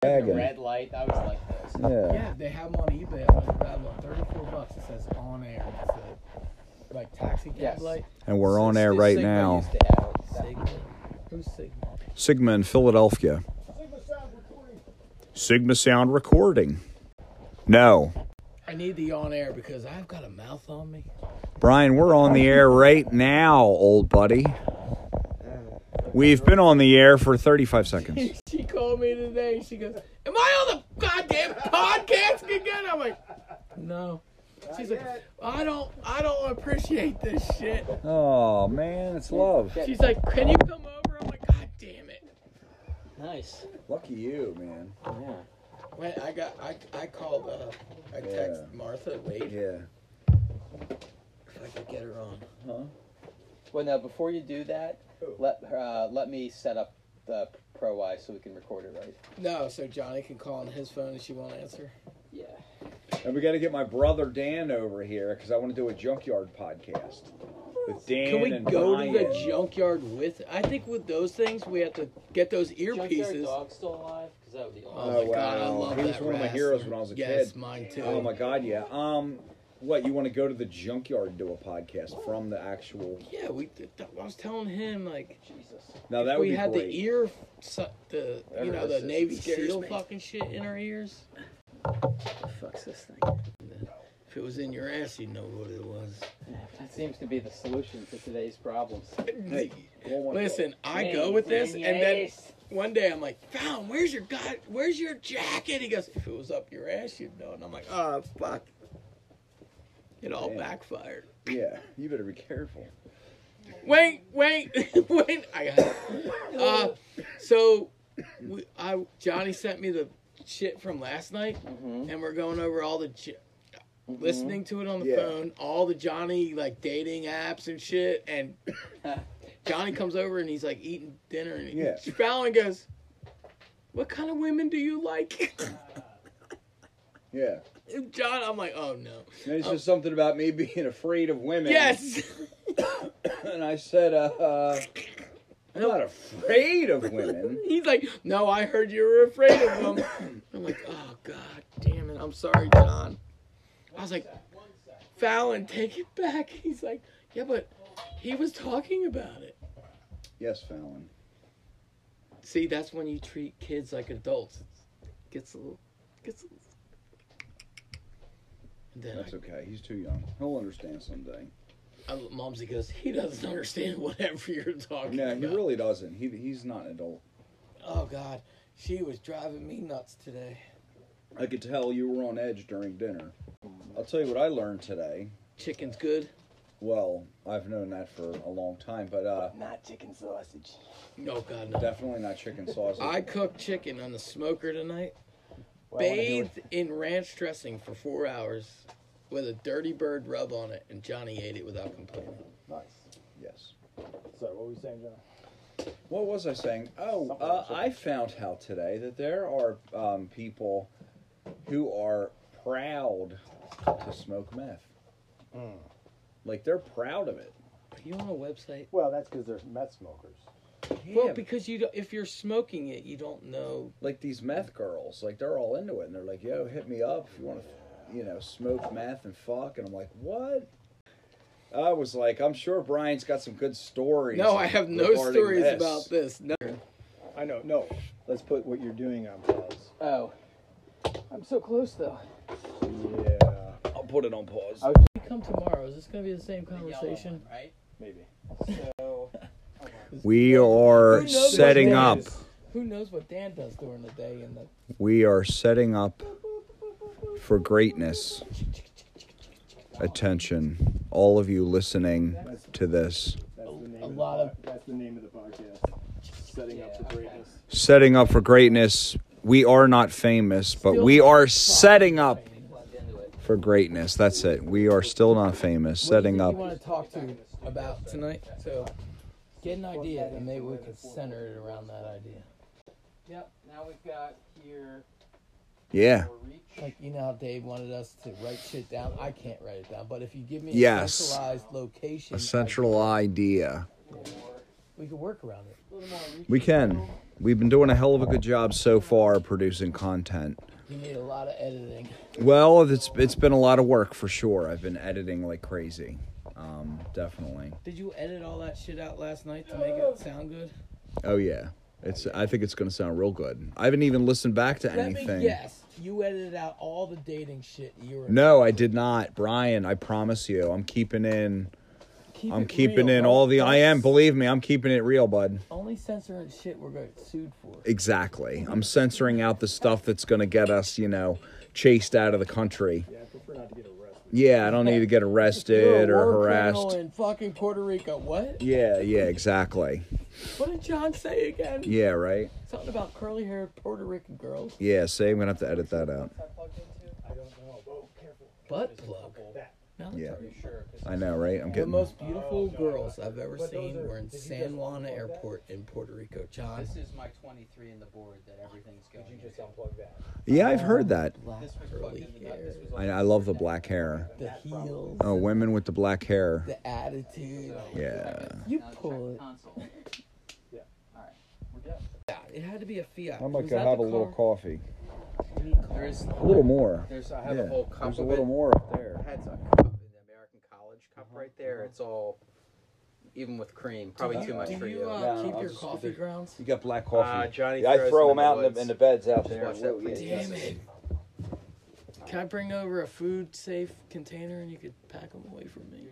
the wagon. red light. I was like this. Yeah. Yeah, they have them on eBay. I'm like, grab one, 34 bucks. It says on air. It's a, like taxi cab Yes. light. And we're on It's air just right Sigma now. used to have that. Sigma. Who's Sigma? Sigma in Philadelphia. Sigma Sound Recording. No. I need the on air because I've got a mouth on me. Brian, we're on the air right now, old buddy. We've been on the air for 35 seconds. she called me today. She goes, "Am I on the goddamn podcast again?" I'm like, "No." She's like, "I don't, I don't appreciate this shit." Oh, man, it's love. She's like, "Can you come over?" I'm like, "God damn it!" Nice. Lucky you, man. Yeah. Wait, I got, I, I called, uh, I texted Martha. Wait, Yeah. if I could get her on. Well, now before you do that, let uh, let me set up the Pro Eye so we can record it right. No, so Johnny can call on his phone and she won't answer. Yeah. And we got to get my brother Dan over here because I want to do a junkyard podcast with Dan. Can we and go to the Brian. junkyard with? I think with those things we have to get those earpieces. dog still alive? Because that would be Oh, awesome. Oh, my god, wow. I love He was that one of my wrestler. heroes when I was a yes, kid. mine too. Oh my God, yeah. Um, what you want to go to the junkyard and do a podcast from the actual? Yeah, we. Th- th- I was telling him like Jesus. Now if that would we be had great. the e- ear, su- the you Whatever know this the is, Navy it scares SEAL me. fucking shit in our ears. The fuck's this thing? If it was in your ass, you'd know what it was. That seems to be the solution to today's problems. We'll want to- Listen, I go with this, and then one day I'm like, "Found, where's your god? Where's your jacket?" He goes, "If it was up your ass, you'd know." And I'm like, "Oh fuck." It all Damn. backfired. Yeah, you better be careful. Wait, wait, wait. I got it. Uh, so, we, I Johnny sent me the shit from last night, Mhm. and we're going over all the j- listening to it on the Mm-hmm. Yeah. phone, all the Johnny like dating apps and shit. And Johnny comes over and he's like eating dinner, and he, Yeah. Fallon goes, "What kind of women do you like?" Yeah, And John, I'm like, "Oh no, and it's just something about me being afraid of women. yes." and I said, uh, uh I'm not afraid of women. Um, He's like, no, I heard you were afraid of him. I'm like, oh god, damn it, I'm sorry, John. I was like, Fallon, take it back. He's like, yeah, but he was talking about it. Yes, Fallon. See, that's when you treat kids like adults. It gets a little, gets. A little... And then That's okay. He's too young. He'll understand someday. I, I, Momsy goes, he doesn't understand whatever you're talking No, about. he really doesn't. He he's not an adult. Oh god, she was driving me nuts today. I could tell you were on edge during dinner. I'll tell you what I learned today. Chicken's good. Well, I've known that for a long time, but uh, Not chicken sausage. No god, no. definitely not chicken sausage. I cooked chicken on the smoker tonight. Well, I wanna hear bathed in ranch dressing for four hours with a dirty bird rub on it, and Johnny ate it without complaining. Nice. yes. So what were you saying, John? What was I saying? Oh, Something uh, about chicken. I found out today that there are um, people who are proud to smoke meth. Hmm. Like they're proud of it. Are you on a website? Well, that's because they're meth smokers. Yeah, Well, because you don't, if you're smoking it, you don't know. like these meth girls, like they're all into it, and they're like, "Yo, hit me up if you want to, you know, smoke meth and fuck." And I'm like, "What?" I was like, "I'm sure Brian's got some good stories." No, I have no regarding stories this. about this. No. I know. No, let's put what you're doing on pause. Oh. I'm so close though. Yeah, I'll put it on pause. I- We come tomorrow. Is this going to be the same conversation? right? maybe. So We Who are knows what setting day up. it is? Who knows what Dan does during the day and the. We are setting up for greatness. Attention, all of you listening to this. That's the name. A of the lot po- of- That's the name of the podcast. Setting up for greatness. Setting up for greatness. We are not famous, but we are setting up plugged into it. for greatness. That's it. We are still not famous. Setting What up. do you think You want to talk to about tonight? So get an idea, and maybe we can center it around that idea. Yep. Now we've got here Yeah. for reach. Like you know how Dave wanted us to write shit down. I can't write it down, but if you give me a Yes. centralized location, A central idea. I- we could work around it. A little more reach. We can. We've been doing a hell of a good job so far producing content. You need a lot of editing. Well, it's it's been a lot of work for sure. I've been editing like crazy. Um, definitely. Did you edit all that shit out last night to make it sound good? Oh yeah. It's I think it's going to sound real good. I haven't even listened back to anything. Let me guess. You edited out all the dating shit you were. No, I did not. Brian, I promise you. I'm keeping in Keep I'm it keeping real, in bro. all the I am, That's believe me, I'm keeping it real, bud. Only censoring shit we're going to sued for. Exactly. I'm censoring out the stuff that's going to get us, you know, chased out of the country. Yeah, I prefer not to get arrested. Yeah, I don't need to get arrested You're a or war criminal harassed. in fucking Puerto Rico. What? Yeah, yeah, exactly. What did John say again? Yeah, right. Something about curly-haired Puerto Rican girls. Yeah, say I'm gonna have to edit that out. I don't know. Oh, careful. Butt plug. Now I'm Yeah. talking. I know, right? I'm The getting most Oh, beautiful girls I've ever But those seen are- were in did you just San Juan unplug that? Airport in Puerto Rico. John, This is my 23 in the board that everything's going. You just into. unplug that. Yeah, I've heard that. black This was plugged curly into that. hair, This was I, like I love the black hair. the heels, Oh, women with the black hair. the attitude. Yeah. You now check pull the it. console. Yeah. All right. We're good. out. It had to be a Fiat. I'm Was gonna that have a the little car? coffee. We need car. There is A little more. There's I have Yeah. a whole cup There's a of little it. more up there. I had a cup in the American College cup right there. It's all even with cream, probably too much Do for you, Uh-huh. you. uh, No, keep I'll your just- coffee grounds? You got black Uh, Johnny Yeah, I throws throw them them out in woods. the, in the beds out Just there. watch that Yeah, please. yeah. Damn it. Can I bring over a food safe container and you could pack them away from me?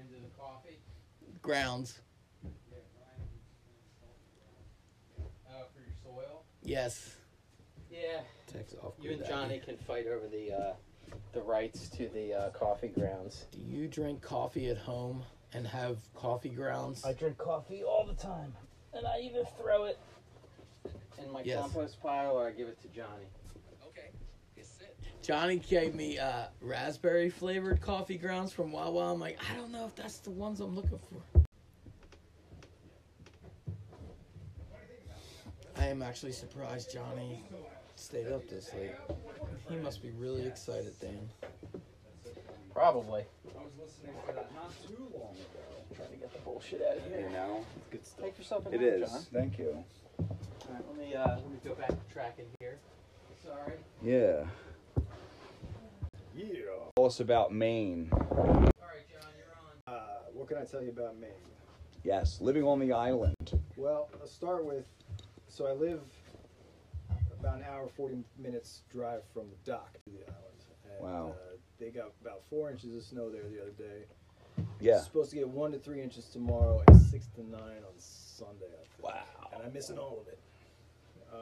Grounds. uh, for your soil. Yes. Yeah, Text off. you and grid Johnny can fight over the uh, the rights to the uh, coffee grounds. ID. Do you drink coffee at home and have coffee grounds? drink coffee all the time, and I either throw it in my Yes. compost pile or I give it to Johnny. Johnny gave me uh, raspberry flavored coffee grounds from Wawa. I'm like, I don't know if that's the ones I'm looking for. I am actually surprised Johnny stayed up this late. He must be really excited, Dan. Probably. I was listening to that not too long ago. Trying to get the bullshit out of here. You know, Good stuff. Take yourself a it nap, is. John. Thank you. All right, let me uh, let me go back to tracking here. Sorry. Yeah. Yeah. Tell us about Maine. All right, John, you're on. Uh, what can I tell you about Maine? Yes, living on the island. Well, I'll start with. So I live about an hour, 40 minutes drive from the dock to the island. And, Wow. Uh, they got about four inches of snow there the other day. Yeah. supposed to get one to three inches tomorrow and six to nine on Sunday. I think. Wow. And I'm missing all of it. Um,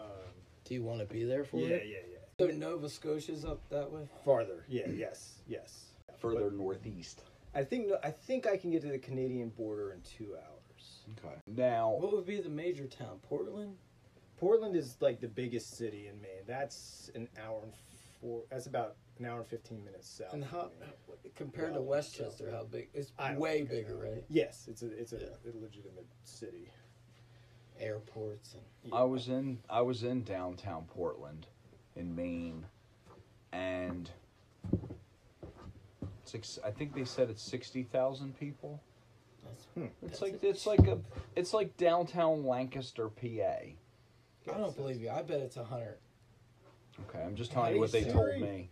Do you want to be there for yeah, it? yeah, yeah. So Nova Scotia's up that way. Farther. Yeah. Yes. Yes. Further northeast. I think I think I can get to the Canadian border in two hours. Okay. Now, What would be the major town? Portland. Portland is like the biggest city in Maine. That's an hour and four. That's about an hour and fifteen minutes south. And of how- Maine. Compared to Westchester, how big? It's I don't way think I bigger, know. right? Yes, it's a it's a, Yeah. a legitimate city. Airports and I was in I was in downtown Portland, in Maine, and six. I think they said it's sixty thousand people. that's, It's that's like it. it's like a it's like downtown Lancaster, PA. I don't believe you. I bet it's a hundred. Okay, I'm just telling you what they told me.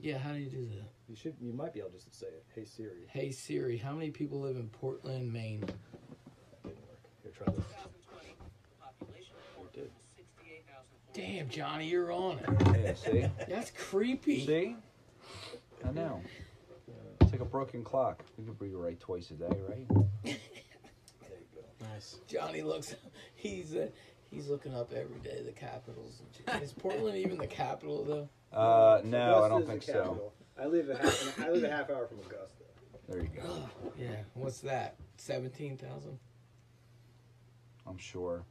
Yeah, how do you do that? You should you might be able just to say it. Hey Siri. Hey Siri, how many people live in Portland, Maine? Didn't work. Here, try this. Damn, Johnny, you're on it. Yeah, see, That's creepy. see, I know. It's like a broken clock. We could rewrite twice a day, right? There you go. Nice. Johnny looks. He's uh, he's looking up every day the capitals. Is Portland even the capital though? Uh, no, I don't Augusta's think the so. capital. I live a half, an- I live a half hour from Augusta. There you go. Yeah. What's that? Seventeen thousand. I'm sure.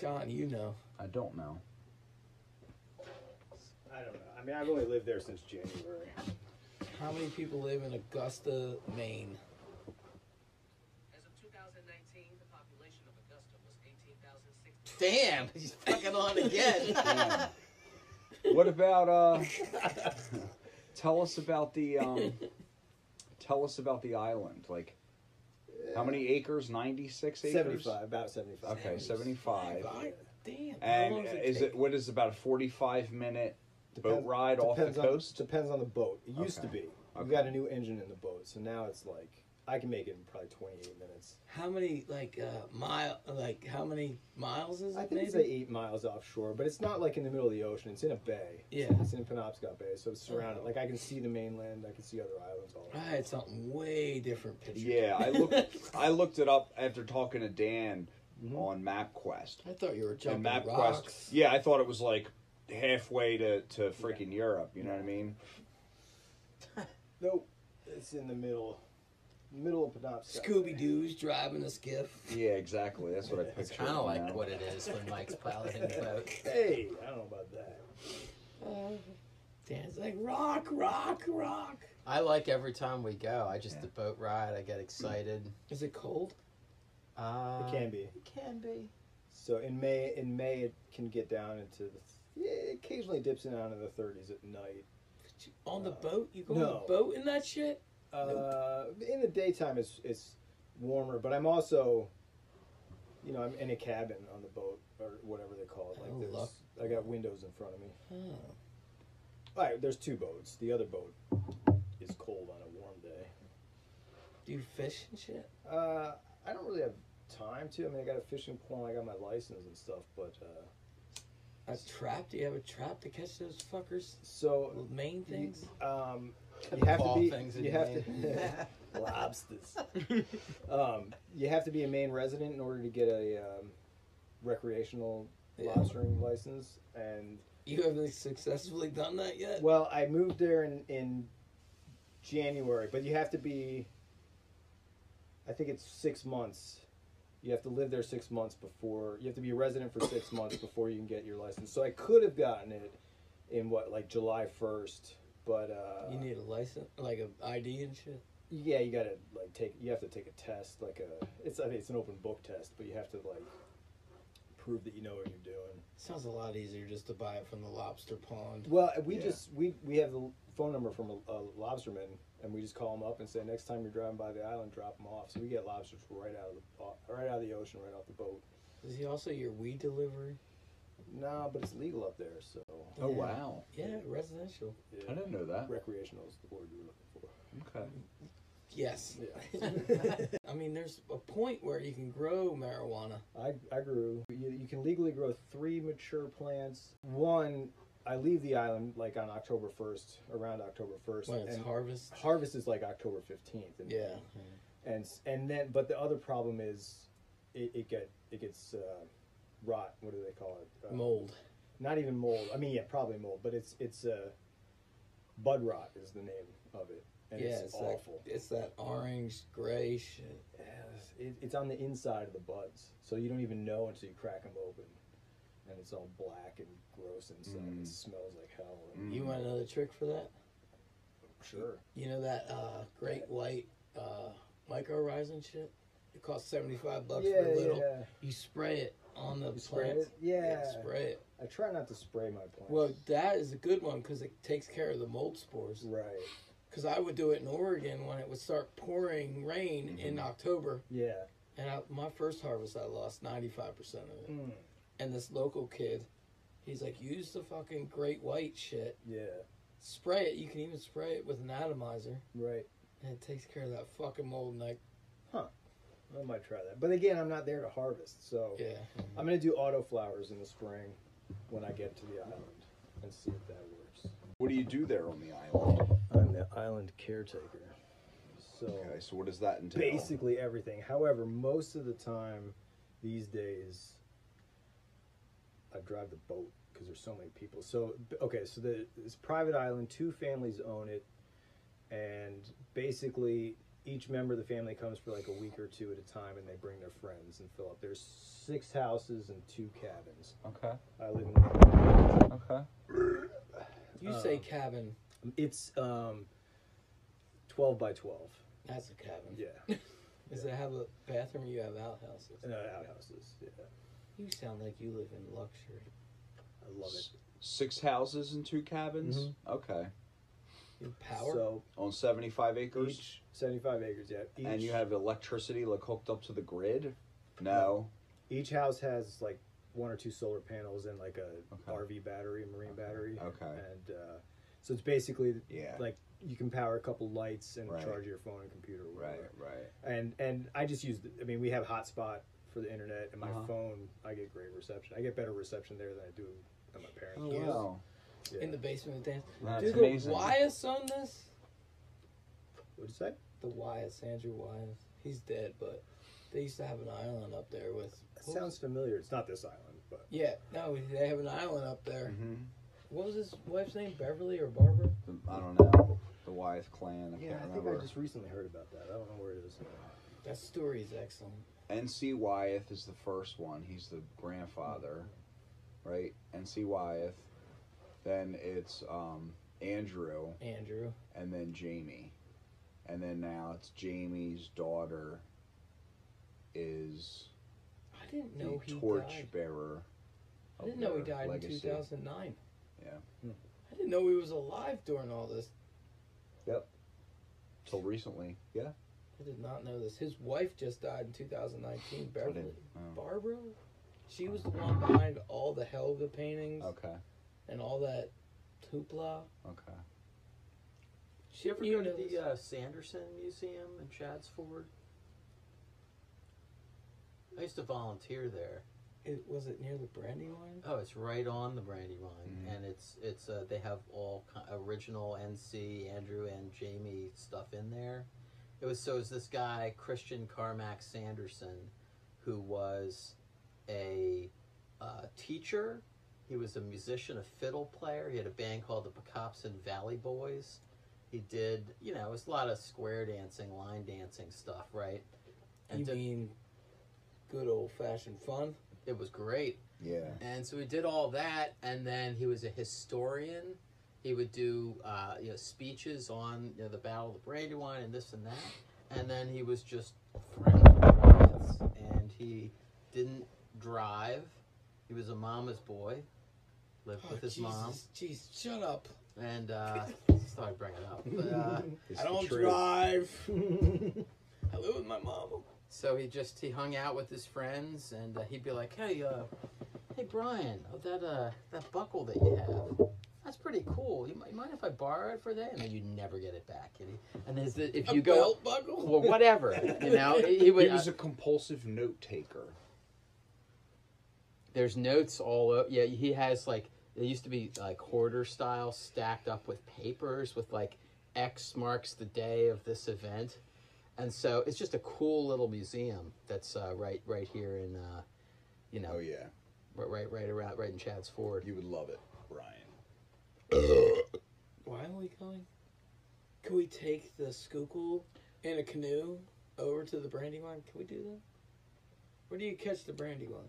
John, you know. I don't know. I don't know. I mean, I've only lived there since January. How many people live in Augusta, Maine? As of 2019, the population of Augusta was 18,060. Damn, he's fucking on again. What about uh? tell us about the um. Tell us about the island. Like, how many acres? Ninety-six acres. Seventy-five, about seventy-five. Okay, seventy-five. Damn. how And long does is take? it what is it, about a forty-five minute boat Depends- ride off the depends on- coast? depends on the boat. It used to Okay. be. We Okay. got a new engine in the boat, so now it's like I can make it in probably 28 minutes. How many like uh, mile? Like how many miles is it? I think it's like maybe? eight miles offshore, but it's not like in the middle of the ocean. It's in a bay. Yeah. It's in Penobscot Bay, so it's surrounded. Like I can see the mainland. I can see other islands. All I around. had something way different picture. Yeah, I looked I looked it up after talking to Dan on MapQuest. I thought you were And jumping MapQuest, rocks. yeah, I thought it was like halfway to to freaking Europe. You know what I mean? Nope. It's in the middle, middle of Penobscot. Scooby Doo's driving a skiff. Yeah, exactly. That's what I It's pictured. kind of you like know? what it is when Mike's piloting the boat. Hey, I don't know about that. Uh. Dan's like rock, rock, rock. I like every time we go. I just Yeah. the boat ride. I get excited. Is it cold? Uh, It can be. It can be. So in May, in May it can get down into the. Yeah, it occasionally dips down into the 30s at night. On the Uh, boat? You go on no. the boat in that shit? Uh, in the daytime, it's it's warmer, but I'm also, you know, I'm in a cabin on the boat or whatever they call it. Like Oh, there's, luck. I got windows in front of me. Oh. All right, there's two boats. The other boat is cold on a warm day. Do you fish and shit? Uh, I don't really have time to. I mean, I got a fishing pole, and I got my license and stuff, but uh, A trap? Do you have a trap to catch those fuckers? so Main things? um, you Claw have to be. things in You your have to. hand. lobsters. um, you have to be a Maine resident in order to get a um, recreational Yeah. lobstering license. And You haven't successfully done that yet? well, I moved there in in January, but you have to be. I think it's six months. You have to live there six months before you have to be a resident for six months before you can get your license. So I could have gotten it in what like July first, but uh, you need a license? Like a ID and shit? Yeah, you gotta like take. You have to take a test, like a. It's I mean, it's an open book test, but you have to like prove that you know what you're doing. Sounds a lot easier just to buy it from the lobster pond. Well, we Yeah. just we we have the phone number from a, a lobsterman, and we just call him up and say next time you're driving by the island, drop him off. So we get lobsters right out of the off- right out of the ocean, right off the boat. Is he also your weed delivery? No, but it's legal up there, so Oh Yeah. wow! Yeah, residential. I yeah. didn't know that. recreational is the word you were looking for. Okay. Yes. Yeah. I mean, there's a point where you can grow marijuana. I, I grew. You, you can legally grow three mature plants. One, I leave the island like on October 1st, around October 1st. When it's and harvest. harvest is like October 15th. And, Yeah. And, s- and then, but the other problem is it, it, get, it gets uh, rot. What do they call it? Uh, Mold. Not even mold. I mean, yeah, probably mold, but it's, it's uh, bud rot is the name of it. And yeah, it's, it's awful. That, it's that orange gray shit. Yes, it, it's on the inside of the buds, so you don't even know until you crack them open, and it's all black and gross inside. Mm. It smells like hell. And You want another trick for that? Sure. You know that uh, great white uh, micro rising shit? It costs seventy five bucks for a little. You spray it on the You spray plants. it? Yeah. Spray it. I try not to spray my plants. Well, that is a good one because it takes care of the mold spores. right. Because I would do it in Oregon when it would start pouring rain Mm-hmm. in October, Yeah. and I, my first harvest I lost ninety five percent of it. And this local kid, he's like, use the fucking great white shit. Yeah. Spray it. You can even spray it with an atomizer. Right. And it takes care of that fucking mold and like I might try that, but again, I'm not there to harvest, so yeah. I'm gonna do auto flowers in the spring when I get to the island and see if that works. What do you do there on the island? I'm the island caretaker, so. Okay, so what does that entail? basically everything. However, most of the time these days, I drive the boat because there's so many people. So b- okay, so the it's a private island. Two families own it, and basically each member of the family comes for like a week or two at a time, and they bring their friends and fill up. There's six houses and two cabins. Okay. I live in one. Okay. You Um, say cabin. It's um, twelve by twelve. That's a cabin. Yeah, Does it have a bathroom? You have outhouses. and, uh, outhouses. Yeah, You sound like you live in luxury. I love it. Six houses and two cabins. Mm-hmm. Okay. You have power. So On seventy-five acres. Each 75 acres, yeah. Each, And you have electricity like hooked up to the grid? No. each house has like one or two solar panels and like a Okay. RV battery, marine battery. Okay. And uh, so it's basically Yeah. like you can power a couple lights and Right. charge your phone and computer. Or Right. whatever. Right. And and I just use. The, I mean, we have hotspot for the internet, and my Uh-huh. phone. I get great reception. I get better reception there than I do at my parents' Oh, place. wow. Yeah. in the basement of the dance. That's Dude, amazing. the Wyeth's on this. What'd you say? The Wyeth's, Andrew Wyeth. He's dead, but they used to have an island up there with. That sounds familiar. It's not this island, but Yeah, no, they have an island up there. Mhm. What was his wife's name? Beverly or Barbara? The, I don't know. The Wyeth clan. I yeah, can't I think remember. I just recently heard about that. I don't know where it is. That story is excellent. N.C. Wyeth is the first one. He's the grandfather, right? N.C. Wyeth. Then it's um, Andrew, Andrew. and then Jamie, and then now it's Jamie's daughter. Is I didn't the know he died. torchbearer. I of didn't know he their died in legacy. 2009. Yeah. Hmm. I didn't know he was alive during all this. Till recently. Yeah. I did not know this. His wife just died in 2019. Beverly. know. Barbara? She was the one behind all the Helga paintings Oh, Okay. and all that hoopla. Okay. Did you ever You go to know the this. uh, Sanderson Museum in Chatsford? I used to volunteer there. It, was it near the Brandywine? Oh, it's right on the Brandywine, Mm-hmm. and it's it's uh, they have all ki- original NC Andrew and Jamie stuff in there. It was so is this guy Christian Carmack Sanderson, who was a uh, teacher. He was a musician, a fiddle player. He had a band called the Pecopson Valley Boys. He did, you know, it was a lot of square dancing, line dancing stuff, right? And you did- mean good old fashioned fun? it was great. Yeah. And so he did all that, and then he was a historian. He would do uh, you know speeches on you know, the Battle of the Brandywine and this and that, and then he was just friends with friends, and he didn't drive. He was a mama's boy, lived Oh, with his mom, Jeez, shut up. and uh, sorry to bring it up. But, uh, It's I the don't truth. drive. I live with my mom. So he just he hung out with his friends, and uh, he'd be like, "Hey, uh, hey Brian, oh, that uh, that buckle that you have, that's pretty cool. You, mi- you mind if I borrow it for a day?" And then you'd never get it back. And, he, and his, if A you go, belt buckle? well, whatever, you know, he, he would. uh, He was a compulsive note taker. there's notes all over. Yeah, he has like it used to be like hoarder style, stacked up with papers with like X marks the day of this event, and so it's just a cool little museum that's uh, right right here in, uh, you know, Oh yeah, right right right around right in Chad's Ford. you would love it, Brian. Why are we going? Can we take the Schuylkill in a canoe over to the Brandywine? Can we do that? Where do you catch the Brandywine?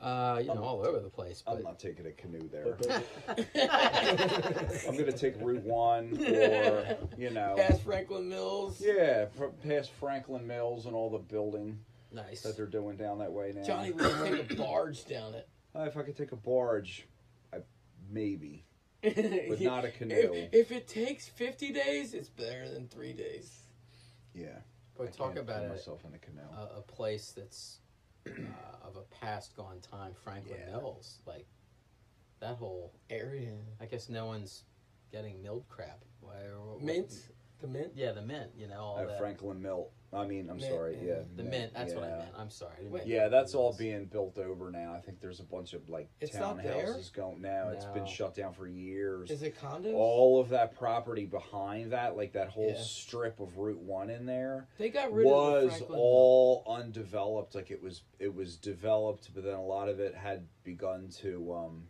Uh, you know, all over the place, I'm but not taking a canoe there. Past I'm gonna take Route One or you know, Franklin Mills. yeah, fr- past Franklin Mills and all the building Nice. that they're doing down that way now. Johnny would take a barge down it. Uh, if I could take a barge, I maybe, but not a canoe. If, if it takes 50 days, it's better than three days. Yeah, I but talk can't about Uh, put a, myself in a canoe. a, a place that's uh, of a past gone time, Franklin Yeah. Mills, like that whole. Area. I guess no one's getting milled crap. Why? or what- Mint? The mint? Yeah, the mint. You know all Uh, that. Franklin Mill. I mean, I'm Mint, sorry. yeah. Yeah, the mint. That's what I yeah. meant. I'm sorry. I didn't Wait. mean- Yeah, that's all being built over now. I think there's a bunch of like It's not there? townhouses going now. It's been No. shut down for years. Is it condos? all of that property behind that, like that whole Yeah. strip of Route One in there, they got rid of the was Franklin all undeveloped. Like it was, it was developed, but then a lot of it had begun to um,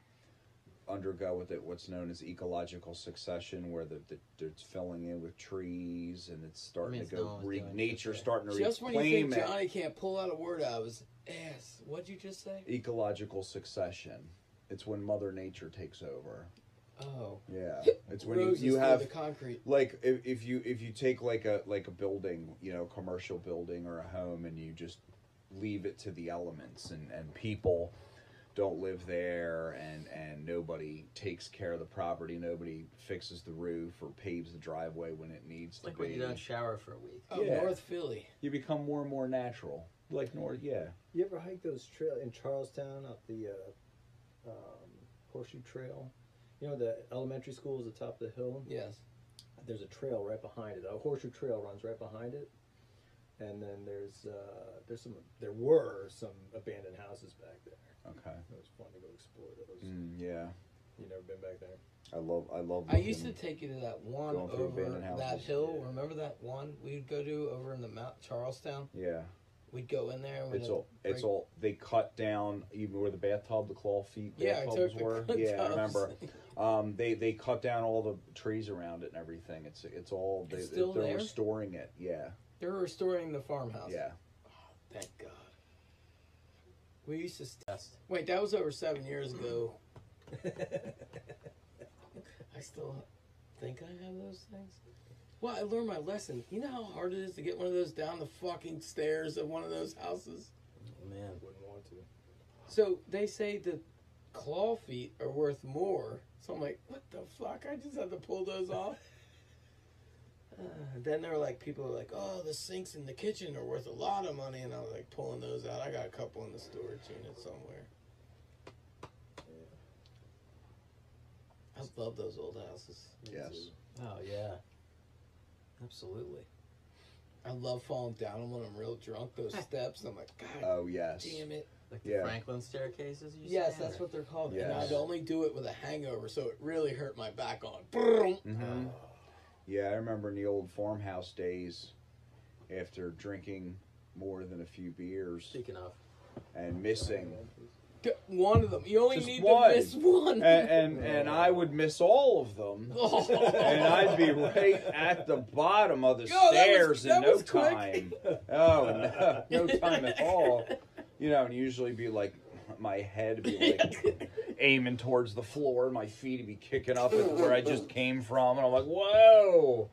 undergo with it what's known as ecological succession, where the, the they're filling in with trees and it's starting it's to go. no one's Re- doing it, nature's okay. starting to Just when you reclaim think it. Johnny can't pull out a word out of his ass, what'd you just say? Ecological succession. It's when Mother Nature takes over. Oh, Yeah, it's when you, roses you through have the concrete. like if, if you if you take like a like a building you know commercial building or a home and you just leave it to the elements and and people don't live there and and nobody takes care of the property nobody fixes the roof or paves the driveway when it needs It's to like be when you don't shower for a week. Oh, Yeah. North Philly. You become more and more natural like north. Yeah. You ever hike those trail in Charlestown up the uh, um, Horseshoe Trail? You know the elementary school is atop the hill. Yes. There's a trail right behind it. A horseshoe trail runs right behind it, and then there's uh, there's some there were some abandoned houses back there. Okay. It was fun to go explore those. Mm, yeah. You never been back there? I love. I love. I used to looking- take you to that one Going through over abandoned that houses, hill. yeah. Remember that one we'd go to over in the Mount Charlestown? Yeah. We'd go in there. and we'd It's all. It's break- all. They cut down even where the bathtub, the claw feet Yeah, I bathtubs took the were. club Yeah, I tops. remember. Um, they they cut down all the trees around it and everything. It's it's all. They, It's still they're there? restoring it. Yeah. They're restoring the farmhouse. Yeah. Thank God. We used to. St- Best. Wait, that was over seven years ago. I still think I have those things. Well, I learned my lesson. You know how hard it is to get one of those down the fucking stairs of one of those houses? Oh, Man. Wouldn't want to. So they say the claw feet are worth more. So I'm like, what the fuck? I just had to pull those off. Uh, then there were like people were like, oh, the sinks in the kitchen are worth a lot of money, and I was like pulling those out. I got a couple in the storage unit somewhere. I love those old houses. Yes. Oh yeah. Absolutely. I love falling down them when I'm real drunk. Those steps, I'm like, God Oh yes. damn it. Like the Yeah. Franklin staircases. You Yes, said, that's or- what they're called. And Yes. I'd only do it with a hangover, so it really hurt my back on. Brrrr. hmm Yeah, I remember in the old farmhouse days, after drinking more than a few beers Speaking of, and missing, D- One of them. You only Just need one. Eh. to miss one. and, and and I would miss all of them, Oh. and I'd be right at the bottom of the Yo, that was- stairs that in no was quick. time. Oh no, no time at all. You know, and usually be like, my head be like aiming towards the floor, and my feet would be kicking up at where I just came from, and I'm like, whoa.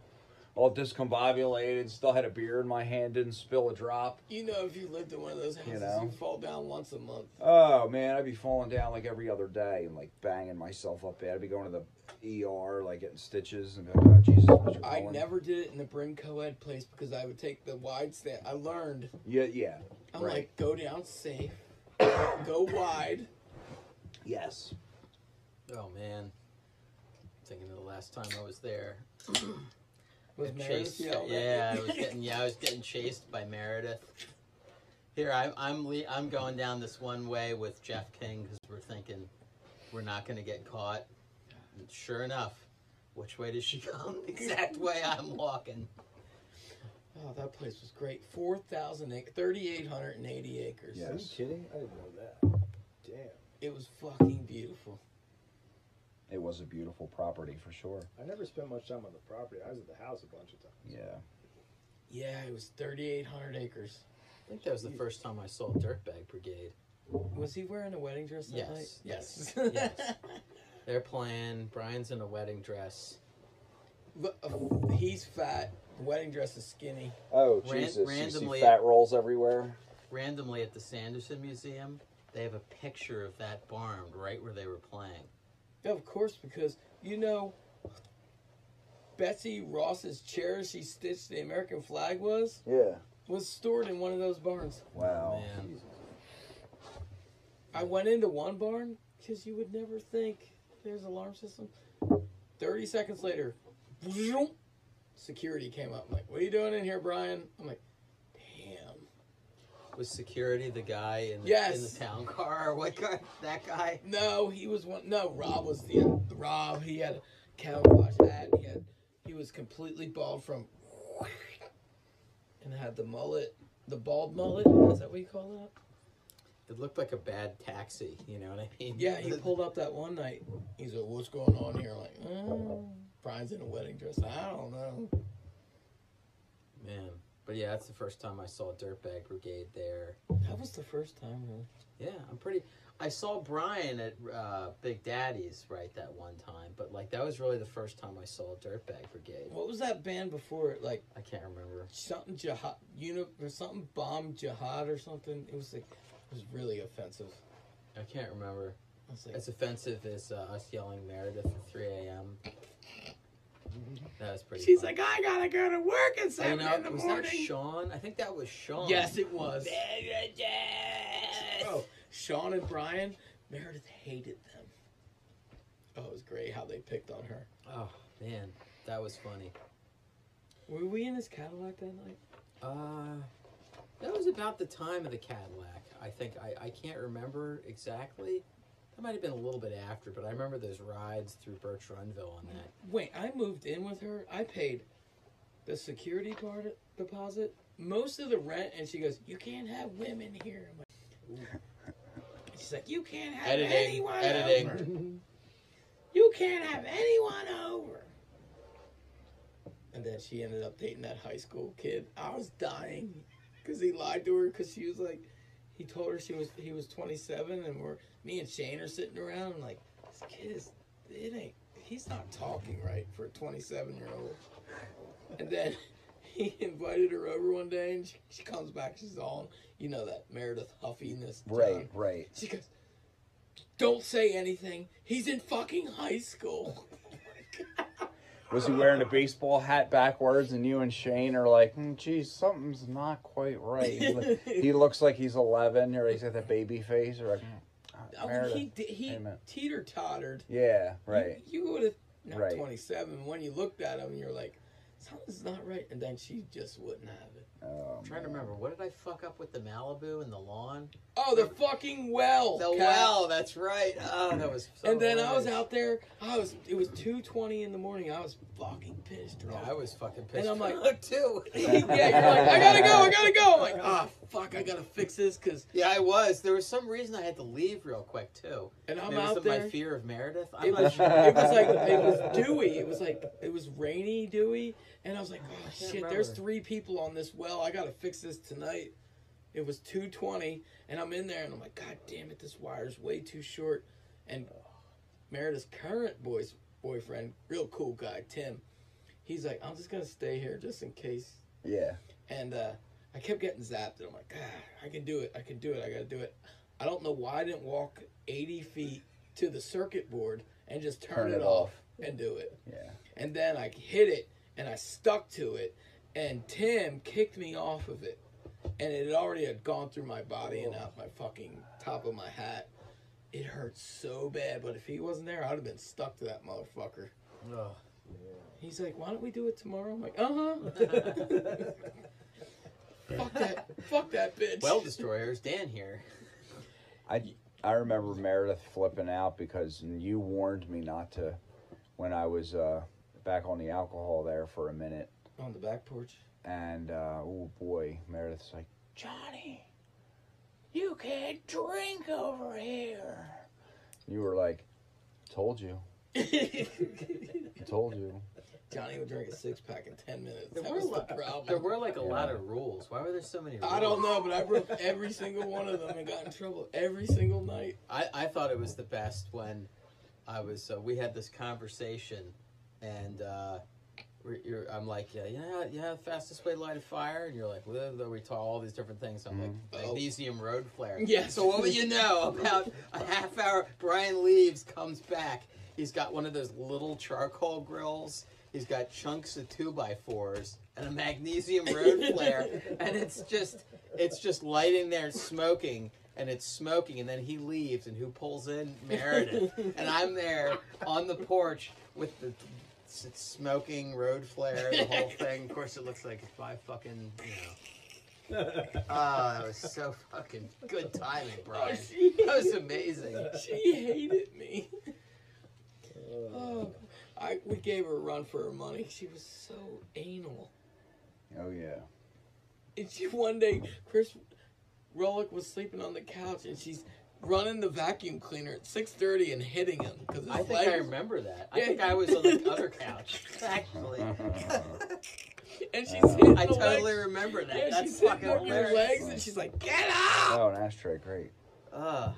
All discombobulated, still had a beer in my hand, didn't spill a drop. you know, if you lived in one of those houses, you, know. fall down once a month. Oh man, I'd be falling down like every other day and like banging myself up. I'd be going to the ER, like getting stitches, and be like, oh Jesus, Mr. I Cullen." never did it in the Brim co-ed place because I would take the wide stand. I learned. Yeah, yeah. I'm right. like, go down safe, go wide. yes. oh man, thinking of the last time I was there. Got With Mary's chased- yelled at yeah, me. I was getting yeah, I was getting chased by Meredith. Here I'm I'm le- I'm going down this one way with Jeff King because we're thinking we're not going to get caught. And sure enough, which way does she come? The exact way I'm walking. Oh, that place was great. 4,000 acres, 3,880 acres. Yeah. Are you Yes. kidding? I didn't know that. Damn. It was fucking beautiful. It was a beautiful property for sure. I never spent much time on the property. I was at the house a bunch of times. Yeah. Yeah, it was 3,800 acres. I think that was the first time I saw Dirtbag Brigade. Was he wearing a wedding dress that Yes, night? yes, yes. They're playing. Brian's in a wedding dress. Look, uh, he's fat. The wedding dress is skinny. Oh Ran- Jesus! randomly- you see fat rolls everywhere. Randomly at the Sanderson Museum, they have a picture of that barn right where they were playing. Of course, because, you know, Betsy Ross's chair she stitched the American flag was, Yeah. was stored in one of those barns. Wow. Man. I went into one barn because you would never think there's an alarm system. Thirty seconds later, vroom, security came up. I'm like, "What are you doing in here, Brian?" I'm like, "Damn." Was security the guy in the, Yes. in the town car? Or what guy? That guy? No, he was one. No, Rob was the Rob. He had a camouflage hat. He had he was completely bald from, and had the mullet, the bald mullet. Is that what you call that? It looked like a bad taxi. You know what I mean? Yeah, he pulled up that one night. He's like, "What's going on here?" I'm like, "Uh, Brian's in a wedding dress. I don't know. Man, but yeah, that's the first time I saw Dirtbag Brigade there. That was the first time, really. Yeah, I'm pretty. I saw Brian at uh, Big Daddy's right that one time, but like that was really the first time I saw Dirtbag Brigade. What was that band before it? Like I can't remember. something jihad, you know, or something bomb jihad or something. It was like, it was really offensive. I can't remember. I was like, As offensive as uh, us yelling Meredith at 3 a.m. That was pretty. She's fun. like, I gotta go to work at I seven know. in the Was morning. that Sean? I think that was Sean. Yes, it was. Oh. Sean and Brian, Meredith hated them. Oh, it was great how they picked on her. Oh man, that was funny. Were we in his Cadillac that night? Uh, that was about the time of the Cadillac. I think I, I can't remember exactly. That might have been a little bit after, but I remember those rides through Birch Runville on that. Wait, I moved in with her. I paid the security guard deposit, most of the rent, and she goes, "You can't have women here." I'm like, Ooh. she's like, "You can't have Editing, anyone editing. over. You can't have anyone over." And then she ended up dating that high school kid. I was dying because he lied to her because she was like, he told her she was he was 27, and we're me and Shane are sitting around. I'm like, this kid is it ain't he's not talking right for a 27 year old and then he invited her over one day and she, she comes back she's on you know that meredith huffiness Right, time. right. she goes don't say anything he's in fucking high school Was he wearing a baseball hat backwards? And you and Shane are like, hmm, geez, something's not quite right. He, loo- he looks like he's 11, or he's got that baby face, or like, "Hmm, uh, Oh, I mean, Meredith." he di- he Amen. teeter-tottered yeah, right. you, would have not Right. 27 when you looked at him you're like something's not right and then she just wouldn't have it Oh, I'm trying to remember what did I fuck up with the Malibu and the lawn? oh the fucking well The Cal. well, that's right. Oh, that was. So Oh, and then I was hilarious. out there. I was. It was two twenty in the morning. I was fucking pissed Yeah, drunk. I was fucking pissed. I'm like- drunk, too. yeah, you're like, I gotta go. I gotta go. I'm like, ah, fuck. I gotta fix this because. yeah, I was. There was some reason I had to leave real quick too. And I'm Maybe it was out of my there. fear of Meredith. I'm It not was, sure. it was like it was dewy. It was like it was rainy, dewy, and I was like, "Oh shit!" There's remember. three people on this well. I gotta fix this tonight. It was two twenty, and I'm in there, and I'm like, "God damn it! This wire's way too short." And Meredith's current boy's boyfriend, real cool guy, Tim, he's like, "I'm just gonna stay here just in case yeah. and uh, I kept getting zapped, and I'm like, God, I can do it, I can do it, I gotta do it. I don't know why I didn't walk 80 feet to the circuit board and just turn, it, off and do it. Yeah. And then I hit it, and I stuck to it, and Tim kicked me off of it, and it already had gone through my body and out my fucking top of my hat. It hurt so bad, but if he wasn't there, I'd have been stuck to that motherfucker. Ugh. He's like, why don't we do it tomorrow? I'm like, uh huh. fuck that, fuck that bitch. well, destroyers, Dan here. I I remember Meredith flipping out because you warned me not to when I was uh, back on the alcohol there for a minute, on the back porch. and uh, oh boy, Meredith's like Johnny, you can't drink over here. You were like, told you, told you. Johnny would drink a six pack in ten minutes. There That were, was the li- problem. there were like a lot of rules. Why were there so many rules? I don't know, but I broke every single one of them and got in trouble every single night. I, I thought it was the best when I was. Uh, we had this conversation, and uh, we're, you're, I'm like, yeah, yeah, yeah, fastest way to light a fire, and you're like, well, though we taught all these different things. I'm like, Oh. magnesium road flare. Yes. So what would you know about a half hour? Brian leaves, comes back. He's got one of those little charcoal grills. He's got chunks of two by fours and a magnesium road flare, and it's just it's just lighting there and smoking and it's smoking and then he leaves and who pulls in meredith and i'm there on the porch with the s- smoking road flare the whole thing of course it looks like it's by fucking you know oh that was so fucking good timing brian she, that was amazing she hated me. Oh, I, we gave her a run for her money. She was so anal. Oh yeah. And she one day, Chris Rolick was sleeping on the couch, and she's running the vacuum cleaner at six thirty and hitting him because i his think i leg. remember that i Yeah. think i was on the other couch actually And she's hitting i the totally legs. remember that Yeah, that's she's hitting fucking on your hilarious legs, and she's like, "Get up!" Oh, an ashtray, great. Ugh.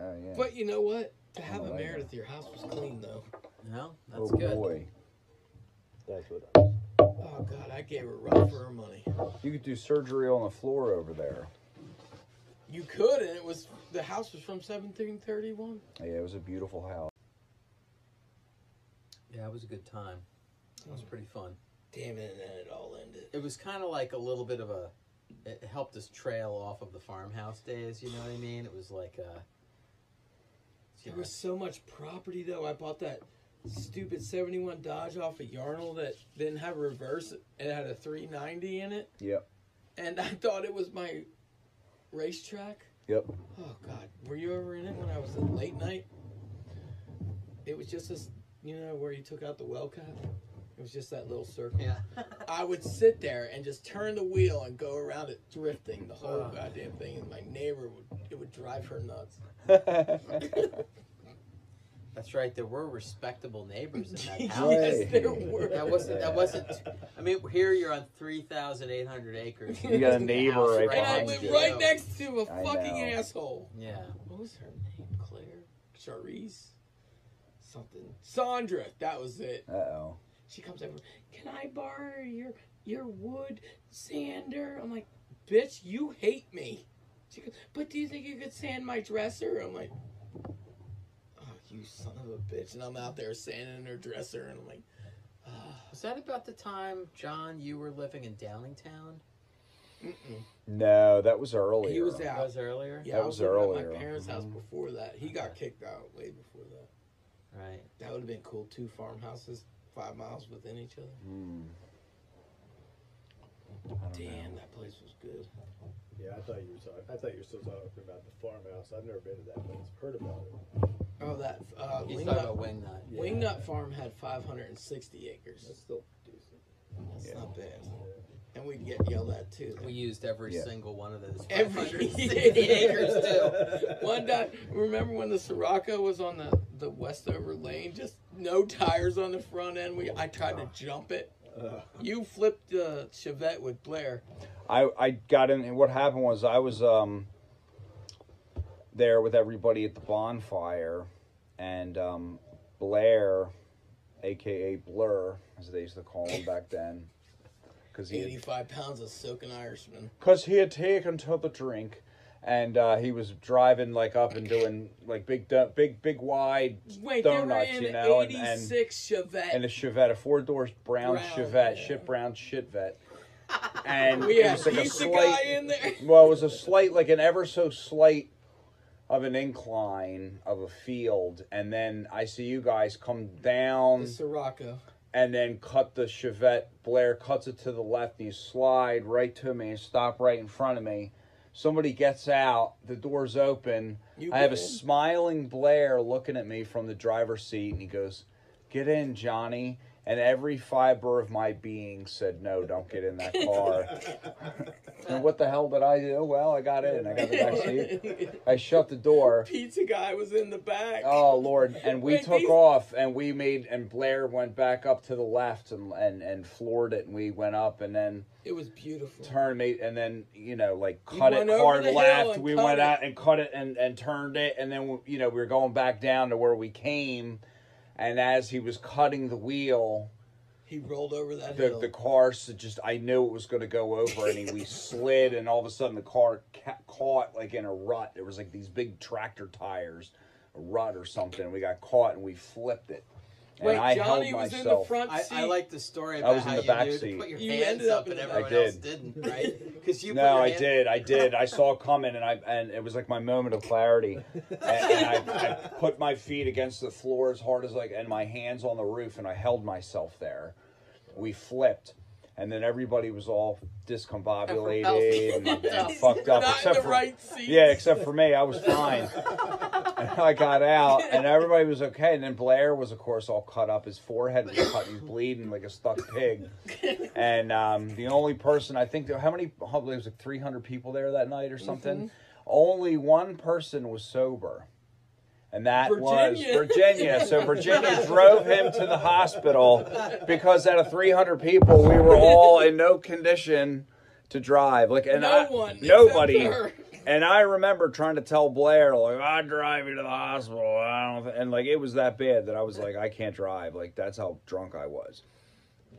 Oh yeah. But you know what? To have a Oh, I Meredith, at your house was clean though. no oh that's good boy, That's what. I, Oh God, I gave her a run for her money. you could do surgery on the floor over there. You could, and it was the house was from seventeen thirty one. Yeah, it was a beautiful house. yeah it was a good time It Hmm. was pretty fun. Damn it, and then it all ended. It was kind of like a little bit of a. It helped us trail off of the farmhouse days. You know what I mean? It was like uh, a. There was so much property though. I bought that stupid '71 Dodge off of Yarnell that didn't have a reverse. It had a 390 in it, Yep. and I thought it was my racetrack. Yep. Oh God, were you ever in it when I was at late night? It was just this, you know, where you took out the well cap. It was just that little circle. Yeah. I would sit there and just turn the wheel and go around it drifting the whole Ah. goddamn thing, and my neighbor would it would drive her nuts. That's right. There were respectable neighbors in that house. yes, there were. That wasn't. That wasn't. I mean, here you're on three thousand eight hundred acres. You got a neighbor House right and I behind live you. right next to a I fucking know. asshole. Yeah. What was her name? Claire, Charisse, something. Sandra. That was it. Uh oh. She comes over. Can I borrow your your wood sander? I'm like, bitch, you hate me. She goes, but do you think you could sand my dresser? I'm like, oh, you son of a bitch. And I'm out there sanding her dresser, and I'm like, Was that about the time, John, you were living in Downingtown? No, that was earlier. he was That out. was earlier. Yeah, That I was was living at earlier. my parents' house Mm-hmm. before that. He got kicked out way before that. Right. That would have been cool. Two farmhouses, five miles within each other. Hmm. Mm-hmm. Damn, that place was good. Yeah, I thought you were talking. I thought you were still talking about the farmhouse. I've never been to that, but I've heard about it. Oh, that uh, Mm-hmm. He's Wingnut, talking about Wingnut. Yeah. Wingnut Farm had 560 acres. That's still decent. That's not bad. And we'd get yelled at too. We used every Yeah. single one of those. Every- 560 acres too. One time, remember when the Sirocco was on the, the Westover lane, just no tires on the front end. We I tried to jump it. You flipped the Chevette with Blair. I, I got in, and what happened was I was um, there with everybody at the bonfire, and um, Blair, aka Blur, as they used to call him back then, because he had 85 pounds of soaking Irishman. because he had taken to the drink, and uh, he was driving like up and doing like big, do- big, big wide Wait, Donuts, they were in you know, and- and- 86 Chevette. and a Chevette, a four doors brown, Brown, Chevette, yeah. shit brown Chevette, and we it had was like a pizza slight. guy in there. Well, it was a slight, like an ever so slight of an incline of a field, and then I see you guys come The down Sirocco. and then cut the Chevette. Blair cuts it to the left, and you slide right to me and stop right in front of me. Somebody gets out, the door's open. You I have a get in. smiling Blair looking at me from the driver's seat, and he goes, Get in, Johnny. And every fiber of my being said, No, don't get in that car. and what the hell did I do? Well, I got in. I got the back seat. I shut the door. pizza guy was in the back. Oh Lord! And we Wait, took these- off, and we made, and Blair went back up to the left, and and and floored it, and we went up, and then It was beautiful. turned it, and then you know like cut it went over hard the hill left. and We cut went it. out and cut it, and and turned it, and then you know we were going back down to where we came, and as he was cutting the wheel, He rolled over that the hill. the car s- just I knew it was going to go over, and he, we slid, and all of a sudden the car ca- caught like in a rut. There was like these big tractor tires, a rut or something. We got caught and we flipped it. And Wait, I Johnny held was myself. in the front I, seat. I like the story I about was in how the you back knew seat. to put your You hands ended up up in and the back. everyone I else did. didn't, right? Because you No, put your I hand- did. I did. I saw it coming, and I and it was like my moment of clarity. And, and I, I put my feet against the floor as hard as like, and my hands on the roof, and I held myself there. We flipped, and then everybody was all discombobulated and, Fucked up. and fucked up, Not except in the for right seat. yeah, except for me, I was fine. And I got out, and everybody was okay. And then Blair was, of course, all cut up. His forehead was cut. He was bleeding like a stuck pig. And um, the only person I think there, how many? There was like three hundred people there that night or something. Mm-hmm. Only one person was sober, and that was Virginia. Virginia. So Virginia drove him to the hospital because out of three hundred people, we were all in no condition to drive. Like, and no I, one. except nobody. her. And I remember trying to tell Blair, like, I drive you to the hospital. I don't, th-" and like it was that bad that I was like, I can't drive. Like that's how drunk I was.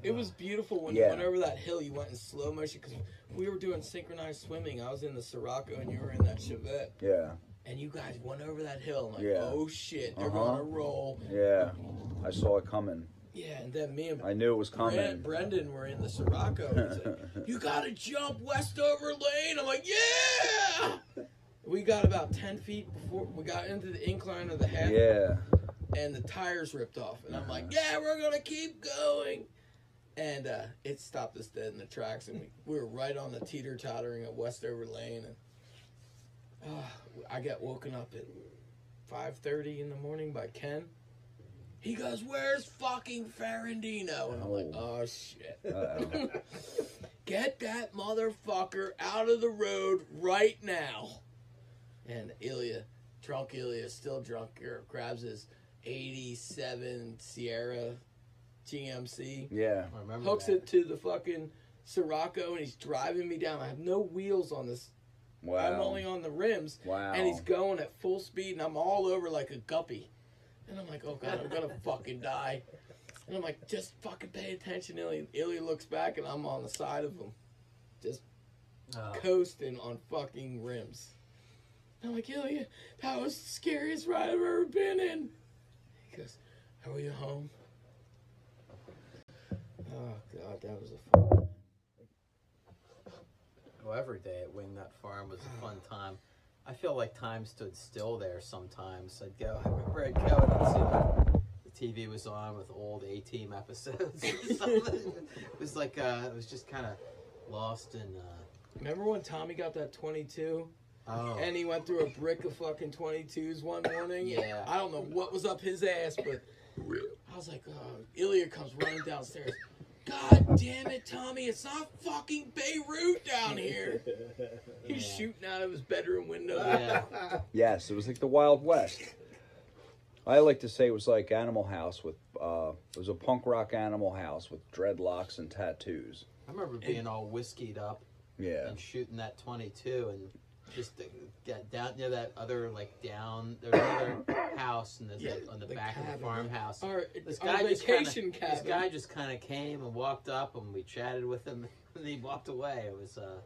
It was beautiful when Yeah. you went over that hill. You went in slow motion because we were doing synchronized swimming. I was in the Sirocco and you were in that Chevette, Yeah, and you guys went over that hill. I'm like, Yeah. oh shit, they're Uh-huh. gonna roll. yeah. I saw it coming. Yeah, and then me and I knew it was Brent, coming. Brendan were in the Sirocco. He's like, you gotta jump Westover Lane. I'm like, yeah. We got about ten feet before we got into the incline of the half, Yeah. and the tires ripped off. And I'm like, yeah, we're gonna keep going. And uh, it stopped us dead in the tracks, and we, we were right on the teeter tottering of Westover Lane. And uh, I got woken up at 5:30 in the morning by Ken. He goes, "Where's fucking Ferrandino?" And I'm like, "Oh shit." Uh-oh. get that motherfucker out of the road right now. And Ilya, drunk Ilya, still drunk, here, grabs his 87 Sierra GMC, Yeah. I remember hooks that. it to the fucking Sirocco, and he's driving me down. I have no wheels on this. I'm only Wow. on the rims. Wow. And he's going at full speed, and I'm all over like a guppy. And I'm like, oh god, I'm gonna fucking die. And I'm like, just fucking pay attention, Ilya. Ilya looks back, and I'm on the side of him, just Oh. coasting on fucking rims. And I'm like, Ilya, that was the scariest ride I've ever been in. He goes, how are you home? Oh god, that was a fun. Well, every day at Wingnut Farm was a fun time. I feel like time stood still there sometimes. I'd go, I remember I'd go and I'd see like, the TV was on with old A Team episodes. or something. it was like, uh, it was just kind of lost in. Uh, Remember when Tommy got that 22? oh. And he went through a brick of fucking 22s one morning. Yeah. I don't know what was up his ass, but I was like, oh, Ilya comes running downstairs. God damn it, Tommy, it's not fucking Beirut down here. He's Yeah. shooting out of his bedroom window. yeah. Yes, it was like the Wild West. I like to say it was like Animal House with uh, it was a punk rock Animal House with dreadlocks and tattoos. I remember being all whiskeyed up Yeah. and shooting that 22 and just to get down near that other, like, down, there's another house and there's Yeah, like, on the, the back of cabin. the farmhouse. Our, This our guy just kinda- vacation This cabin. guy just kind of came and walked up, and we chatted with him, and he walked away. It was, uh,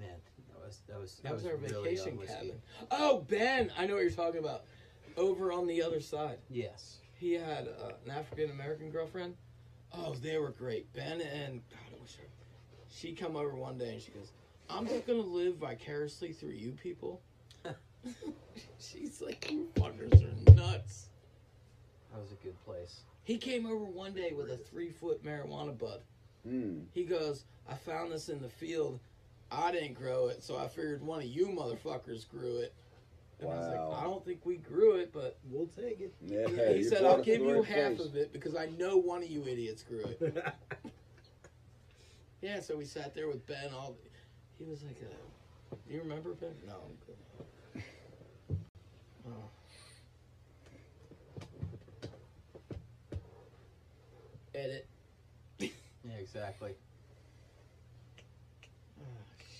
man, that was that was that was our really vacation young whiskey. cabin. Oh, Ben, I know what you're talking about. Over on the other side. Yes, he had uh, an African American girlfriend. Oh, they were great. Ben and God, I wish her. She come over one day and she goes, "I'm just gonna live vicariously through you people." She's like, "You fuckers are nuts." that was a good place. He came over one day with a three foot marijuana bud. Mm. He goes, "I found this in the field. I didn't grow it, so I figured one of you motherfuckers grew it." And I was Wow. like, "I don't think we grew it, but." We'll take it. Yeah, Yeah, he you said, brought "I'll us to give the you right half place." of it because I know one of you idiots grew it." Yeah, so we sat there with Ben. All he was like, uh, "Do you remember Ben?" No, I'm good. Oh. Edit. Yeah, exactly. Oh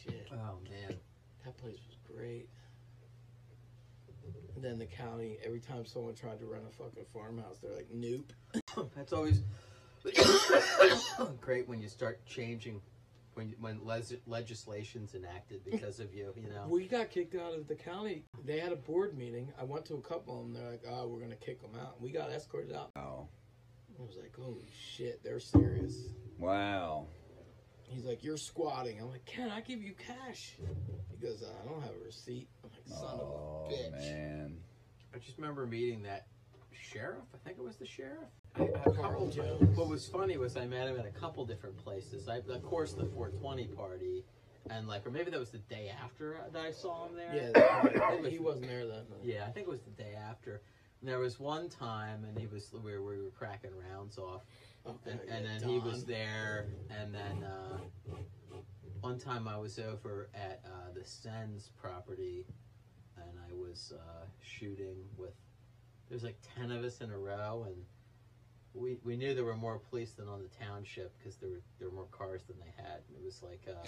shit, Oh man, that place was great. And then the county, every time someone tried to run a fucking farmhouse, they're like, "Nope." that's always great when you start changing when when les- legislation's enacted because of you. You know. We got kicked out of the county. They had a board meeting. I went to a couple of them. They're like, "Oh, we're gonna kick them out." We got escorted out. Wow. I was like, "Holy shit, they're serious." Wow. He's like, "You're squatting." I'm like, "Can I give you cash?" He goes, "I don't have a receipt." I'm like, "Son Oh of a bitch." man. I just remember meeting that sheriff. I think it was the sheriff. Oh, Carl Jones. What was funny was I met him at a couple different places. I, of course, the 420 party, and like, or maybe that was the day after that I saw him there. Yeah, that- he wasn't there that night. Yeah, I think it was the day after. And there was one time, and he was we were, we were cracking rounds off, Okay, and, and yeah, then he was Don. there, and then uh, one time I was over at uh, the Sens property, and I was uh, shooting with. There's like ten of us in a row, and we we knew there were more police than on the township because there were there were more cars than they had. It was like uh,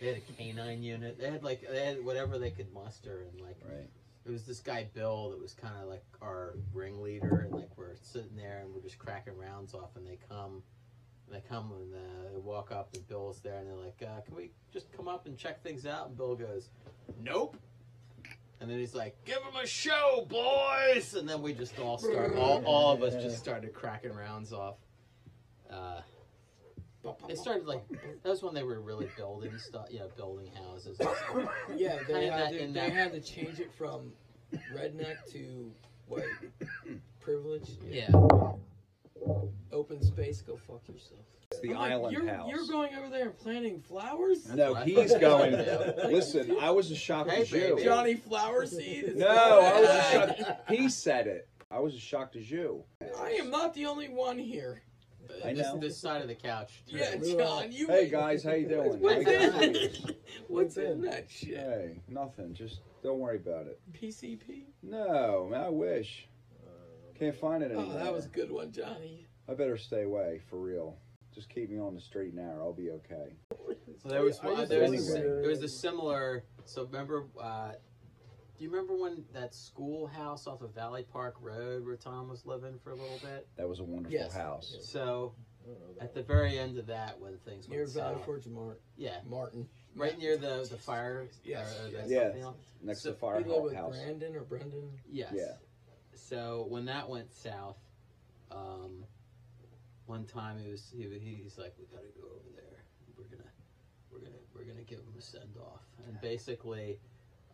they had a canine unit. They had like they had whatever they could muster, and like Right. it was this guy Bill that was kind of like our ringleader, and like we're sitting there and we're just cracking rounds off, and they come, and they come and uh, they walk up, and Bill's there, and they're like, uh, "Can we just come up and check things out?" And Bill goes, "Nope." And then he's like, "Give him a show, boys!" And then we just all start, all, all of us just started cracking rounds off. Uh, they started like that was when they were really building stuff, you know, building houses. and stuff. Yeah, they Kinda had, in to, they that- had to change it from redneck to white privilege. Yeah, Open space, go fuck yourself. It's the I'm like, island you're, house. You're going over there and planting flowers? No, what I he's thought. going. Yeah. Listen, I was as shocked Hey, as you. baby. Johnny Flower Seed? is No, going I was as on. shocked. He said it. I was as shocked as you. I am not the only one here. I this, know. this side of the couch. too. Yeah, John, you. uh, Hey guys, how you doing? What's Hey, in guys. it? What's in that shit? Hey, nothing. Just don't worry about it. PCP? No, man, I wish. Can't find it Oh, anymore. that was a good one, Johnny. I better stay away for real. Just keep me on the street and narrow. I'll be okay. So there was I one, just there was, disagree. there was a similar. So remember, uh, do you remember when that schoolhouse off of Valley Park Road where Tom was living for a little bit? That was a wonderful Yes. house. So I don't know that. at the very end of that, when things Near went Valley south- Forge Mart. yeah, Martin. right near the the fire. Yes, or, uh, yes. that Yes. something else? Next So to Fire you live Hall with House. Brandon or Brendan? Yes. Yeah. So when that went south, um, one time he was he, he- he's like, we gotta go over there. We're gonna we're gonna we're gonna give him a send off. And basically,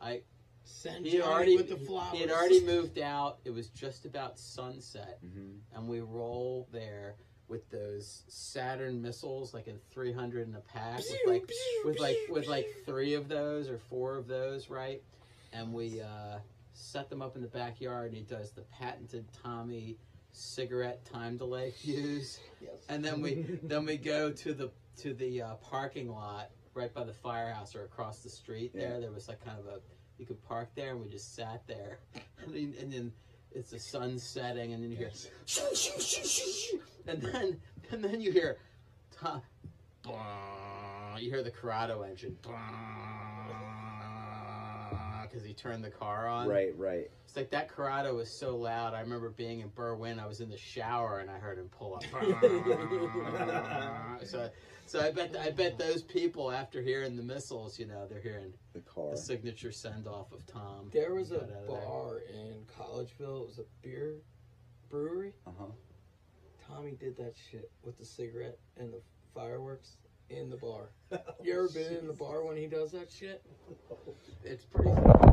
I Send he had Johnny already with the flowers. he had already moved out. It was just about sunset, hmm and we roll there with those Saturn missiles, like in three hundred in a pack, with like with like with like three of those or four of those, right? And we uh, set them up in the backyard, and he does the patented Tommy cigarette time delay fuse, Yes. and then we then we go to the to the uh, parking lot right by the firehouse or across the street. There, Yeah. there was like kind of a you could park there, and we just sat there, and then, and then it's the sun setting, and then you hear, shoo, shoo, shoo, shoo, shoo, and then and then you hear, Tom, you hear the Corrado engine, because he turned the car on. Right, right. It's like that Corrado was so loud. I remember being in Berwyn. I was in the shower and I heard him pull up. so, so I bet I bet those people after hearing the missiles, you know, they're hearing The car. the signature send off of Tom. There was a Got out of there. bar in Collegeville. It was a beer brewery. Uh huh. Tommy did that shit with the cigarette and the fireworks in the bar. Oh, You ever been in the bar when he does that shit? It's pretty.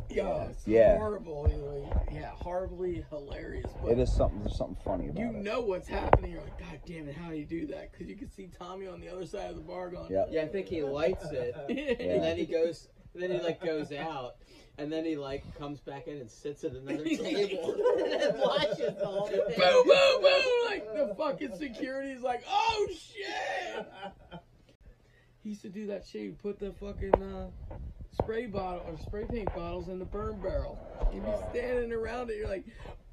Yeah, it's Yeah. horrible. Anyway. Yeah, horribly hilarious. But It is something. There's something funny about you it. know what's happening. You're like, God damn it, how do you do that? Because you can see Tommy on the other side of the bar going, Yep. Yeah, I think he lights it, Yeah. and then he goes, and then he like goes out, and then he like comes back in and sits at another table and watches the whole thing. Boo, boo, boo! Like the fucking security's like, oh shit! He used to do that shit. He put the fucking uh, spray bottle or spray paint bottles in the burn barrel. You'd be standing around it. You're like,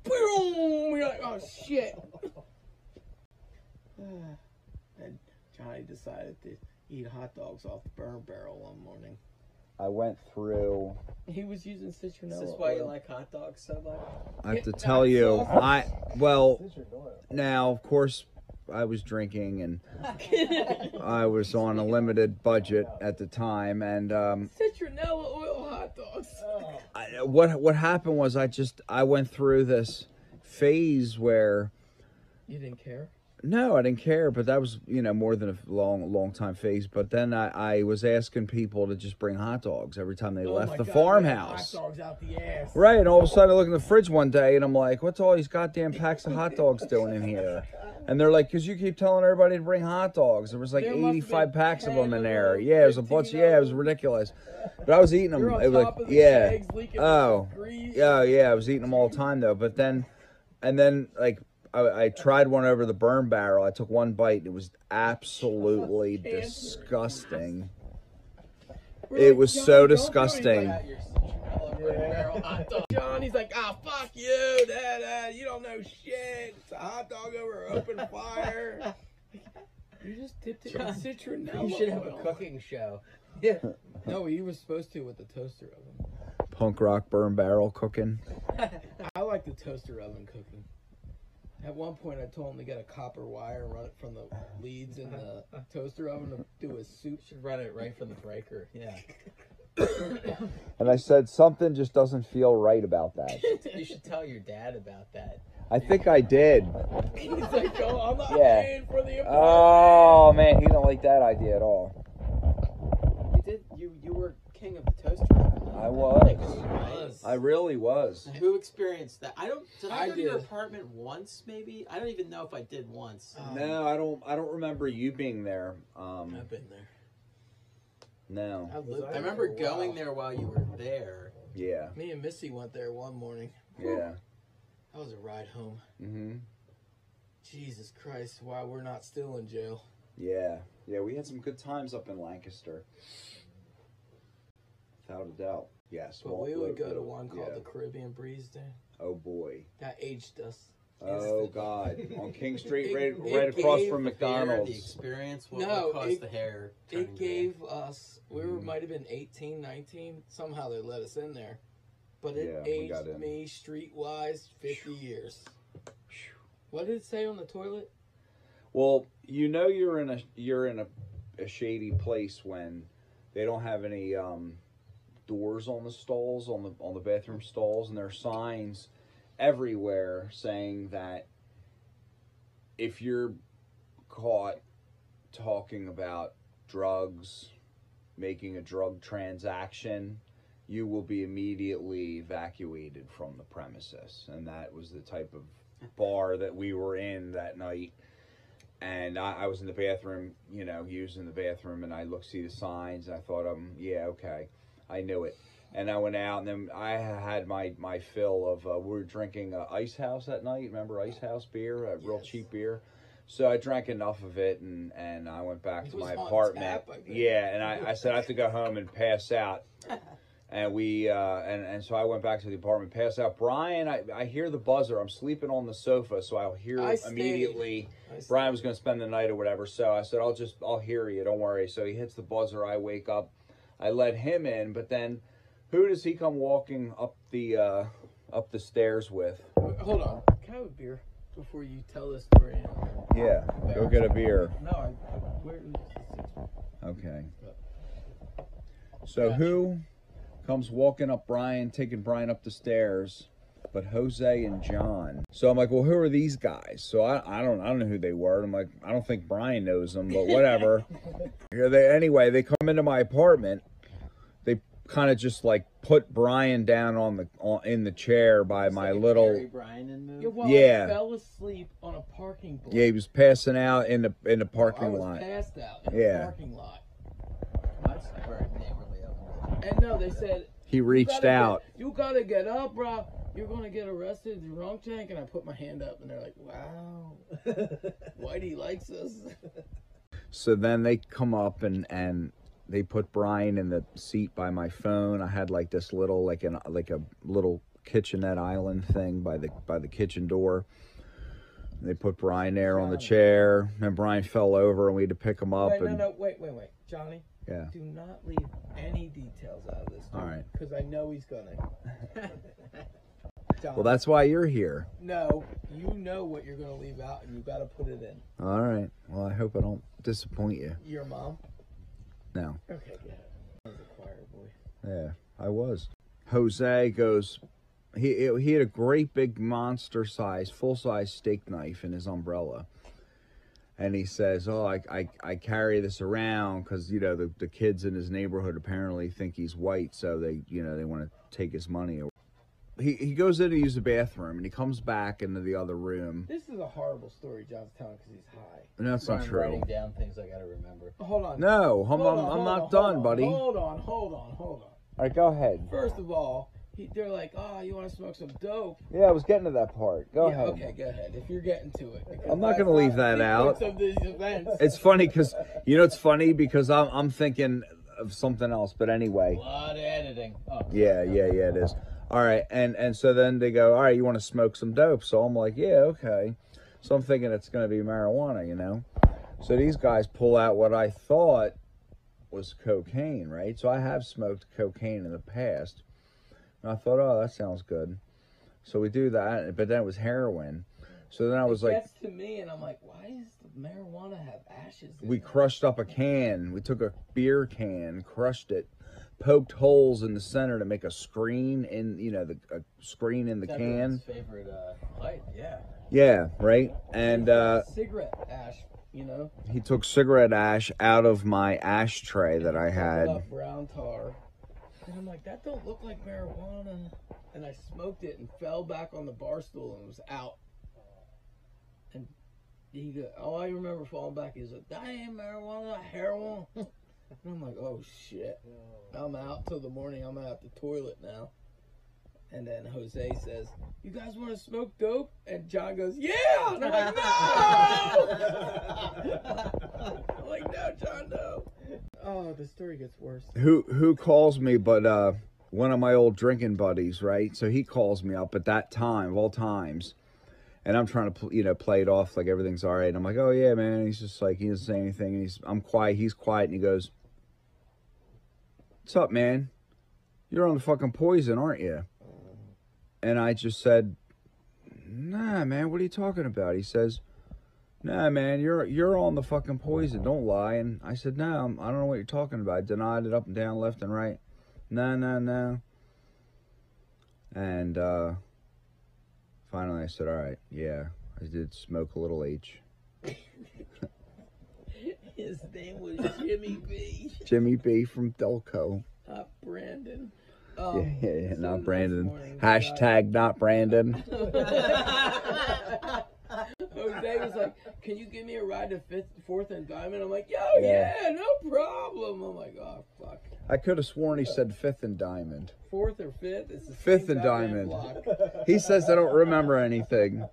boom! You're like, oh shit! and Johnny decided to eat hot dogs off the burn barrel one morning. I went through. He was using citronella. Is this why you oil. like hot dogs so much? I have to Yeah, tell you, that's I well These are loyal. now of course I was drinking and I was on a limited budget at the time, and um, citronella oil hot dogs? Uh. I, what what happened was I just I went through this phase where You didn't care. no I didn't care, but that was you know more than a long long time phase. But then I, I was asking people to just bring hot dogs every time they Oh my left the God, farmhouse. Hot dogs out the ass. Right, and all of a sudden I look in the fridge one day and I'm like, what's all these goddamn packs of hot dogs doing in here? And they're like, because you keep telling everybody to bring hot dogs. There was like There must have 85 been packs of 10 them in of there. them, Yeah, it was a bunch. 15 Yeah, it of was them. ridiculous. But I was eating them. You're on It was top like, of the yeah. kegs, leaking Oh, grease. yeah, yeah. I was eating them all the time though. But then, and then like, I, I tried one over the burn barrel. I took one bite and it was absolutely Cancer. disgusting. We're It like, was "John, so don't do disgusting. anything." John, he's like, ah, fuck you, dad, dad, uh, you don't know shit. It's a hot dog over an open fire. You just dipped it in John, citronella. oil. cooking show. No, you were supposed to with the toaster oven. Punk rock burn barrel cooking. I like the toaster oven cooking. At one point, I told him to get a copper wire and run it from the leads in the toaster oven to do his soup. Should run it right from the breaker. Yeah. and I said something just doesn't feel right about that. you should tell your dad about that. I think I did. He's like, oh, I'm not Yeah. paying for the Oh man, he didn't like that idea at all. You did. You you were king of the toast trap. I was. Right? I really was. Who experienced that? I don't. Did I, I go to your did. apartment once? Maybe I don't even know if I did once. Um, No, I don't. I don't remember you being there. Um, I've been there. no. I've lived. I remember going there while you were there. Yeah. Me and Missy went there one morning. Yeah. That was a ride home. Mm-hmm. Jesus Christ! Why we're not still in jail? Yeah. Yeah. We had some good times up in Lancaster. Without a doubt. Yes. But Walt we would Whitman. go to one called Yeah. the Caribbean Breeze. Dan. Oh boy. That aged us. Oh Instant. God. On King Street, It- right, it right across gave from The hair, The McDonald's. experience. What, No, what caused it- the hair? turning It gray. gave us. We were Mhm. might have been 18, 19. Somehow they let us in there, but it Yeah, we got aged in. me streetwise fifty years. What did it say on the toilet? Well, you know you're in a you're in a, a shady place when they don't have any um, doors on the stalls on the on the bathroom stalls, and there are signs everywhere saying that if you're caught talking about drugs, making a drug transaction, you will be immediately evacuated from the premises. And that was the type of bar that we were in that night. And I, I was in the bathroom, you know, using the bathroom, and I looked, see the signs, and I thought, um, yeah, okay, I knew it. And I went out, and then I had my, my fill of, uh, we were drinking uh, Ice House that night. Remember Ice House beer, a real Yes. cheap beer? So I drank enough of it, and, and I went back It to was my on apartment. tap, I think. yeah, and I, I said I have to go home and pass out. And we uh, and and so I went back to the apartment, passed out. Brian, I, I hear the buzzer. I'm sleeping on the sofa, so I'll hear I stayed. immediately. I said, Brian was going to spend the night or whatever, so I said I'll just I'll hear you. Don't worry. So he hits the buzzer. I wake up. I let him in, but then who does he come walking up the uh, up the stairs with? Hold on. Can I have a beer before you tell this story? Yeah, go get a beer. No, I, I where is this? Okay. So who comes walking up Brian, taking Brian up the stairs, but Jose and John. So I'm like, well, who are these guys? So I, I don't I don't know who they were. I'm like, I don't think Brian knows them, but whatever. Here they anyway, they come into my apartment. They kind of just like put Brian down on the on, in the chair by my Like a little Barry Bryan in Yeah, move. well, Yeah. I fell asleep on a parking lot. Yeah, he was passing out in the in the I parking was lot. passed out in Yeah. a parking lot. That's very neighborly of him. And no, they said He "You reached gotta out. get- you gotta get up, bro. You're gonna get arrested. You're wrong tank. And I put my hand up, and they're like, "Wow, Whitey likes us." So then they come up and and they put Brian in the seat by my phone. I had like this little like an like a little kitchenette island thing by the by the kitchen door. And they put Brian there on the chair, and Brian fell over, and we had to pick him up. Wait, no, and no, wait, wait, wait, Johnny. Yeah. Do not leave any details out of this. All right. Because I know he's gonna. Johnny, well, that's why you're here. no. You know what you're gonna leave out, and you gotta put it in. All right. Well, I hope I don't disappoint you. Your mom. No. Okay. Good. I was a choir boy. Yeah, I was. Jose goes. He he had a great big monster size, full size steak knife in his umbrella, and he says, "Oh, I I, I carry this around because you know the, the kids in his neighborhood apparently think he's white, so they you know they want to take his money." He he goes in to use the bathroom, and he comes back into the other room. This is a horrible story John's telling because he's high. No, that's not I'm writing true. down things I gotta remember. Hold on. No, I'm, Hold I'm, on, I'm hold on, not hold done, on, buddy. All Hold on, hold on, hold on. right, go ahead. First of all, he, they're like, "Oh, you want to smoke some dope?" Yeah, I was getting to that part. Go yeah, ahead. okay, go ahead. If you're getting to it, because I'm not that's gonna leave that not the out. sequence Of these events. It's funny because you know it's funny because I'm I'm thinking of something else, but anyway, A lot of editing. Oh, yeah, yeah, yeah, it is. All right, and and so then they go, all right, you want to smoke some dope? So I'm like, yeah, okay. So I'm thinking it's gonna be marijuana, you know. So these guys pull out what I thought was cocaine, right? So I have smoked cocaine in the past, and I thought, oh, that sounds good. So we do that, but then it was heroin. So then I was it like, gets to me, and I'm like, "Why does the marijuana have ashes?" in we it?" crushed up a can. We took a beer can, crushed it, poked holes in the center to make a screen in you know the a screen in the can. Everyone's favorite uh, pipe, yeah. Yeah, right. And uh, cigarette ash, you know. he took cigarette ash out of my ashtray that I covered had. up brown tar. And I'm like, that don't look like marijuana. And I smoked it and fell back on the bar stool and was out. And he go, all I remember falling back is like, that ain't marijuana, heroin. and I'm like, oh shit. I'm out till the morning. I'm out the toilet now. And then Jose says, "You guys want to smoke dope?" And John goes, "Yeah." And I'm like, "No!" I'm like, "No, John, no." Oh, the story gets worse. who who calls me but uh one of my old drinking buddies right so he calls me up at that time of all times and i'm trying to pl- you know play it off like everything's all right and i'm like oh yeah man and he's just like he doesn't say anything and he's i'm quiet he's quiet and he goes what's up man you're on the fucking poison aren't you and i just said nah man what are you talking about he says Nah, man, you're you're on the fucking poison. Don't lie. And I said, no, I'm, I don't know what you're talking about. I denied it up and down, left and right. No, no, no. And uh, finally, I said, all right, yeah, I did smoke a little H. His name was Jimmy B, Jimmy B from Delco. not Brandon. Yeah, Um, yeah, yeah, so the not next Brandon. morning, Hashtag not Brandon. Jose was like, "Can you give me a ride to fifth, fourth, and Diamond?" I'm like, "Yo, Yeah. yeah, no problem." I'm like, "Oh fuck, I could have sworn he said fifth and diamond. fourth or fifth? It's the Fifth same and goddamn Diamond. block." He says I don't remember anything.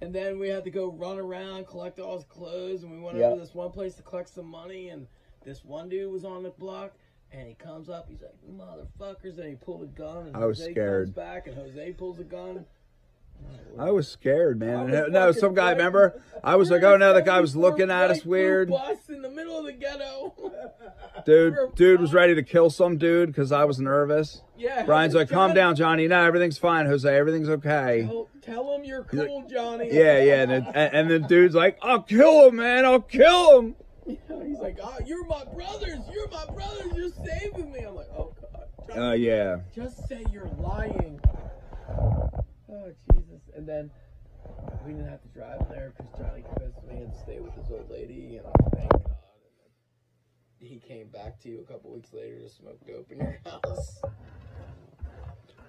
And then we had to go run around, collect all his clothes, and we went Yeah. over to this one place to collect some money. And this one dude was on the block, and he comes up, he's like, "Motherfuckers!" And he pulled a gun. And I was Jose scared. Comes back, and Jose pulls a gun. I was scared, man. I And was he- no, fucking some guy, frightened. remember? I was like, oh no, the guy was looking at us weird. Bus in the middle of the ghetto. Dude, We're dude was fine. ready to kill some dude because I was nervous. yeah. Brian's like, calm John- down, Johnny. No, everything's fine, Jose. Everything's okay. Tell, tell him you're He's like, cool, Johnny. Yeah, yeah. And, it, and, and the dude's like, I'll kill him, man. I'll kill him. He's like, oh, you're my brothers. You're my brothers. You're saving me. I'm like, oh god. Johnny, Uh, yeah. Just say you're lying. Oh Jesus! And then we didn't have to drive there because Johnny convinced me to stay with his old lady, and I thank God. And then he came back to you a couple weeks later to smoke dope in your house.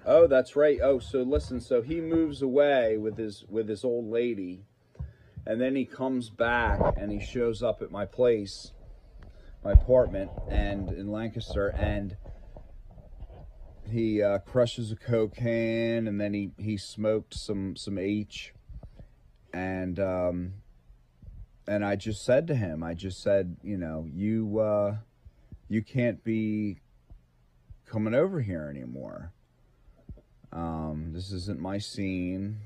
Oh, that's right. Oh, so listen. So he moves away with his with his old lady, and then he comes back and he shows up at my place, my apartment, and in Lancaster, and he uh, crushes a coke can, and then he he smoked some some H, and um, and I just said to him, I just said, you know, you uh, you can't be coming over here anymore um, this isn't my scene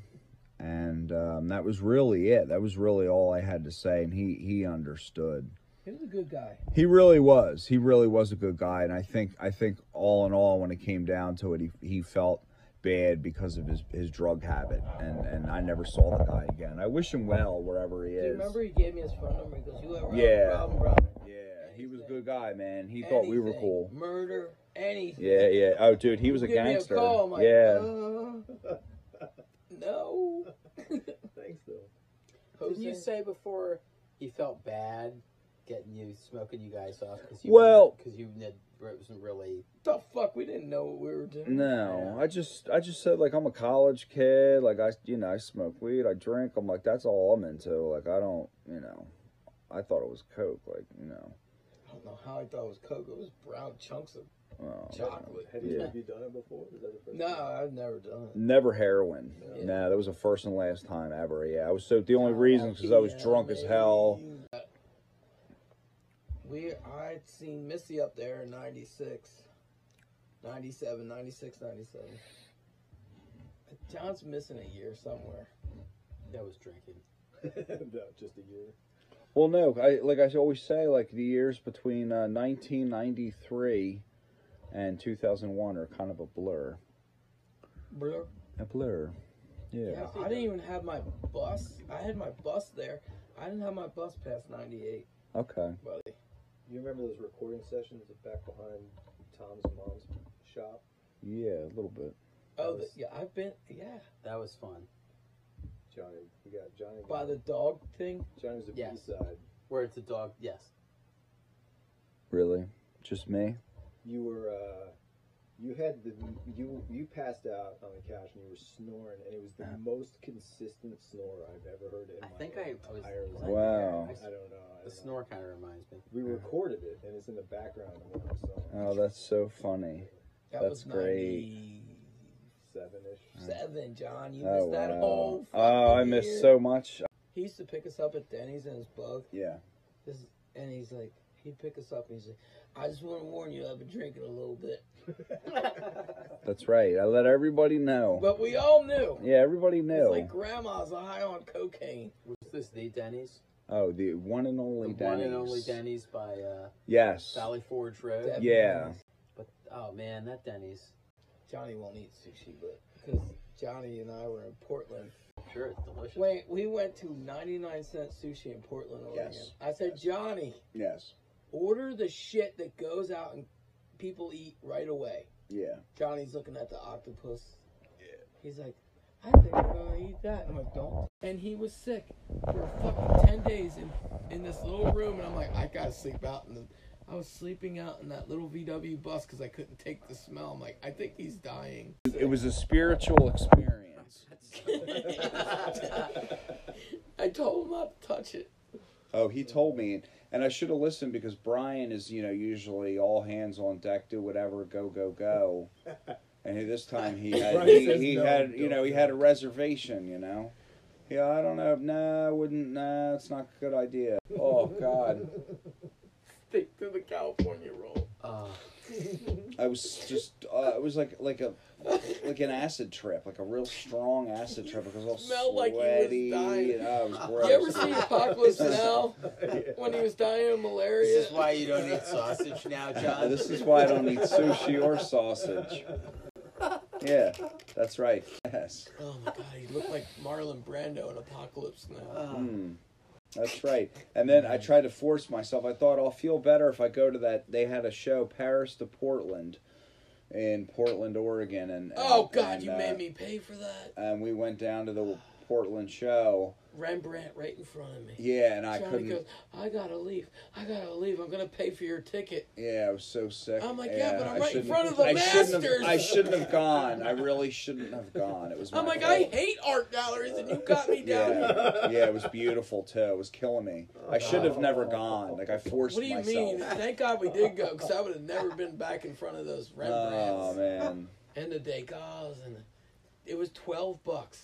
and um, that was really it that was really all i had to say and he he understood He was a good guy. he really was he really was a good guy and i think i think all in all when it came down to it he, he felt bad because of his, his drug habit and and i never saw the guy again i wish him well wherever he Do you is remember he gave me his phone number? He goes, "You ever Yeah. have a problem, bro? yeah he was a good guy man he thought we were Anything. cool Murder, anything." yeah yeah oh dude he was a Give me gangster A call. I'm like, yeah "Uh, no. Thanks though. Didn't you Jose. say before he felt bad getting you smoking you guys off because Well- because you did, wasn't really The fuck? We didn't know what we were doing. No, I just I just said like I'm a college kid, like I you know, I smoke weed, I drink, I'm like that's all I'm into. Like I don't you know I thought it was Coke, like, you know. I don't know how I thought it was Coke. It was brown chunks of well, chocolate. Have you, Oh, Yeah. have you done it before? Is that the first No, time? I've never done it. Never heroin. Yeah. Oh, No, that was the first and last time ever. Yeah, I was so the only reason because I was Yeah, drunk as hell. maybe. We, I'd seen Missy up there in 96, 97, 96, 97. John's missing a year somewhere. that was drinking. no, just a year. Well, no, I like I always say, like the years between uh, 1993 and 2001 are kind of a blur. Bro, A blur. Yeah. Yeah, I didn't even have my bus. I had my bus there. I didn't have my bus past 98, Okay. buddy. You remember those recording sessions back behind Tom's mom's shop. Yeah, a little bit. Oh, the, yeah, I've been, yeah, That was fun. Johnny, we got Johnny. by the dog thing. Johnny was a Yes. B-side. Where it's a dog. Yes. Really? Just me? You were, uh, you had the you you passed out on the couch and you were snoring and it was the Uh-huh. most consistent snore I've ever heard in I my think I I was. entire was I life. Wow. there? I I s- the don't know. I don't know. snore kind of reminds me. We recorded it and it's in the background of one of the songs. Oh, that's so funny. That That's was great. Seven-ish. Seven, John. You Oh, missed that wow. whole. Oh, I fucking missed year. so much. He used to pick us up at Denny's and his bug, Yeah. this, and he's like, he'd pick us up and he's like, I just want to warn you, I've been drinking a little bit. That's right. I let everybody know. But we all knew. Yeah, everybody It's knew. like grandma's high on cocaine. Was this the Denny's? oh, the one and only the Denny's. one and only Denny's by uh, Yes. Valley Forge Road. Definitely. Yeah. But oh man, that Denny's. Johnny won't eat sushi, but because Johnny and I were in Portland. Sure, it's delicious. Wait, we went to 99 cent sushi in Portland, Oregon. Yes. I said, Johnny, Yes. order the shit that goes out and people eat right away. Yeah. Johnny's looking at the octopus. He's like, I think I'm gonna eat that. I'm like, don't. And he was sick for fucking ten days in in this little room, and I'm like, I gotta sleep out in the. I was sleeping out in that little VW bus because I couldn't take the smell. I'm like, I think he's dying. It was a spiritual experience. I told him not to touch it. Oh, he told me, and I should have listened because Brian is, you know, usually all hands on deck, do whatever, go, go, go. And he- this time he had, Brian he, says he no, had, you don't know, he do had it. a reservation, you know. Yeah, I don't know. Nah, I wouldn't. Nah, it's not a good idea. Oh God, Stick to the California roll. Uh, I was just, uh, it was like, like a, like an acid trip, like a real strong acid trip. Because I was all Smelled like he was sweaty. dying. and, oh, it was gross. You ever see Apocalypse Now Yeah. when he was dying of malaria? this is why you don't eat sausage now, Uh, John. this is why I don't eat sushi or sausage. Yeah, that's right. Yes. Oh my god, he looked like Marlon Brando in Apocalypse Now. Uh, Mm, that's right. And then I tried to force myself. I thought I'll feel better if I go to that. They had a show, Paris to Portland, in Portland, Oregon, and, and Oh god, and, you uh, made me pay for that. And we went down to the Portland show. Rembrandt right in front of me. Yeah, and I Johnny couldn't. goes, I gotta leave. I gotta leave. I'm gonna pay for your ticket. Yeah, I was so sick. I'm like, yeah, Oh but I'm right in shouldn't- front of the I Shouldn't have, masters. I shouldn't have gone. I really shouldn't have gone. It was. I'm my like, fault. I hate art galleries and you got me down here. Yeah, yeah, it was beautiful too. It was killing me. I should have never gone. Like I forced What do you myself. mean? Thank God we did go, because I would have never been back in front of those Oh Rembrandts man, and the Degas, and it was twelve bucks.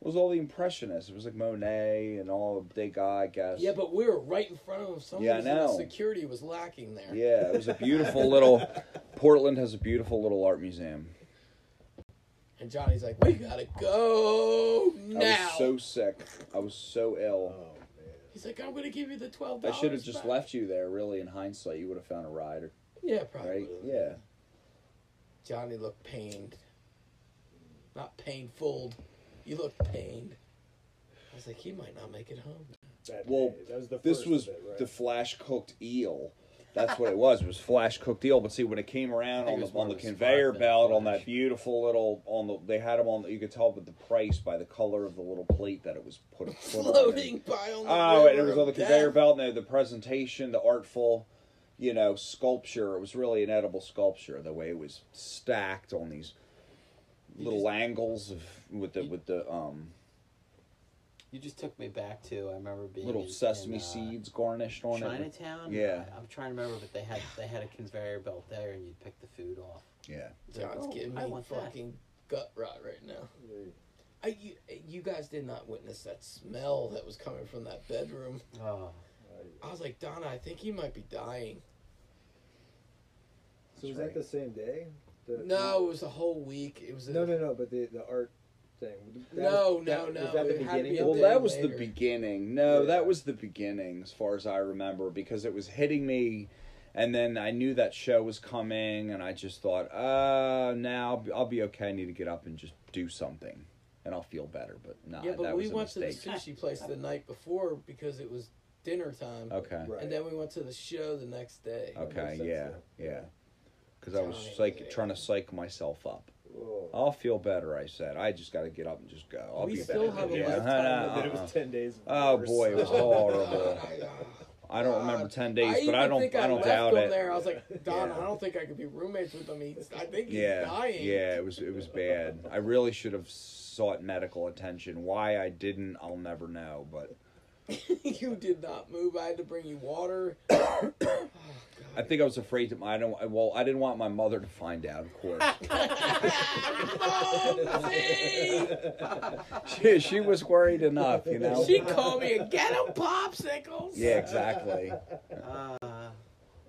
it was all the impressionists. It was like Monet and all Degas, I guess. Yeah, but we were right in front of them. Some Yeah, I reason know. The security was lacking there. Yeah, it was a beautiful little. Portland has a beautiful little art museum. And Johnny's like, "We gotta go I now." was so sick. I was so ill. Oh, He's like, "I'm gonna give you the twelve I dollars." should have just left you there. Really, in hindsight, you would have found a ride, Yeah, probably. right? would've. Yeah. Johnny looked pained. Not painful. You looked pained. I was like, he might not make it home. that Well, day. that was the This first was of it, right? the flash cooked eel. That's what it was. It was flash cooked eel. But see, when it came around I on think it the was more on the of a spot conveyor than a belt on flash. that beautiful little on the they had them on. You could tell with the price by the color of the little plate that it was put, put on it. Floating by on the Oh, and it river was on the of death. conveyor belt. And they- the presentation, the artful, you know, sculpture. It was really an edible sculpture. The way it was stacked on these little angles of with the with the um you just took me back to. I remember being little in- sesame in, uh, seeds garnished on it. with- Chinatown. Yeah. I, am trying to remember, but they had they had a conveyor belt there, and you'd pick the food off. Yeah. It's like, John's oh, giving I me want that. fucking gut rot right now. I, you, you guys did not witness that smell that was coming from that bedroom. Oh, I was like, Donna, I think you might be dying. So was that the same day? The- No, it was a whole week. It was a, No, no, no. But the the art thing. That No, was- that- no, Was no, that the it had to beginning? be a of Well, it? day that was the later. beginning. No, Yeah. that was the beginning, as far as I remember, because it was hitting me, and then I knew that show was coming, and I just thought, uh, now I'll be, I'll be okay. I need to get up and just do something, and I'll feel better. But no, yeah, that but we was a went to the mistake. sushi place the night before because it was dinner time. okay, Right. And then we went to the show the next day. That okay, makes sense, yeah, yeah. yeah. because I was psych, trying to psych myself up. Whoa. I'll feel better, I said. I just got to get up and just go. I'll We be still better. have a Yeah, lifetime uh-uh, That it uh-uh. was ten days. Oh worse. boy, it was horrible. I don't remember ten days, but I even don't. think I don't left doubt him it. There, I was like, Don, Yeah. I don't think I could be roommates with him. He's, I think he's yeah, dying. yeah, it was it was bad. I really should have sought medical attention. Why I didn't, I'll never know. But you did not move. I had to bring you water. I think I was afraid to. I don't. Well, I didn't want my mother to find out. Of course, she, she was worried enough. You know. she called me and get him popsicles. yeah, exactly. Uh,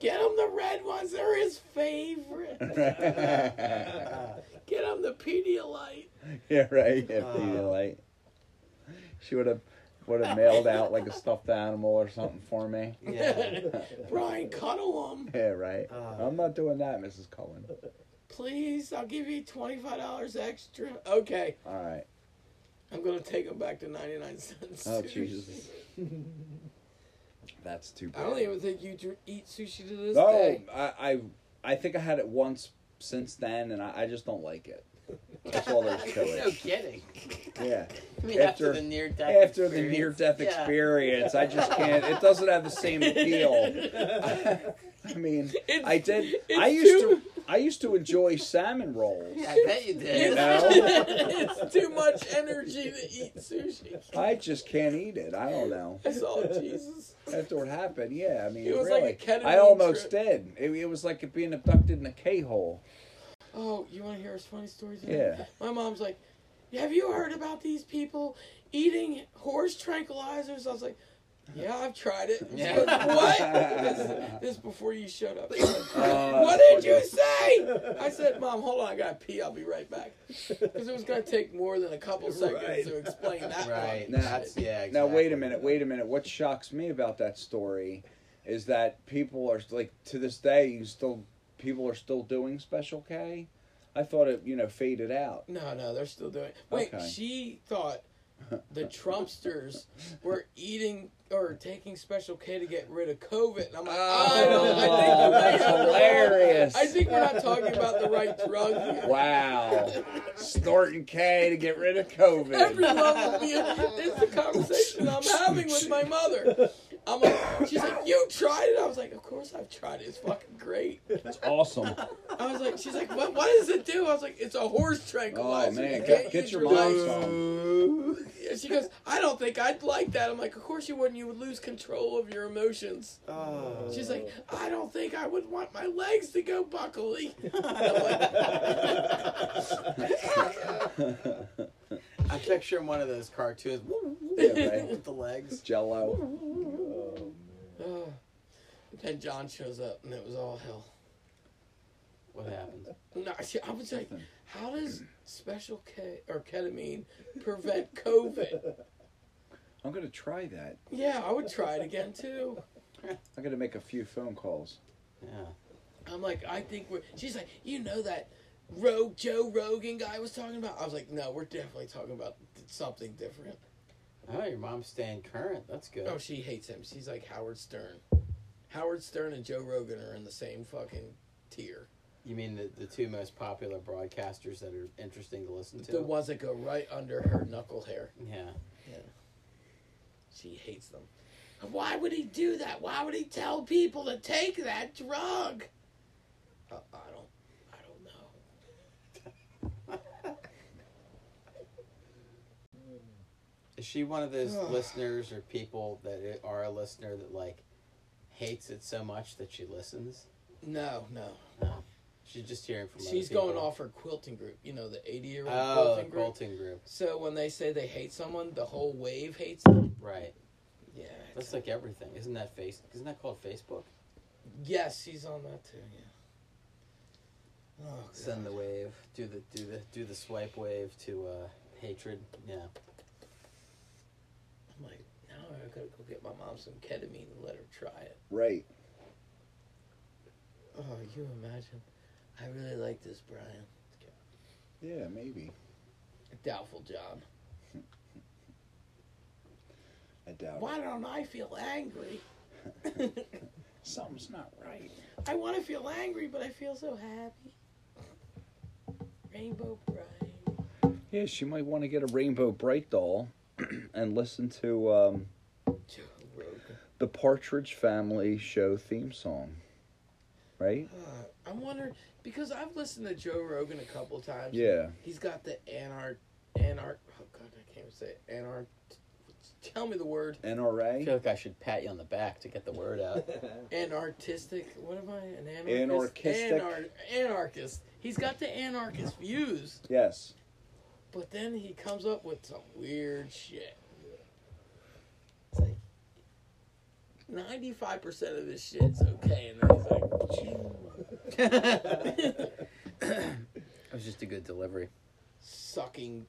Get him the red ones. They're his favorite. uh, Get him the Pedialyte. Yeah, right. If you Uh. like, she would have would have mailed out like a stuffed animal or something for me. yeah. Brian, cuddle him. Yeah, right. Uh. Ah. I'm not doing that, Mrs. Cullen. Please, I'll give you $25 extra. Okay, All right. I'm going to take him back to 99 cents. Oh Jesus. That's too bad. I don't even think you dr- eat sushi to this No, day. I, I I think I had it once since then, and I, I just don't like it. That's all there's No to it. kidding. Yeah. I mean, after, After- the near death. After the near death experience, I just can't. It doesn't have the same appeal. I, mean, I did. I it's used to. I used to enjoy salmon rolls. Yeah, I bet you did. You know? it's too much energy to eat sushi. I just can't eat it. I don't know. I saw Jesus. After what happened, yeah, I mean, It was like really, a ketamine I almost did. It, it was like being abducted in a K hole. Oh, you want to hear a funny story? Today? Yeah. My mom's like, "Have you heard about these people eating horse tranquilizers?" I was like, "Yeah, I've tried it." And she goes, what? This, this is before you showed up. She's like, Uh, what did you say? I said, "Mom, hold on, I gotta pee. I'll be right back." Because it was gonna take more than a couple seconds to explain that. Right. Now- that's, yeah. Exactly. Now wait a minute, wait a minute. What shocks me about that story is that people are like to this day you still people are still doing Special K. I thought it you know faded out. No, no, they're still doing. It. Wait, Okay. she thought the Trumpsters were eating or taking Special K to get rid of COVID, and I'm like, I don't. I think Oh, you might that's have the wrong- hilarious. I think we're not talking about the right drug. Here. Wow, snorting K to get rid of COVID. Everyone will be. This is the conversation I'm having with my mother. I'm like, she's like, you tried it. I was like, of course I've tried it. It's fucking great. It's awesome. I was like, she's like, what? What does it do? I was like, it's a horse tranquilizer. Oh man, You get, can't get use your mind life." on. And she goes, I don't think I'd like that. I'm like, of course you wouldn't. You would lose control of your emotions. Oh. She's like, I don't think I would want my legs to go buckly. And I'm I'm picturing one of those cartoons Yeah, right. with the legs. Jello. like, "Ugh." Oh. Then John shows up, and it was all hell. What happened? No, see, I was like, how does special K or ketamine prevent COVID? I'm gonna try that. Yeah, I would try it again too. I'm gonna make a few phone calls. Yeah. I'm like, I think we're. She's like, you know that rogue Joe Rogan guy was talking about. I was like, no, we're definitely talking about something different. Oh, your mom's staying current. That's good. Oh, she hates him. She's like Howard Stern. Howard Stern and Joe Rogan are in the same fucking tier. You mean the, the two most popular broadcasters that are interesting to listen to? The ones that go right under her knuckle hair. Yeah. She hates them. Why would he do that? Why would he tell people to take that drug? Uh, I don't. I don't know. Is she one of those Ugh. listeners or people that i- are a listener that like hates it so much that she listens? No, no. She's just hearing from. other She's going people. off her quilting group. You know the eighty-year-old Oh, quilting the group. Bolton group. So when they say they hate someone, the whole wave hates them. Right. Yeah. That's like everything. Isn't that face? Isn't that called Facebook? Yes, she's on that too. Yeah. Oh, God. Send the wave. Do the do the do the swipe wave to uh, hatred. Yeah. I'm like, now I gotta go get my mom some ketamine and let her try it. Right. Oh, you imagine? I really like this, Brian. Yeah, maybe. Doubtful John. I doubt. it. Why don't I feel angry? Something's not right. I want to feel angry, but I feel so happy. Rainbow bright. Yeah, she might want to get a Rainbow Bright doll and listen to um, Joe Rogan. the Partridge Family show theme song. Right? Uh, I wonder because I've listened to Joe Rogan a couple times. Yeah. He's got the anarch, anarch. Oh God, I can't even say it. anarch. Tell me the word. I NRA? feel like I should pat you on the back to get the word out. Anarchistic. What am I? An anarchist. Anarchistic. Anar- anarchist. He's got the anarchist views, Yes. but then he comes up with some weird shit. It's like ninety-five percent of his shit's okay, and then he's like, it was just a good delivery. sucking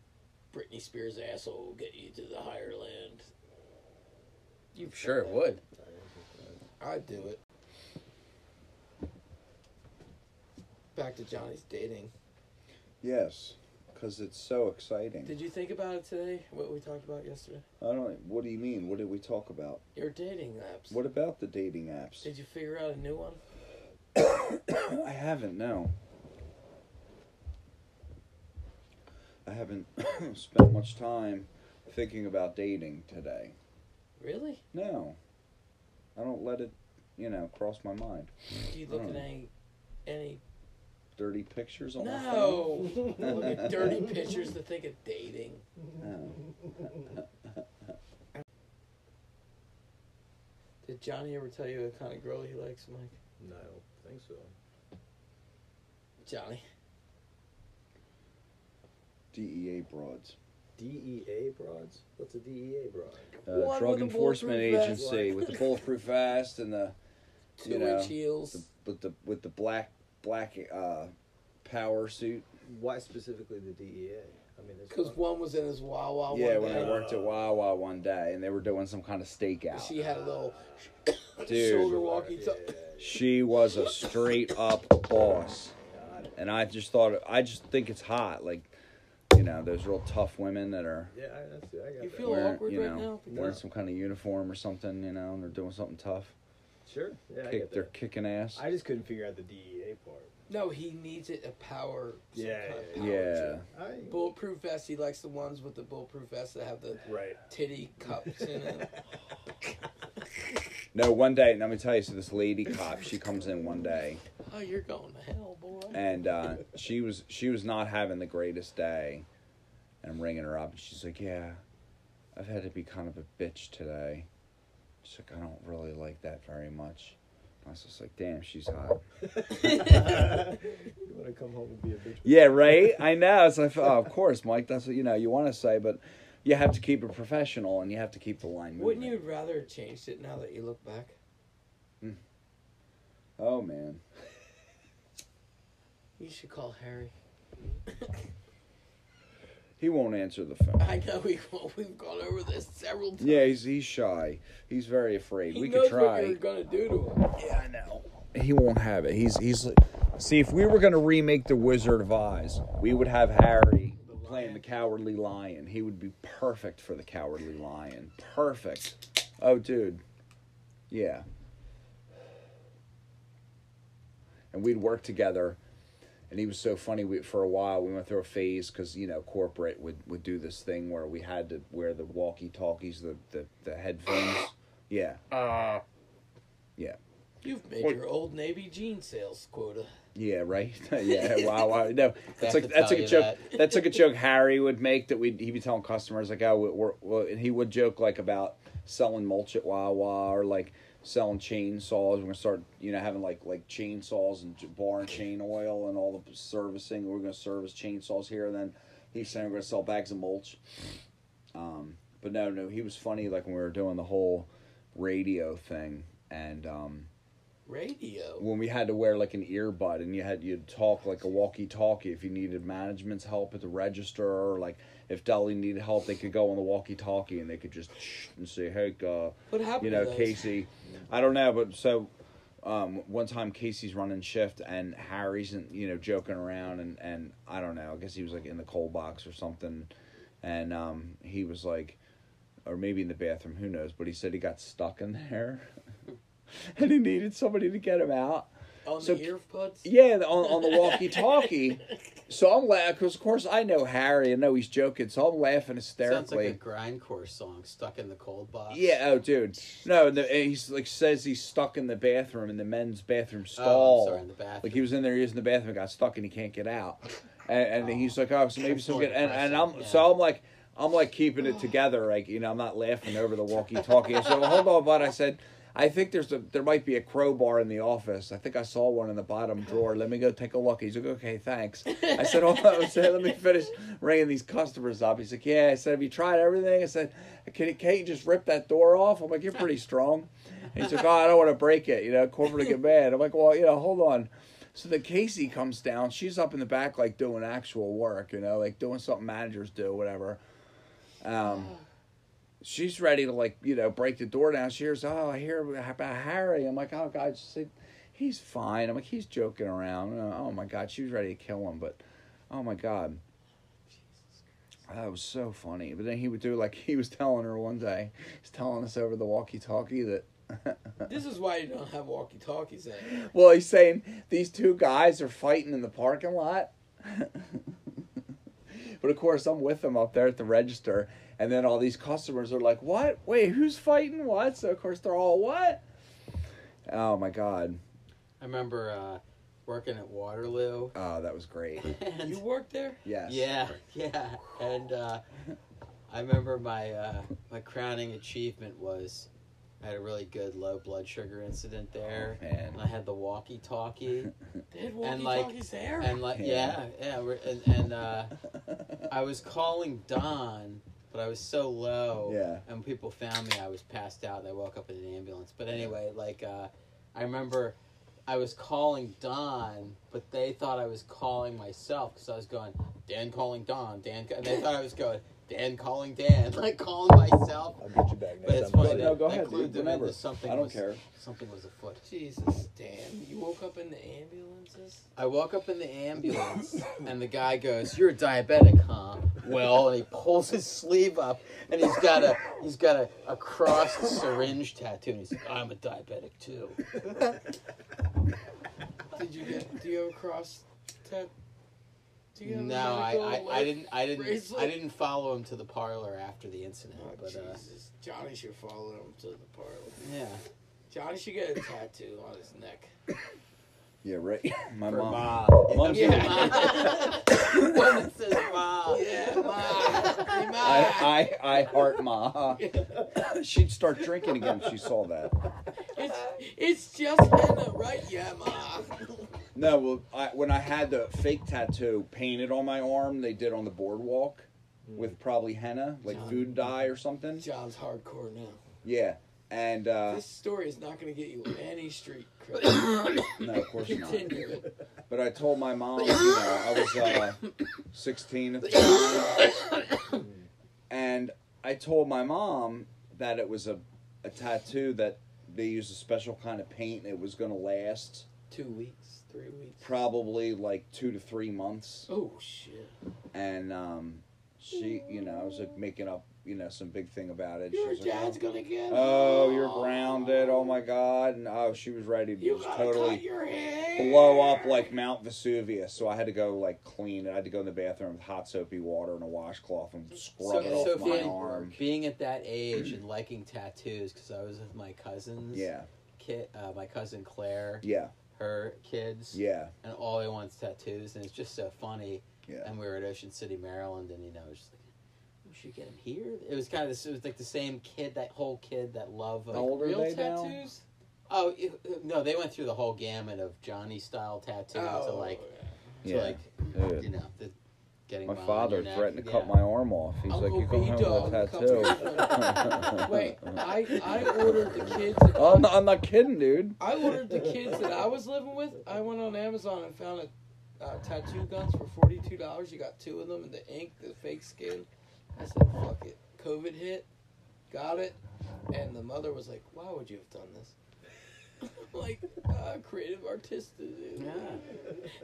Britney Spears' asshole will get you to the higher land. You sure it would. I'd do it. Back to Johnny's dating. Yes. Because it's so exciting. Did you think about it today? What we talked about yesterday? I don't. What do you mean? What did we talk about? Your dating apps. What about the dating apps? Did you figure out a new one? I haven't. No. I haven't spent much time thinking about dating today. Really? No. I don't let it, you know, cross my mind. Do you look Hmm. at any any Dirty pictures on my phone. No Look at dirty pictures to think of dating. No. Did Johnny ever tell you the kind of girl he likes, Mike? No, I don't think so. Johnny. DEA E broads. DEA E broads? What's a DEA broad? One Uh, with drug a enforcement bulletproof vest. agency with the bulletproof vest and the Two You know, inch heels. the- with the with the black black uh, power suit. Why specifically the DEA? I mean, there's Because one was in his Wawa. one yeah, when day. I worked at Wawa one day and they were doing some kind of stakeout. uh, She had a little Dude. shoulder walkie talkie. She was a straight up boss, and I just thought I just think it's hot, like you know those real tough women that are Yeah, I, that's it. I got You that. feel wearing awkward you right now know because- wearing some kind of uniform or something, you know, and they're doing something tough. Sure. Yeah, I Kick, get they're that. kicking ass. I just couldn't figure out the DEA part. No, he needs it a power. some Yeah, kind of yeah, power yeah, trip. I Bulletproof vest. He likes the ones with the bulletproof vest that have the right. titty cups in it. no. One day, let me tell you. So this lady cop, she comes in one day, Oh, you're going to hell, boy. and uh, she was she was not having the greatest day. And I'm ringing her up, and she's like, "Yeah, I've had to be kind of a bitch today." She's like, "I don't really like that very much." And I was just like, "Damn, she's hot." You want to come home and be a bitch? Yeah, right. I know. It's like, oh, of course, Mike. That's what you know. You want to say, but you have to keep it professional, and you have to keep the line. Wouldn't you moving. rather have changed it now that you look back? Oh man. You should call Harry. He won't answer the phone. I know we we've gone over this several times. Yeah, he's he's shy. He's very afraid. he we knows could try. what you're gonna do to him. Yeah, I know. He won't have it. He's he's. See, if we were gonna remake the Wizard of Oz, we would have Harry playing the Cowardly Lion. He would be perfect for the Cowardly Lion. Perfect. Oh, dude. Yeah. And we'd work together. And he was so funny. We, for a while, we went through a phase because you know corporate would, would do this thing where we had to wear the walkie talkies, the, the the headphones. Yeah. Yeah. You've made your old Navy jean sales quota. Yeah, right. yeah, wow, wow. No, have that's like to that's tell like a you joke. That. that's like a joke Harry would make that we would he'd be telling customers like, oh, we're, we're, and he would joke like about selling mulch at Wawa or like selling chainsaws. We're gonna start, you know, having like like chainsaws and j- barn chain oil and all the servicing. We're gonna service chainsaws here, and then he's saying we're gonna sell bags of mulch. Um, but no, no, he was funny. Like when we were doing the whole radio thing, and um, Radio. when we had to wear like an earbud and you had you'd talk like a walkie-talkie if you needed management's help at the register or like if Deli needed help they could go on the walkie-talkie and they could just shh and say hey uh, What happened? you know to those? Casey I don't know but so um, one time Casey's running shift and Harry's and you know joking around and and I don't know I guess he was like in the coal box or something and um, he was like or maybe in the bathroom who knows but he said he got stuck in there and he needed somebody to get him out On So- the ear puts? Yeah, the- on, on the walkie talkie. so I'm laughing because, of course, I know Harry. I know he's joking. So I'm laughing Sounds like a hysterically. grindcore song stuck in the cold box. yeah, oh, dude. No, and the, and he's like says he's stuck in the bathroom in the men's Oh, bathroom I'm stall. sorry, in the bathroom. like he was in there using the bathroom, got stuck, and he can't get out. And, and he's like, oh, so maybe That's some more good. And, and I'm depressing, yeah. so I'm like, I'm like keeping it together. Like you know, I'm not laughing over the walkie-talkie. I said, well, hold on, bud. I said, I think there's a there might be a crowbar in the office. I think I saw one in the bottom drawer. Let me go take a look. He's like, okay, thanks. I said, hold on. I said, let me finish ringing these customers up. He's like, yeah. I said, have you tried everything? I said, can can't you just rip that door off? I'm like, you're pretty strong. And he's like, oh, I don't want to break it. You know, corporate will get mad. I'm like, well, you know, hold on. So the Casey comes down. She's up in the back, like doing actual work, you know, like doing something managers do, whatever. Um, she's ready to like, you know, break the door down. She hears, oh, I hear about Harry. I'm like, oh God, she said, he's fine. I'm like, he's joking around. Uh, Oh my God, she was ready to kill him, but oh my God. That was so funny. But then he would do like he was telling her one day. He's telling us over the walkie-talkie that This is why you don't have walkie talkies anymore. Well, he's saying these two guys are fighting in the parking lot. but of course, I'm with them up there at the register, and then all these customers are like, "What? Wait, who's fighting? What?" So of course they're all what? Oh my god! I remember uh, working at Waterloo. Oh, that was great. and- You work there? Yes. Yeah, yeah. And uh, I remember my uh, my crowning achievement was I had a really good low blood sugar incident there. Oh, Man. And I had the walkie-talkie, They had walkie And, like- talkies there? and Oh, like yeah, Yeah. yeah, we're, and, and uh, I was calling Don, but I was so low, Yeah. and people found me. I was passed out, and I woke up in an ambulance. But anyway, like uh, I remember, I was calling Don, but they thought I was calling myself because I was going Dan calling Don, Dan, and they thought I was going Dan calling Dan, like calling myself. I'll get you back next But it's time. funny. No, go that ahead, clued dude, them whatever. into Something I don't was, care. Something was afoot. Jesus, damn. You woke up in the ambulances? I woke up in the ambulance, and the guy goes, "You're a diabetic, huh?" Well, and he pulls his sleeve up, and he's got a he's got a, a crossed syringe tattoo, and he's like, "I'm a diabetic too." Did you get, do you have a cross tab? Do you have a No, I, medical I, I alert? didn't I didn't I bracelet? didn't follow him to the parlor after the incident, Oh, but uh, Jesus. Johnny should follow him to the parlor. yeah, Johnny should get a tattoo on his neck. Yeah, right. My for mom. Ma. Mom's Yeah. The one that says Ma. Oh, Yeah, ma. Hey, ma. I, I I heart ma. She'd start drinking again if she saw that. It's, it's just henna, right? Yeah, ma. No, well, I, when I had the fake tattoo painted on my arm, they did on the boardwalk with probably henna, like John. food dye or something. John's hardcore now. Yeah, and uh, This story is not going to get you any street credit. no, of course not. Continue it. But I told my mom, you know, I was uh, 16 at the time, and I told my mom that it was a, a tattoo that they used a special kind of paint. and It was going to last Two weeks, three weeks. probably like two to three months. Oh shit! and um, she, you know, I was like making up, you know, some big thing about it. Your she was like, dad's gonna get. oh, it. you're grounded. Oh my god! And oh, she was ready to You just gotta cut totally your hair. blow up like Mount Vesuvius. So I had to go like clean it. I had to go in the bathroom with hot soapy water and a washcloth and So, scrub it so off my being, arm. being at that age and liking tattoos, because I was with my cousins, Yeah, kid, uh, my cousin Claire, yeah, her kids, yeah, and all they want is tattoos, and it's just so funny. yeah. And we were at Ocean City, Maryland, and you know, it's just like, we should get them here. It was kind of this. It was like the same kid, that whole kid, that love. Of, How old are Real they now? tattoos? Oh you- no, they went through the whole gamut of Johnny style Oh. tattoos to like, to Yeah. like, Dude. you know, the, getting. My mine on father your neck, threatened to yeah. cut my arm off. He's like, Uncle "You go home B-Dog with a comes- tattoo." Wait, I I ordered the kids. That Oh, I'm not, I'm not kidding, dude. I ordered the kids that I was living with. I went on Amazon and found a, uh, tattoo guns for forty two dollars. You got two of them and the ink, the fake skin. I said, "Fuck it." COVID hit, got it, and the mother was like, "Why would you have done this?" like uh, creative artist. Yeah.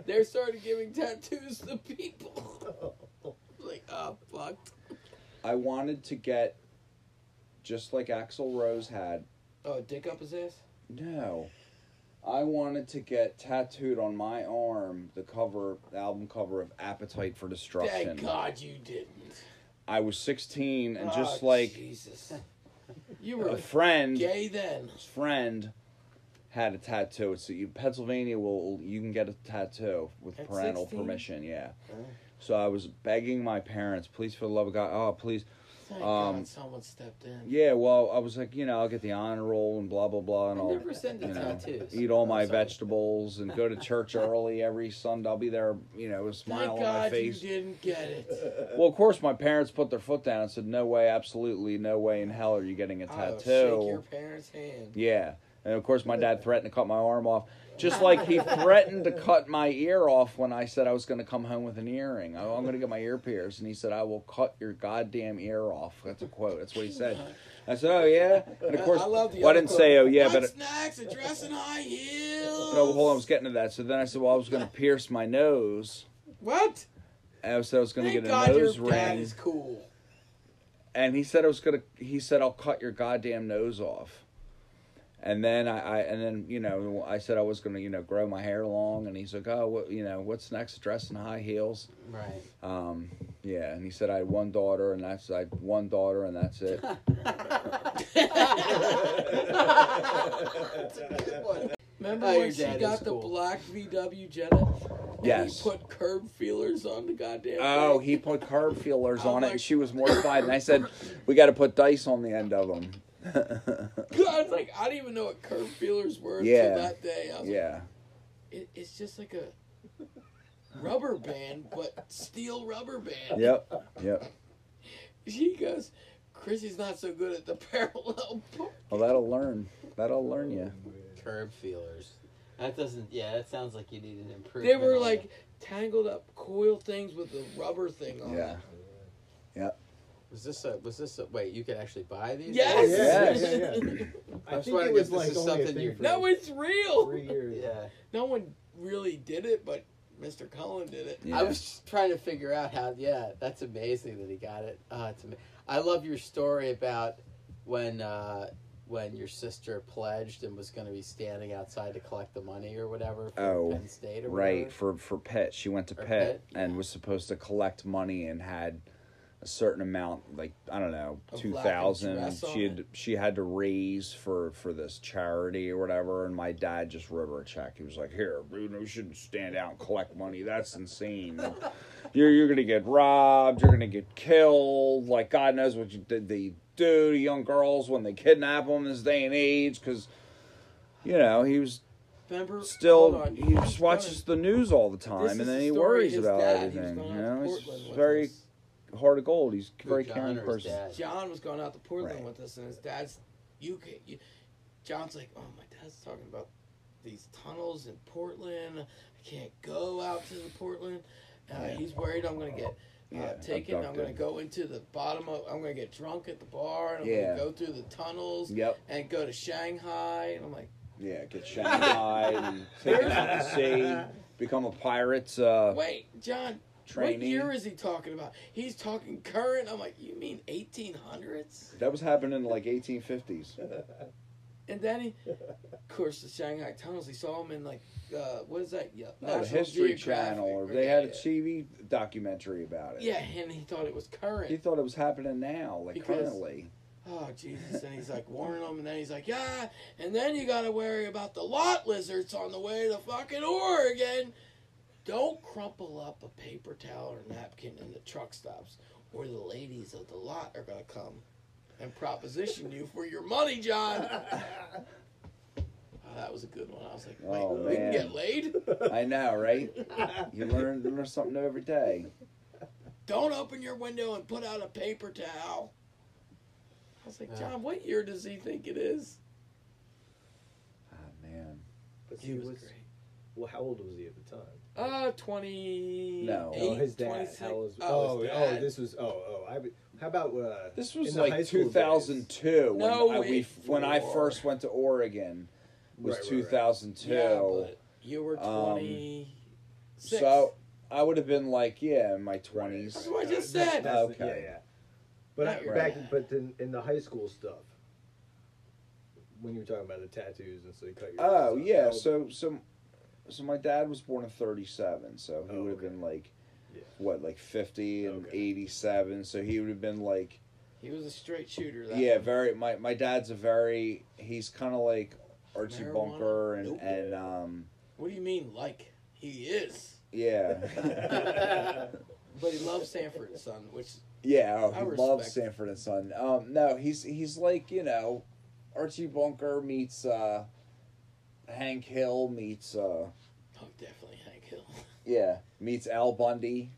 They started giving tattoos to people. like, oh fuck. I wanted to get just like Axl Rose had. Oh, dick up his ass. No. I wanted to get tattooed on my arm the cover, the album cover of Appetite for Destruction. Thank God you didn't. I was 16 and just Oh, like Jesus, you were a friend, gay then. friend had a tattoo. It's you, Pennsylvania will you can get a tattoo with At parental 16? permission. Yeah. Oh. So I was begging my parents, please, for the love of God, oh please, Thank Um, God someone stepped in. yeah. Well, I was like, you know, I'll get the honor roll and blah blah blah and I all. never send the you know, tattoos. Eat all I'm my sorry. vegetables and go to church early every Sunday. I'll be there, you know, with a Thank smile on my God you face. didn't get it. Well, of course, my parents put their foot down and said, "No way, absolutely no way in hell are you getting a I'll tattoo." Oh, shake your parents' hand. Yeah. And of course, my dad threatened to cut my arm off, just like he threatened to cut my ear off when I said I was going to come home with an earring. Oh, I'm going to get my ear pierced. And he said, I will cut your goddamn ear off. That's a quote. That's what he said. I said, Oh, yeah. And of course, I love the well, I other didn't quote. say, Oh, yeah, Butt but. snacks, a dress in high heels. No, hold on, I was getting to that. So then I said, Well, I was going to pierce my nose. What? And I said I was going to Thank get a God your nose dad ring. is cool. and he said I was gonna. He said I'll cut your goddamn nose off. And then I, I and then you know I said I was gonna you know grow my hair long, and he's like, oh, what you know, what's next? Dress in high heels. Right. Um, yeah, and he said I had one daughter, and that's I had one daughter, and that's it. Remember Oh, your when she dad is got the cool. black VW Jetta? And Yes. He put curb feelers on the goddamn. Oh, thing? he put curb feelers I'm on it, like- and she was mortified. And I said, we got to put dice on the end of them. I was like, I didn't even know what curb feelers were Yeah. until that day. I was like, yeah, it, it's just like a rubber band, but steel rubber band. yep, yep. She goes, Chrissy's not so good at the parallel. par-" Well, that'll learn. That'll learn you. Curb feelers. That doesn't. Yeah, that sounds like you need an improvement. They were on like it. tangled up coil things with the rubber thing on. Yeah. it. Was this a? Was this a? Wait, you could actually buy these? Yes. Yeah, yeah, I just think wondering it if this was like is only a something thing you're- for No, it's real. three Oh, years. Yeah. No one really did it, but Mr. Cullen did it. Yeah. I was just trying to figure out how. Yeah, that's amazing that he got it. Oh, it's ama- I love your story about when uh, when your sister pledged and was going to be standing outside to collect the money or whatever for Oh, Penn State or Right whatever. for for Pitt, she went to Or Pitt, Pitt, and was supposed to collect money and had a certain amount, like I don't know, A two black thousand. dress on She had she had to raise for for this charity or whatever, and my dad just wrote her a check. He was like, "Here, Bruno, you shouldn't stand out and collect money. That's insane. You're you're gonna get robbed. You're gonna get killed. Like God knows what you did. They do to young girls when they kidnap them this day and age, because." You know, he was Remember? still Hold on. he He's just watches done. the news all the This time is and then the he story worries his about dad, he was everything going you out know to he's Portland with very us. heart of gold he's a Who, very John caring or his person dad? John was going out to Portland Right. with us, and his dad's you, ca- you. John's like, oh, my dad's talking about these tunnels in Portland. I can't go out to the Portland. Uh, He's worried I'm going to get uh, Yeah, taken. I'm going to abducted. go into the bottom of. I'm going to get drunk at the bar, and I'm Yeah. going to go through the tunnels yep and go to Shanghai. And I'm like, yeah get shanghai and take it out to sea become a pirate's uh wait, John. What Trainee. year is he talking about? He's talking current. I'm like, you mean 1800s? that was happening in like 1850s And then he, of course, the Shanghai tunnels. He saw him in like, uh, what is that? Yeah, no, the National history Geographic channel or or- they had a yeah. tv documentary about it Yeah, and he thought it was current. he thought it was happening now like Because- currently oh Jesus! And he's like warning him, and then he's like, yeah. And then you gotta worry about the lot lizards on the way to fucking Oregon. Don't crumple up a paper towel or napkin in the truck stops, or the ladies of the lot are gonna come and proposition you for your money, John. Oh, that was a good one. I was like, wait, Oh, we can man. get laid. i know right you learn, learn something new every day don't open your window and put out a paper towel. I was like, Yeah. John, what year does he think it is? oh man But he was, well, how old was he at the time? Uh, 20. No. Oh, his dad. 26. How old was, Oh, oh, his oh, dad. this was. Oh, oh. I, would- how about uh, This was in the high like school days. 2002 when No, I, we it when I were. first went to Oregon was Right, right, right. 2002. Yeah, but you were Um, 26. So I would have been like yeah in my 20s. That's what I just said. That's the- Okay. yeah, yeah. But I, Right. back, but in, in the high school stuff, when you were talking about the tattoos and so you cut your. Oh eyes out. yeah, How- so so so my dad was born in '37, so he Oh, would have okay. been like Yeah. what like 50 and Okay. 87, so he would have been like He was a straight shooter. That yeah, one. very my my dad's a very he's kind of like Archie Marijuana? Bunker and Nope. and um What do you mean, like? He is. yeah. But he loves Sanford and Son, which Yeah, oh, I he respect loves it. Sanford and Son. Um, no, he's he's like you know, Archie Bunker meets uh, Hank Hill meets uh, oh, definitely Hank Hill. yeah meets Al Bundy.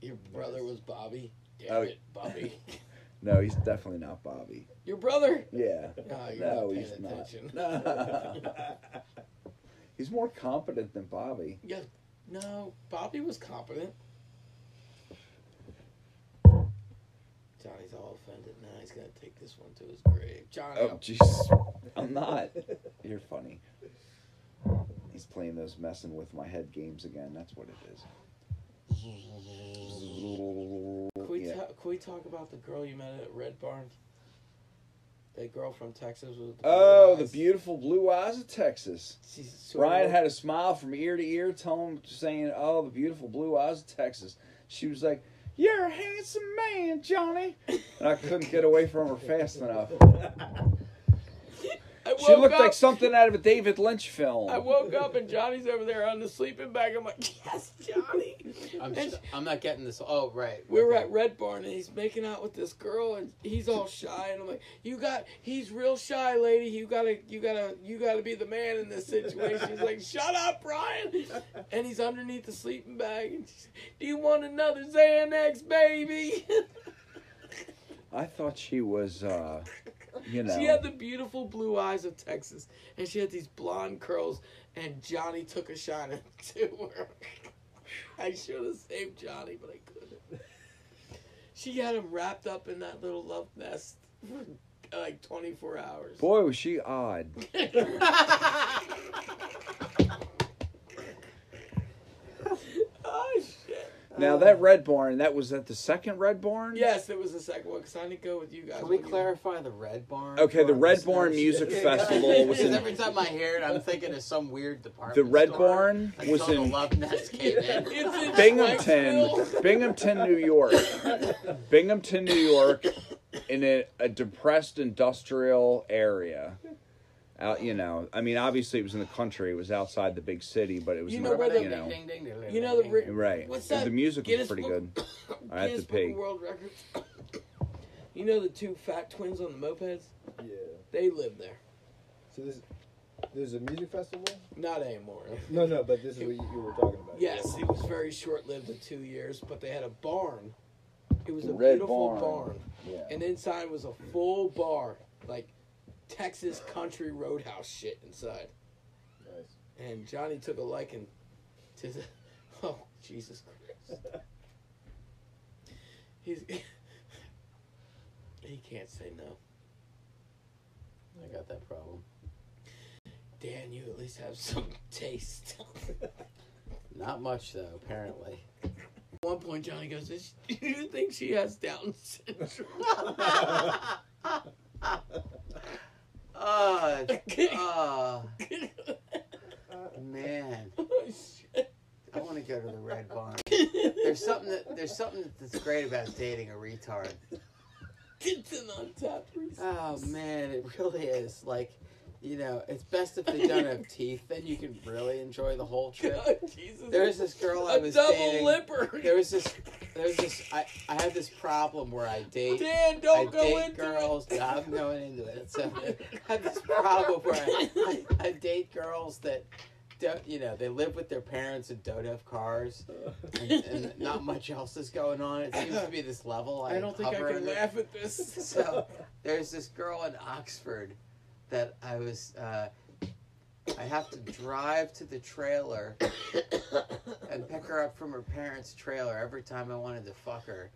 Your brother was Bobby. Damn Oh. it, Bobby. No, he's definitely not Bobby. Your brother? Yeah, No, you're no, not paying he's attention. not. he's more competent than Bobby. Yeah, no, Bobby was competent. Johnny's all offended now. He's gonna take this one to his grave. Johnny, Oh jeez, I'm not. You're funny. He's playing those messing with my head games again. That's what it is. can we Yeah. ta- can we talk about the girl you met at Red Barn? That girl from Texas with the blue Oh, the eyes. beautiful blue eyes of Texas. She's sort of Ryan a- had a smile from ear to ear, telling saying, "Oh, the beautiful blue eyes of Texas." She was like, "You're a handsome man, Johnny," and I couldn't get away from her fast enough. I woke She looked up, like something out of a David Lynch I film. woke up and Johnny's over there on the sleeping bag. I'm like, yes, Johnny. I'm, And- sh- I'm not getting this. Oh, right. we were okay. at Red Barn and he's making out with this girl and he's all shy and I'm like, you got, he's real shy, lady. You gotta, you gotta, you gotta be the man in this situation. He's like, shut up, Brian. And he's underneath the sleeping bag and she's, do you want another Xanax, baby? I thought she was, uh, you She had know, the beautiful blue eyes of Texas and she had these blonde curls and Johnny took a shine to her. I should have saved Johnny, but I couldn't. She had him wrapped up in that little love nest for like 24 hours. boy was she odd. oh, shit. Now that Red Barn, that was at the second Red Barn. Yes, it was the second one because I didn't go with you guys. Can we when you- clarify the Red Barn? Okay, for the our Red Barn listeners? Music Festival was Because in every time I hear it, I'm thinking of some weird department. the Red store Barn until was the in Love Nest came in. It's in Shanksville. Binghamton, Binghamton, New York, Binghamton, New York, in a, a depressed industrial area. Out, you know, I mean, obviously it was in the country. It was outside the big city, but it was You in know the, where the- you know, You know the re- right. What's So that? The music Guinness was pretty Book- good. I had Guinness to Book of pee. World Records. you know the two fat twins on the mopeds? Yeah. They live there. So this there's a music festival. Not anymore. No, no, but this is what you, you were talking about. Yes, it was very short lived at two years, but they had a barn. It was a Red beautiful barn. barn. Yeah. And inside was a full bar, like Texas country roadhouse shit inside. Nice. And Johnny took a liking to the. Oh, Jesus Christ. He's. He can't say no. I got that problem. Dan, you at least have some taste. Not much though, apparently. At one point, Johnny goes, "Does she- "Do you think she has Down syndrome?" Ah, ah, oh man. Oh, shit! I want to go to the Red Barn. There's something that there's something that's great about dating a retard. It's an untapped resource. Oh man, it really is. Like, you know, it's best if they don't have teeth. Then you can really enjoy the whole trip. God, Jesus, There was this girl I a was double dating. lipper. There was this. There was this. I I had this problem where I date. Dan, I don't go date into girls. it. No, I'm going into it. So I have this problem where I, I, I date girls that don't, you know, they live with their parents and don't have cars, and, and not much else is going on. It seems to be this level. I don't think I hover can under. laugh at this. So there's this girl in Oxford that I was. Uh, I have to drive to the trailer and pick her up from her parents' trailer every time I wanted to fuck her,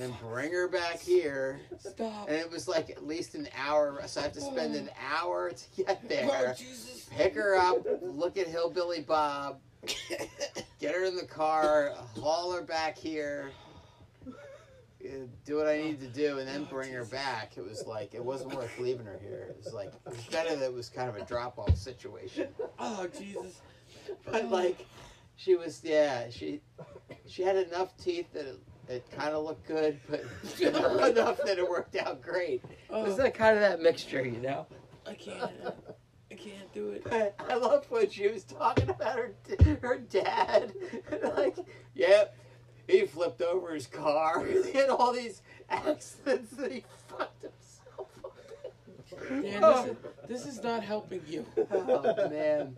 then bring her back here. Stop. And it was like at least an hour, so I have to spend an hour to get Oh, there. Jesus. Pick her up, look at Hillbilly Bob, get her in the car, haul her back here, uh, do what I need to do and then bring her back. It was like it wasn't worth leaving her here. It was like it was kind of it was kind of a drop off situation. Oh Jesus! But like she was yeah, she she had enough teeth that it, it kind of looked good, but not enough that it worked out great. It was Oh, like kind of that mixture, you know. I can't. I can't do it. But I love when she was talking about her her dad. like, yep, he flipped over his car. he had all these accidents that he fucked himself up. Dan, this is, this is not helping you. Oh man.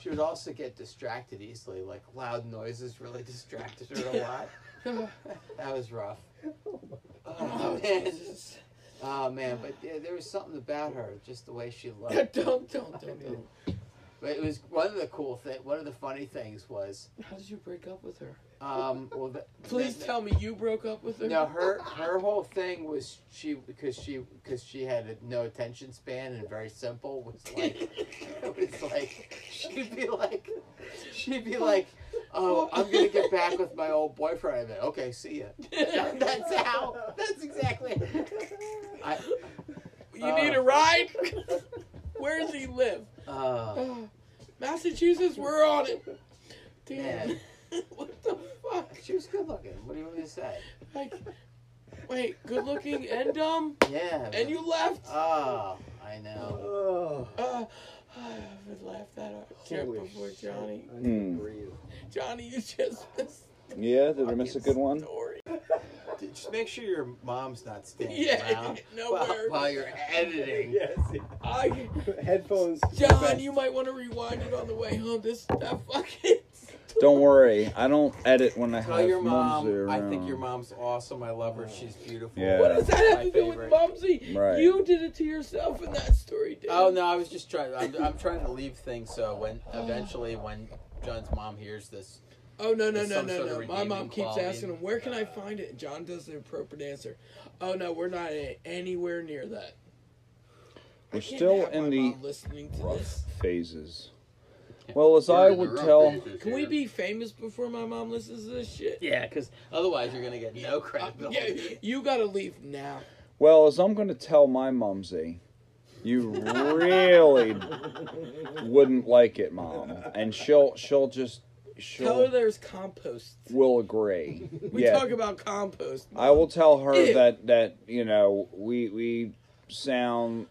She would also get distracted easily. Like loud noises really distracted her a lot. That was rough. Oh Oh man. Jesus! Oh man. But yeah, there was something about her, just the way she don't, looked. don't, don't, don't. But it was one of the cool thing. One of the funny things was, How did you break up with her? um, well, the, Please tell me you broke up with her. No, her her whole thing was she because she because she had a, no attention span and very simple was like it was like she'd be like she'd be like oh I'm gonna get back with my old boyfriend and then okay see ya that's how that's exactly I You need a ride? Where does he live? uh, Oh, Massachusetts, we're on it. Damn. Man. what the fuck? she was good looking what do you want me to say Like, wait, good looking and dumb, yeah and you left. oh I know Oh, Uh, I would laugh that hard holy before shit. Johnny. I need Hmm. to breathe. Johnny, you just missed Yeah, did we miss a good one? story. just make sure your mom's not standing Yeah, around while, nowhere. while you're editing. Yes. I, Headphones. John, you might want to rewind it on the way home. This that fucking. Don't worry, I don't edit when I Tell have your Mumsy mom. I think around. your mom's awesome. I love her. She's beautiful. Yeah. What does that have My to do favorite. with Mumsy? Right. You did it to yourself in that story, dude. Oh no, I was just trying. I'm, I'm trying to leave things so when eventually when John's mom hears this, Oh no no There's no some no sort of no! My mom redeeming keeps quality. asking him, "Where can I find it?" And John does the appropriate answer. Oh no, we're not a- anywhere near that. I We're can't still have my in the mom listening to rough this. phases. Well, as I would tell, Can we be famous before my mom listens to this shit? Yeah, because otherwise you're gonna get no Uh, credibility. yeah, you gotta leave now. well as I'm going to tell my Mumsy, you really wouldn't like it, mom, and she'll she'll just Tell her she'll there's compost. will agree. We yeah, talk about compost. I will tell her Ew. that that you know we we sound.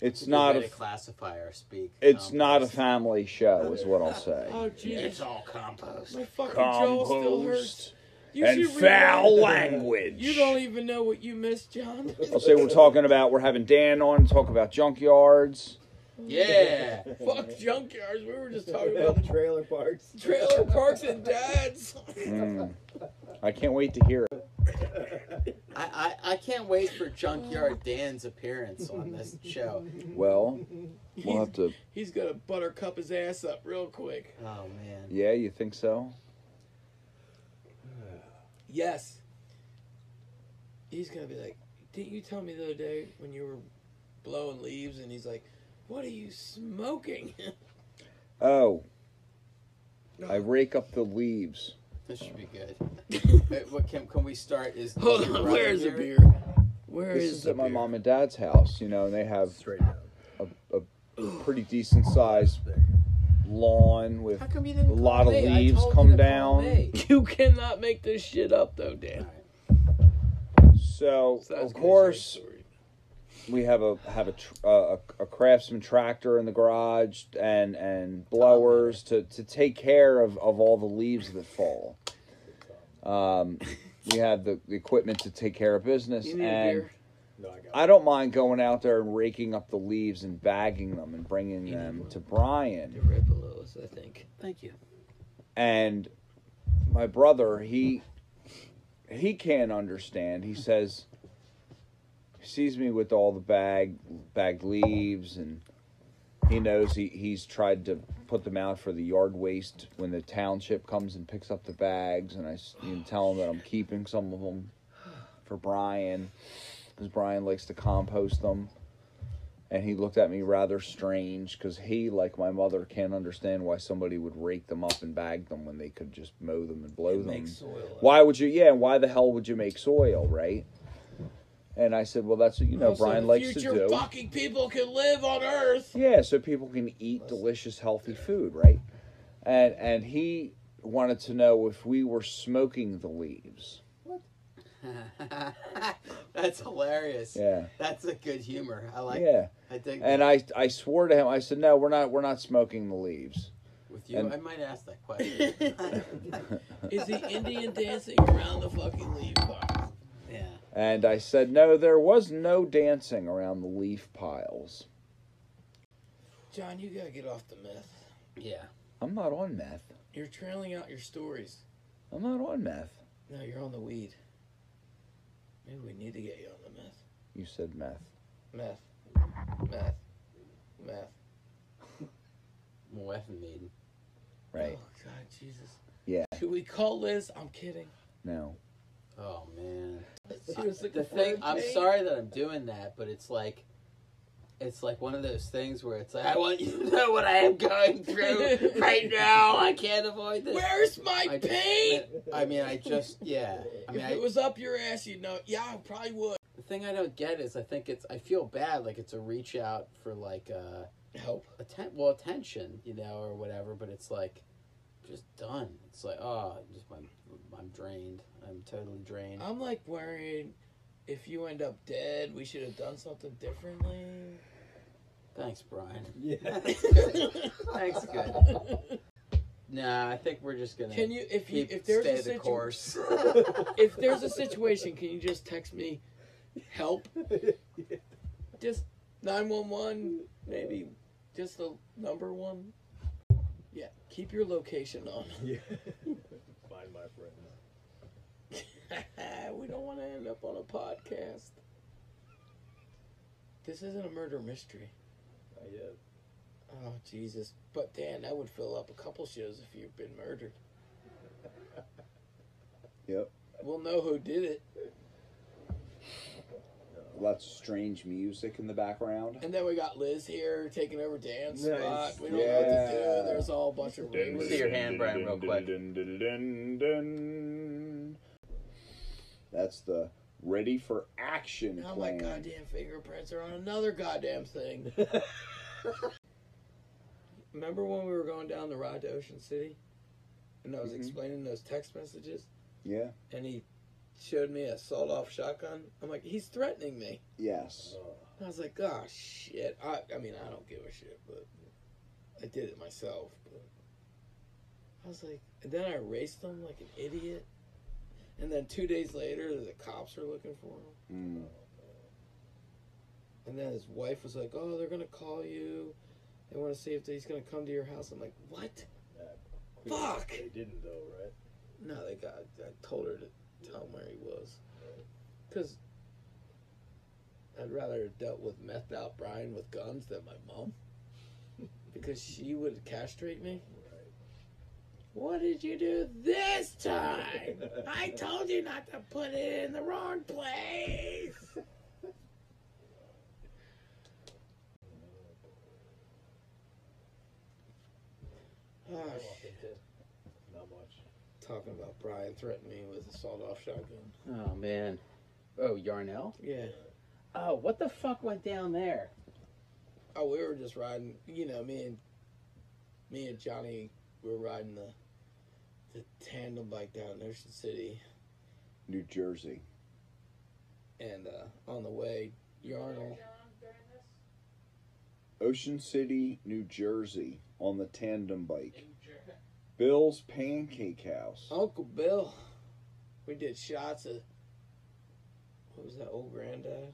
It's Good not way to a classify or speak. it's not a compost. family show, is what I'll say. Oh Jesus! It's all compost. My fucking jaw still hurts. Compost You and should foul rewind. language. You don't even know what you missed, John. I'll say we're talking about we're having Dan on to talk about junkyards. Yeah. Fuck junkyards. We were just talking about the trailer parks. trailer parks and dads. Mm. I can't wait to hear it. I, I, I can't wait for Junkyard Dan's appearance on this show. Well, we'll He's, have to. he's gonna buttercup his ass up real quick. Oh man. Yeah, you think so? Yes. He's gonna be like, didn't you tell me the other day when you were blowing leaves? And he's like, what are you smoking? Oh, I rake up the leaves. This should be good. Wait, what can can we start? Is Hold is your on. brother Where is the here? beer? Where This is is the at my beer? mom and dad's house, you know, and they have Straight down. a pretty decent sized lawn with How come you didn't? A call lot of me? I leaves told you come to call down. me. You cannot make this shit up though, Dan. so So that's of gonna be a course story. we have a have a, tr- uh, a a craftsman tractor in the garage and and blowers to to take care of of all the leaves that fall. Um, we have the, the equipment to take care of business, You need a and beer. No, I got. I don't mind going out there and raking up the leaves and bagging them and bringing You need them one. to Brian. They're right below us, I think. Thank you. and my brother he he can't understand he says he sees me with all the bag bagged leaves and he knows he, he's tried to put them out for the yard waste when the township comes and picks up the bags and i s- you know, tell him that i'm keeping some of them for brian because brian likes to compost them and he looked at me rather strange because he, like my mother, can't understand why somebody would rake them up and bag them when they could just mow them and blow them. Make soil. Why would you? Yeah, and why the hell would you make soil, right? And I said, well, that's what you know. Also, Brian the likes to future do. fucking people can live on Earth. Yeah, so people can eat delicious, healthy food, right? And and he wanted to know if we were smoking the leaves. That's hilarious. Yeah, That's a good humor. I like. yeah. I dig. And that. I I swore to him. I said, no, we're not. We're not smoking the leaves. with you, and- I might ask that question. Is the Indian dancing around the fucking leaf box? yeah. And I said, no, there was no dancing around the leaf piles. John, you gotta get off the myth. Yeah. I'm not on meth. You're trailing out your stories. I'm not on meth. No, you're on the weed. Maybe we need to get you on the meth. You said meth. Meth. Meth. Meth. Muffin Right. Oh, God, Jesus. Yeah. Should we call Liz? I'm kidding. No. Oh man. She was looking the for thing a I'm date. sorry that I'm doing that, but it's like it's like one of those things where it's like I want you to know what I am going through right now. I can't avoid this. Where's my I, paint? I mean, I just yeah. I mean, if I, it was up your ass, you'd know. Yeah, I probably would. the thing I don't get is I think it's I feel bad like it's a reach out for like uh Help. atten- well attention you know or whatever, but it's like just done. It's like oh, just my I'm drained. I'm totally drained. I'm like worried if you end up dead, we should have done something differently. Thanks, Brian. Yeah. Thanks, good. Nah, I think we're just gonna. Can you, if you, keep- if there's stay a the situation, course? if there's a situation, can you just text me, help? Just nine one one, maybe just the number one. Yeah, keep your location on. yeah. Find my friends. we don't want to end up on a podcast. This isn't a murder mystery. Not yet. Oh Jesus! But Dan, that would fill up a couple shows if you've been murdered. Yep. We'll know who did it, Lots of strange music in the background. and then we got Liz here taking over Dan's Nice. spot. We don't know what to Yeah. do. There's all a bunch of rumors. See your hand, Brian, real quick. That's the ready for action Now Oh my plan. goddamn fingerprints are on another goddamn thing. Remember when we were going down the ride to Ocean City, and I was Mhm. explaining those text messages, Yeah. and he showed me a sawed-off shotgun. I'm like, he's threatening me. Yes. And I was like, oh shit. I, I mean, I don't give a shit, but I did it myself. But I was like, and then I raced them like an idiot. And then two days later, the cops were looking for him. Mm. And then his wife was like, "Oh, they're gonna call you. They want to see if he's gonna come to your house." I'm like, "What? Fuck!" They didn't though, right? No, they got. I told her to tell him where he was, because I'd rather have dealt with methed out Brian with guns than my mom, because she would castrate me. What did you do this time? I told you not to put it in the wrong place. Oh, shit. Not much. Talking about Brian threatened me with a sawed off shotgun. Oh man. Oh, Yarnell. Yeah. Oh, what the fuck went down there? Oh, we were just riding. You know, me and me and Johnny were riding the the tandem bike down in Ocean City, New Jersey. and uh, on the way, Yarnell. Ocean City, New Jersey, on the tandem bike. Bill's Pancake House. Uncle Bill. We did shots of what was that old granddad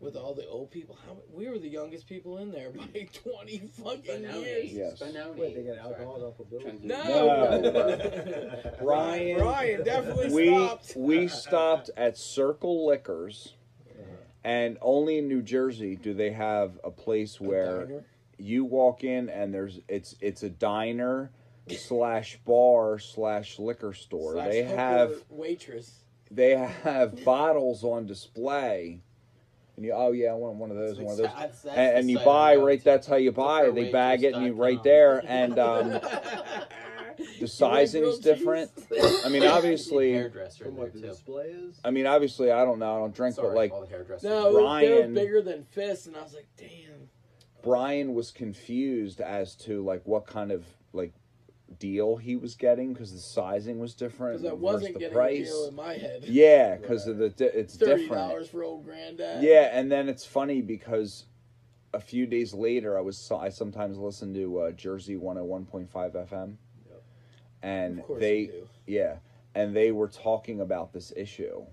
with all the old people. How we were the youngest people in there by twenty fucking years. Yes. Spinoni. Wait, they got Sorry. alcohol at Uncle Bill's? Trying to- No. Brian. Brian definitely we stopped. we stopped at Circle Liquors, and only in New Jersey do they have a place where Diner. you walk in and there's it's it's a diner slash bar slash liquor store. Slash they hooker have waitress. they have bottles on display. And you, oh yeah, I want one of those, and one of those. That's- that's And, the and you site I buy go right. to. That's how you buy. it. They bag it, and you right there. And um, the sizing is different. I mean, obviously, hairdresser From in there what the too. display is? I mean, obviously, I don't know. I don't drink, Sorry, but like all the hairdressers. No, they were Ryan- bigger than fists, and I was like, damn. Brian was confused as to like what kind of like deal he was getting because the sizing was different. Because I versus wasn't the getting a price. deal in my head. Yeah, because of the di- it's Thirty different. dollars for old granddad. Yeah, and then it's funny because a few days later, I was I sometimes listen to uh, Jersey one hundred one point five FM, Yep. and Of course they you do. yeah, and they were talking about this issue,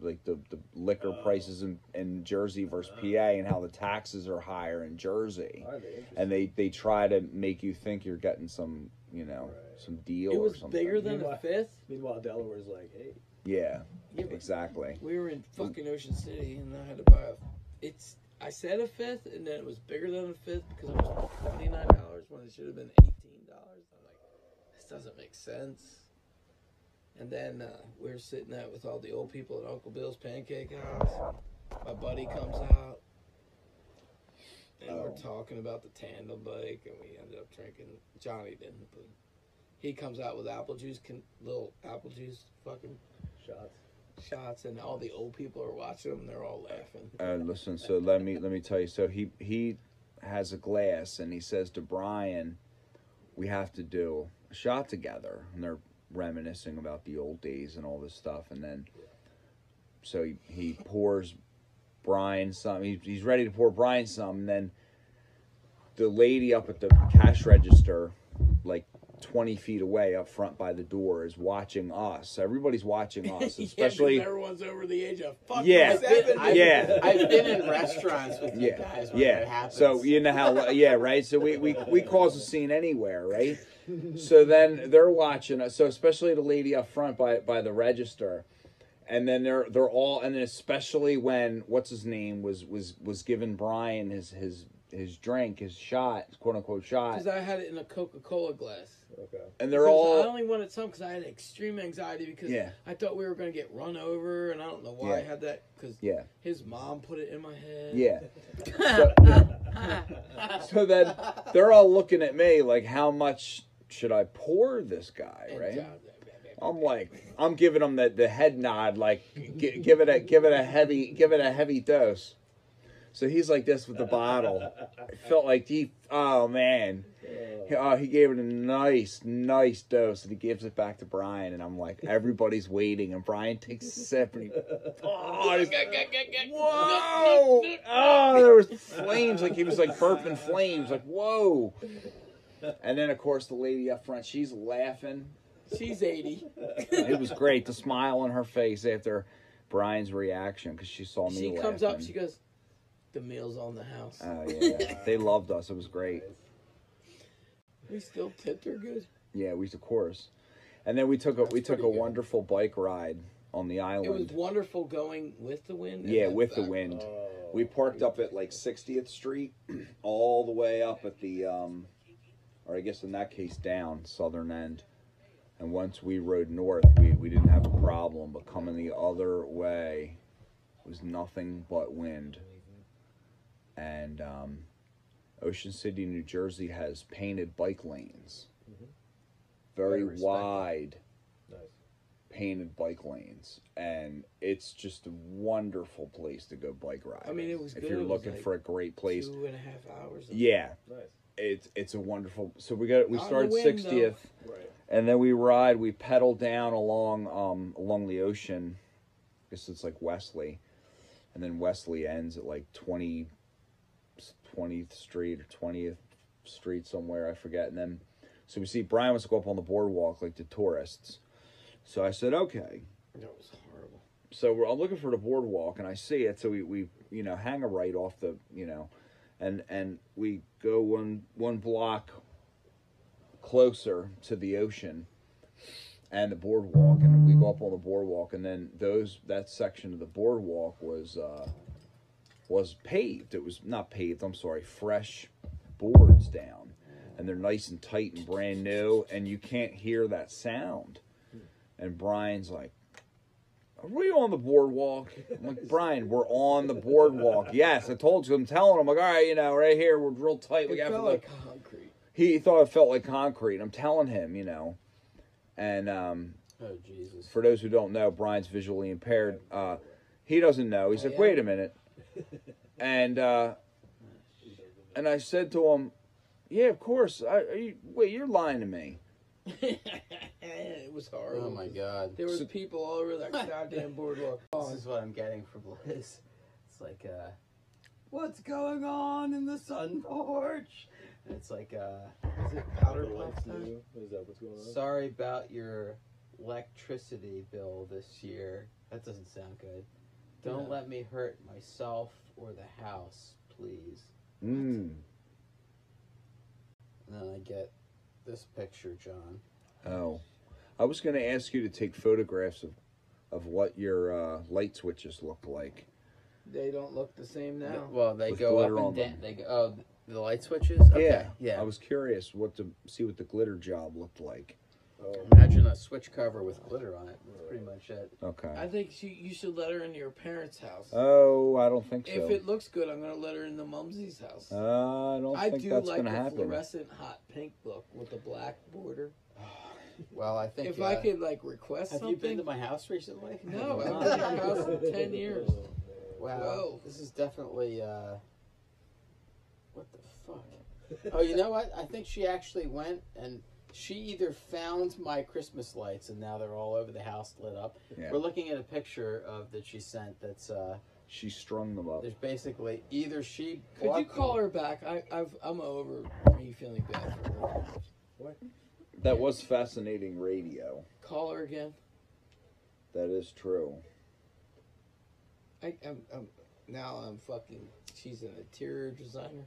like the the liquor Oh. prices in, in Jersey Oh. versus PA and how the taxes are higher in Jersey, Are they interesting? and they they try to make you think you're getting some you know Right. some deal It was or something. bigger than a Meanwhile- fist. Meanwhile, Delaware's like, hey, yeah, Yeah, but exactly. we were in fucking Ocean City, and I had to buy a. It's. I said a fifth, and then it was bigger than a fifth because it was twenty nine dollars when it should have been eighteen dollars. I'm like, this doesn't make sense. And then uh, we were sitting out with all the old people at Uncle Bill's Pancake House. My buddy comes out, and we're talking about the tandem bike, and we ended up drinking. Johnny didn't, but he comes out with apple juice, can, little apple juice fucking shots. shots and all the old people are watching them and they're all laughing. Uh, listen, so let me let me tell you. So he he has a glass and he says to Brian, "We have to do a shot together." And they're reminiscing about the old days and all this stuff. And then, so he, he pours Brian some. He, he's ready to pour Brian some. And then the lady up at the cash register, like. 20 feet away up front by the door is watching us. Everybody's watching us, Yeah, 'cause especially everyone's over the age of fuck. Yeah. I've, Yeah. I've been in restaurants with you guys when that yeah. happens. So you know how yeah, right? So we, we we cause a scene anywhere, right? So then they're watching us. So especially the lady up front by by the register. And then they're they're all and then especially when what's his name was was was giving Brian his his his drink, his shot, quote unquote shot. Because I had it in a Coca Cola glass. Okay. And they're 'Cause I all only wanted some because I had extreme anxiety because Yeah. I thought we were going to get run over and I don't know why I Yeah. had that because Yeah. his mom put it in my head. Yeah. So, so then they're all looking at me like how much should I pour this guy, And right? John- I'm like, I'm giving them the, the head nod, like gi- give it a give it a heavy give it a heavy dose. So he's like this with the bottle. It felt like he, oh man, He- oh he gave it a nice nice dose, and he gives it back to Brian, and I'm like, everybody's waiting, and Brian takes a sip, and he, oh, he's- whoa, oh, there was flames, like he was like burping flames, like whoa. And then of course the lady up front, she's laughing She's 80. it was great. The smile on her face after Brian's reaction because she saw me. she comes up, laughing. she goes, The meal's on the house. Oh, yeah. they loved us. It was great. we still tipped her good. Yeah, we of course. And then we took a we took a pretty good. wonderful bike ride on the It was island. wonderful going with the wind. and Oh, yeah, then with the back. wind. Oh, We parked up at like 60th Street, all the way up at the, um, or I guess in that case down southern end. And once we rode north, we, we didn't have a problem. But coming the other way was nothing but wind. And um, Ocean City, New Jersey has painted bike lanes. Very Mm-hmm. Very respectful. wide Nice. painted bike lanes. And it's just a wonderful place to go bike riding. I mean, it was If good. It you're was looking like for a great place. Two and a half hours. of- Yeah, Nice. it's it's a wonderful. So we got we Out in the started wind, though. 60th Right. and then we ride we pedal down along um along the ocean this is like wesley and then wesley ends at like 20 20th street or 20th street somewhere i forget and then so we see brian wants to go up on the boardwalk like the tourists so i said okay That was horrible. so we're, I'm looking for the boardwalk, and I see it. So we, we you know hang a right off the you know, and and we go one one block closer to the ocean and the boardwalk, and we go up on the boardwalk, and then those that section of the boardwalk was uh, was paved. It was not paved. I'm sorry, fresh boards down, and they're nice and tight and brand new, and you can't hear that sound. And Brian's like Are we on the boardwalk? I'm like, Brian, we're on the boardwalk. Yes, I told you. I'm telling him, like, all right, you know, right here, we're real tight. We It got to felt look. like concrete. He thought it felt like concrete. I'm telling him, you know. And um, Oh Jesus. for those who don't know, Brian's visually impaired. Uh, he doesn't know. Oh, He's like, wait a minute. And uh, and I said to him, yeah, of course. I, are you, wait, you're lying to me. it was horrible. Oh my God. There was people all over that goddamn boardwalk. This is what I'm getting from Liz. It's like, uh, what's going on in the sun porch? And it's like, uh, is it powder puff time? Is that what's going on? Sorry about your electricity bill this year. That doesn't sound good. Don't let me hurt myself or the house, please. Mm. And then I get this picture, John. Oh, I was going to ask you to take photographs of, of what your uh, light switches look like. They don't look the same now. Well, they With go up glitter on and them. down. They go, oh, the light switches? Okay, yeah. I was curious what to see what the glitter job looked like. Oh. Imagine a switch cover with glitter on it. That's pretty much it. Okay. I think she, you should let her into your parents' house. Oh, I don't think so. if it looks good, I'm gonna let her in the mumsy's house. Uh, I don't I think do that's like going the to happen. fluorescent hot pink look with the black border. Well, I think if uh, I could like request Have you been something. to my house recently? no, I've been in your house for ten years. Oh, Wow. Whoa. This is definitely uh what the fuck? oh, you know what? I think she actually went and she either found my Christmas lights and now they're all over the house lit up. Yeah. We're looking at a picture of that she sent that's uh She strung them up. there's basically either she Could you plucked call her back? I, I've, I'm over me feeling bad for her. That was fascinating radio. Call her again. That is true. I, I'm, I'm, now I'm fucking. She's an interior designer.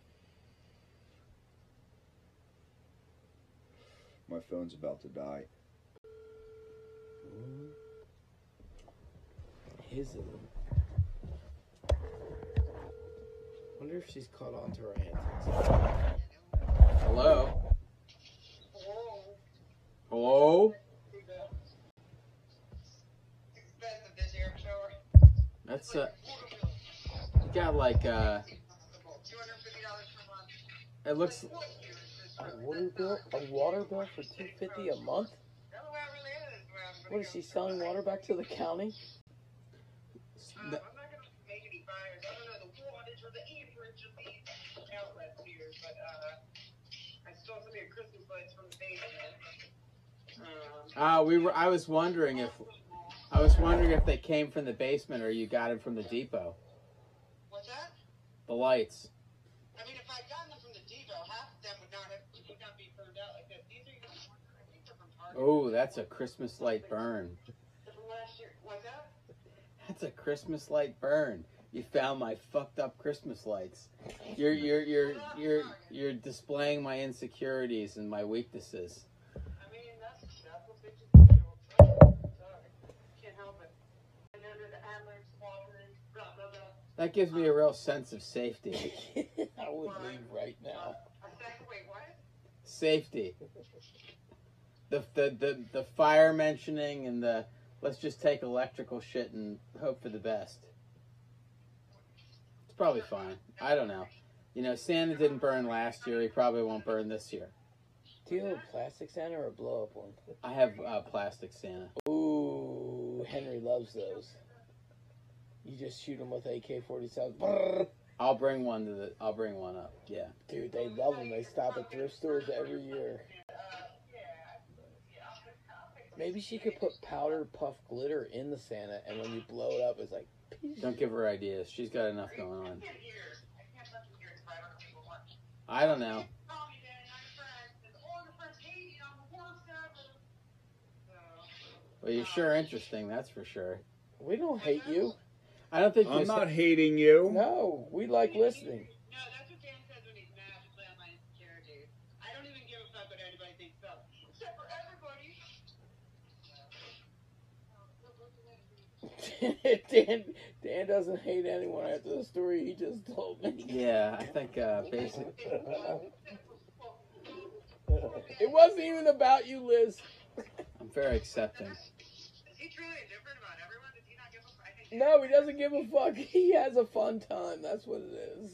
My phone's about to die. His. is- Wonder if she's caught on to her antics. Hello. Hello? Expensive this year, I'm sure. That's uh you got like uh Two hundred and fifty dollars per month. it looks A water bill, a water bill for two fifty a month. What is she selling water back to the county? Um, I'm not gonna make any buyers. I don't know the wattage or the amperage of these outlets here, but uh, I stole some of your Christmas lights from the basement. Um, Ah, we were I was wondering if I was wondering if they came from the basement or you got them from the depot. what's that? The lights. I mean, if I'd gotten them from the Devo, half of them would not have, would not be burned out like this. These are your, I think they're from Target. Oh, that's a Christmas light burn. They're From last Oh, year, was that? That's a Christmas light burn. You found my fucked up Christmas lights. You're you're you're you're you're displaying my insecurities and my weaknesses. I mean, that's, that's what bitches do. Sorry, can't help it. And under the Adler's, Walgreens, blah, blah, blah. That gives me a real sense of safety. I would leave right now. I said, wait, what? Safety. The the the, the fire mentioning and the let's just take electrical shit and hope for the best. It's probably fine. I don't know. You know, Santa didn't burn last year. He probably won't burn this year. Do you have a plastic Santa or a blow up one? I have uh, plastic Santa. Ooh, Henry loves those. You just shoot them with AK 47. I'll bring one to the. I'll bring one up. Yeah. Dude, they love them. They stop at thrift stores every year. Maybe she could put powder puff glitter in the Santa, and when you blow it up, it's like. Don't give her ideas. She's got enough going on. I can't hear. I can't fucking hear it if I don't know what. I don't know. Call me then, I'm friends, and all the friends hate you, I'm the worst ever. So. Well, you're sure interesting. That's for sure. We don't hate you. I don't think. I'm you said- not hating you. No, we like listening. No, that's what Dan says when he's mad to play on my insecurities. I don't even give a fuck what anybody thinks about. Except for everybody. Dan, Dan doesn't hate anyone after the story he just told me. Yeah, I think uh, basic. It wasn't even about you, Liz. I'm very accepting. Is he truly indifferent about everyone? Does he not No, he doesn't give a fuck. He has a fun time. That's what it is.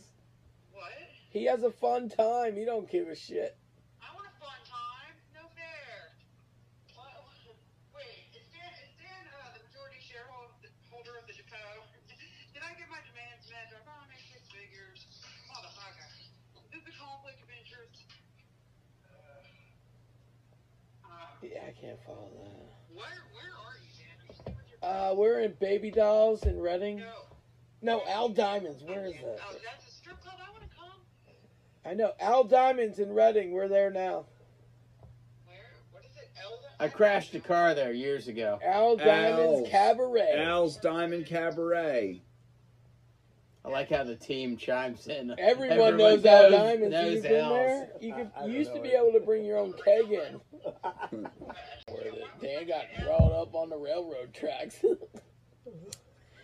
What? He has a fun time. He don't give a shit. I want a fun time. No fair. What? Wait, is Dan, is Dan uh, the majority shareholder holder of the Japan? Did I get my demands met? I'm gonna make six figures. Motherfucker. Is this a conflict of interest? Uh, Yeah, I can't follow that. where, where are you, Dan? Are you still with your Uh, we're in Baby Dolls in Reading. No. No, Al Diamonds. Where is that? Oh, that's a strip club. I want to come. I know Al Diamonds in Reading. We're there now. Where? What is it? Elda? I crashed a car there years ago. Al Diamonds Al's. Cabaret. Al's Diamond Cabaret. I like how the team chimes in. Everyone, Everyone knows Al Diamonds. knows You've been Al's. there. You could I- I you don't used know to be it. able to bring your own keg in. Where the- Dan got brought up on the railroad tracks.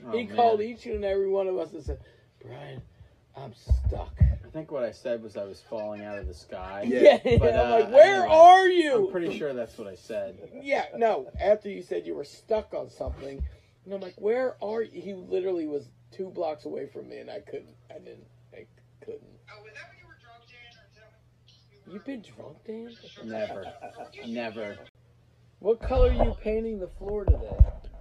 Oh, he man. called each and every one of us and said, "Brian, I'm stuck." I think what I said was I was falling out of the sky. Yeah, But, I'm uh, like, "Where anyway, are you?" I'm pretty sure that's what I said. Yeah, no. After you said you were stuck on something, and I'm like, "Where are you?" He literally was two blocks away from me, and I couldn't. I didn't. I couldn't. Oh, was that when you were drunk, Dan? Or is that when you You've were... been drunk, Dan. Never. Never. What color are you painting the floor today? What's that?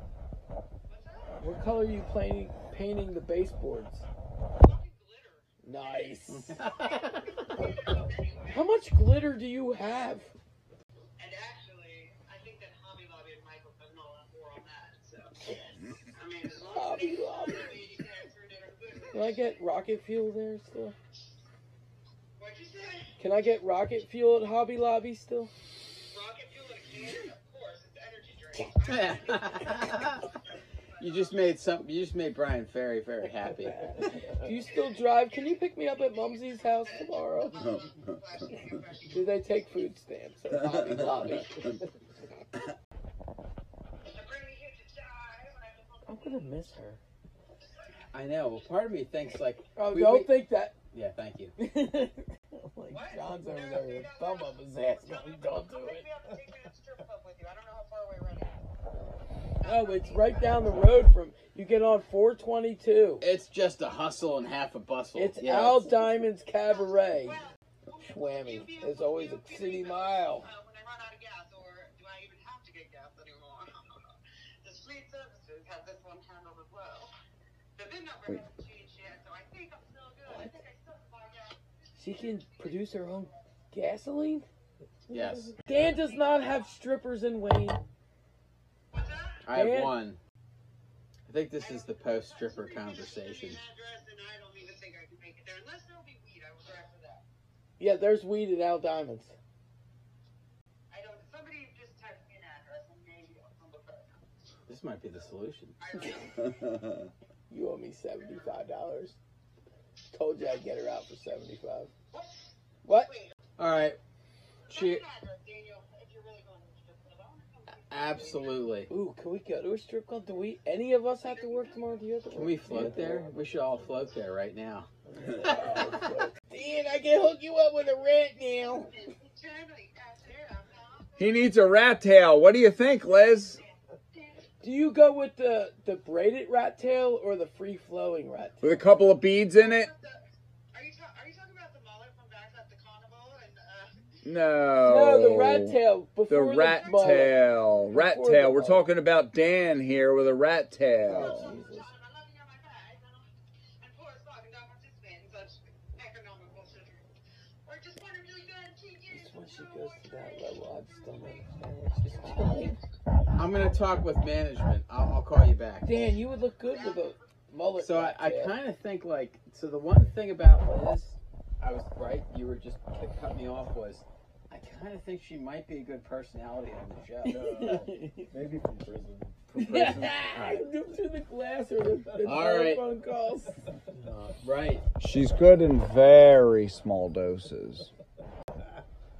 What color are you painting painting the baseboards? Fucking glitter. Nice. and How much glitter do you have? actually, I think that Hobby Lobby and Michael putting all that more on that. So, I mean, as long as Hobby they- Lobby. I mean, you guys are doing good. Can I get rocket fuel there still? What'd you say? Can I get rocket fuel at Hobby Lobby still? Rocket fuel and a can? Of course, it's energy drink. you just made some. You just made Brian very, very happy. Do you still drive? Can you pick me up at Mumsy's house tomorrow? Do they take food stamps at Hobby Lobby? I'm gonna miss her. I know. Well, part of me thinks like, Oh, We- don't we- think that. yeah, thank you. I'm like John's over there with a thumb up his ass, but we don't do it. No, it's right down the road from. You get on 422. It's just a hustle and half a bustle. It's Yeah, Al Diamond's Cabaret. Whammy. There's always a city mile. Uh, when I run out of gas, or do I even have to get gas anymore? the street services have this one handled as well. The VIN number hasn't changed yet, so I think I'm still good. I think I still can buy gas. She can produce her own gasoline? Yes, Dan does not have strippers in Wayne. What's that? I have Dan- one. I think this is the post stripper conversation. I don't even think I can make it there. Unless there'll be weed, I will drive for that. Yeah, there's weed at Al Diamonds. I don't. Somebody just text me an address and maybe I'll come up with it. This might be the solution. I don't know. You owe me $75. Told you I'd get her out for 75 What? All right. Che- Cheer. Daniel, if you're really going to the strip club, I want to come with you. absolutely. Ooh, can we go to a strip club? Do we, any of us have to work tomorrow? Do you have to work? Can we float there? We should all float there right now. Dan, I can hook you up with a rat now. Generally, out there, I'm not. He needs a rat tail. What do you think, Liz? Do you go with the, the braided rat tail or the free flowing rat tail? With a couple of beads in it? Are you, ta- are you talking about the mullet from back at the carnival? And, uh, No. No, the rat tail. Before Oh, The rat mullet. tail. Rat Before tail. the We're mullet. talking about Dan here with a rat Oh, tail. Jesus. I'm looking at my bag, and poor as fuck, and don't participate in such economical shit. Or just want to really bad cheeky. Just when she goes to that level, I just don't understand what she's doing. I'm gonna talk with management. I'll, I'll call you back. Dan, you would look good with a mullet. So I, I rat tail. kind of think like so the one thing about Liz, I was right. You were just cut- cut me off. Was I kind of think she might be a good personality on the show. Maybe from prison. Look through the glass or the, the All right. telephone calls. Uh, right. She's good in very small doses.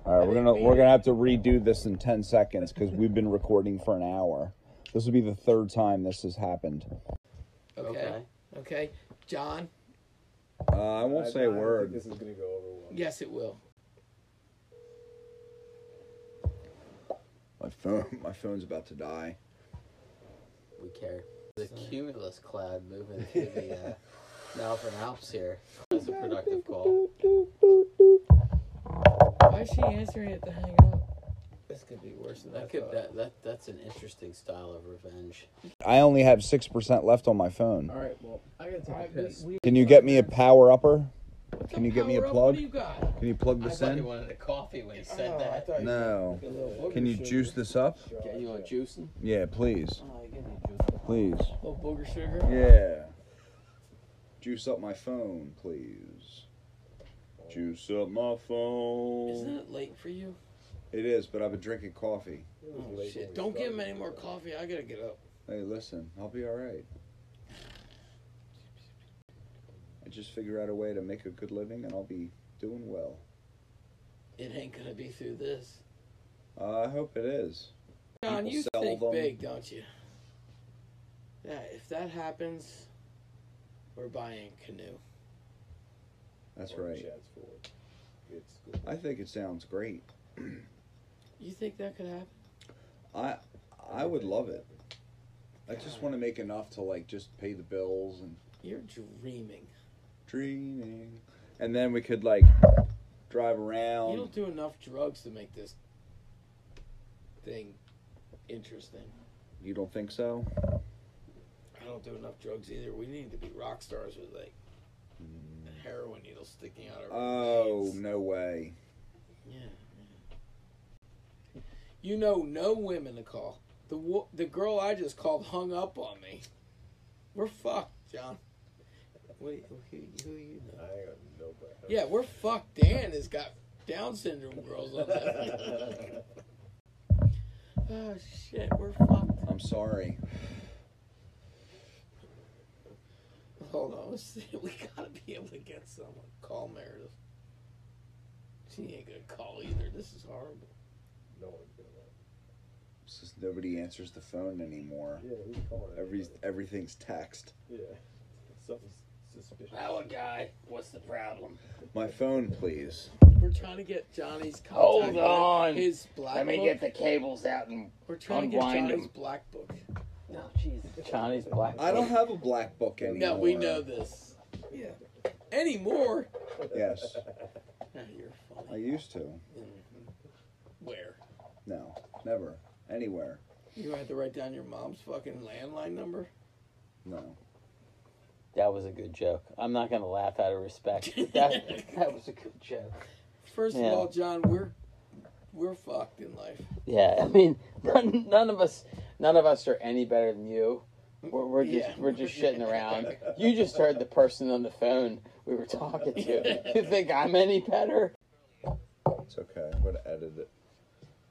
All right, we're gonna we're gonna have to redo this in ten seconds because we've been recording for an hour. This will be the third time this has happened. Okay. Okay. Okay. John. Uh, I won't say a don't word. think This is gonna go over well. Yes, it will. My phone, my phone's about to die. We care. the cumulus cloud moving through the uh, Malvern Alps here. That's a productive call. Why is she answering it to hang up? This could be worse than That could that, that that's an interesting style of revenge. I only have 6% left on my phone. All right, well, I gotta take a piss. Can you get me a power upper? What's can a you get me a power up? plug? What do you got? Can you plug I this thought you in? wanted a coffee when you said Oh, I that. thought No. you- a little Can booger you sugar. juice this up? Yeah, you want juicing? Yeah, please. Oh, you give me juicing. Please. Little booger sugar. Yeah. Juice up my phone, please. Juice up my Isn't Mm. phone. it late for you? It is, but I've been drinking coffee. Oh, shit. Don't give him any more coffee. I gotta get up. Hey, listen, I'll be all right. I just figure out a way to make a good living and I'll be doing well. It ain't gonna be through this. Uh, I hope it is. John, People you sell think them. big, don't you? Yeah, if that happens, we're buying canoe. That's Or right. Chad's forward. It's good. I think it sounds great. You think that could happen? I I would love it. I just want to make enough to like just pay the bills and You're dreaming. dreaming, and then we could like drive you around. don't do enough drugs to make this thing interesting. You don't think so? I don't do enough drugs either. We need to be rock stars with like heroin needles sticking out of our Oh veins. no way! Yeah, yeah. You know, no women to call. The wo- the girl I just called hung up on me. We're fucked, John. Wait, who, who you know? I ain't got nobody. Yeah, we're fucked. Dan has got Down syndrome girls on that. oh shit, we're fucked. I'm sorry. Hold on, let's see. We gotta be able to get someone. Call Meredith. She ain't gonna call either. This is horrible. No one's gonna. It's just nobody answers the phone anymore. Yeah, who's calling? Every everything's text. Yeah. Something's suspicious. Oh, Hello, guy. What's the problem? My phone, please. We're trying to get Johnny's contact. Hold book, on. His black Let me book. get the cables out and We're trying to get unwind Johnny's him. black book. Oh, jeez. Johnny's black. I don't have a black book anymore. No, we know this. Yeah. Anymore? Yes, Ah, you're funny. I used to. Where? No, never, anywhere. You had to write down your mom's fucking landline number. No. That was a good joke. I'm not gonna laugh out of respect. That that was a good joke. First Yeah. of all, John, we're we're fucked in life. Yeah, I mean, none, none of us, none of us are any better than you. We're, we're just Yeah. we're just shitting around. You just heard the person on the phone we were talking to. You think I'm any better? It's okay. I'm gonna edit it.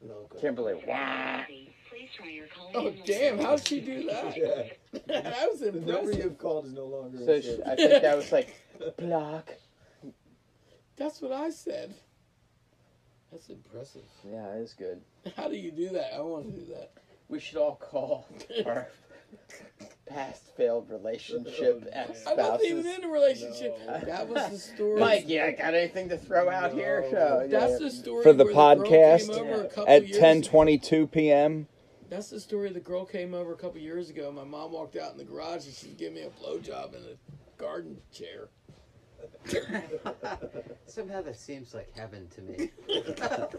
No good. Kimberly, wow. Please try your call. Oh damn! How'd she do that? Yeah. that was The number impressive. you've called is no longer. So in sh service. I think that was like block. That's what I said. That's impressive. Yeah, it was good. How do you do that? I want to do that. We should all call our past failed relationship ex I wasn't even spouses. in a relationship. That was the story. Mike, yeah, got anything to throw out here? So, yeah. That's the story For the where girl came podcast over a couple At years- 10:22 p.m. That's the story. The girl came over a couple years ago. and My mom walked out in the garage and she gave me a blowjob in a garden chair. Somehow that seems like heaven to me.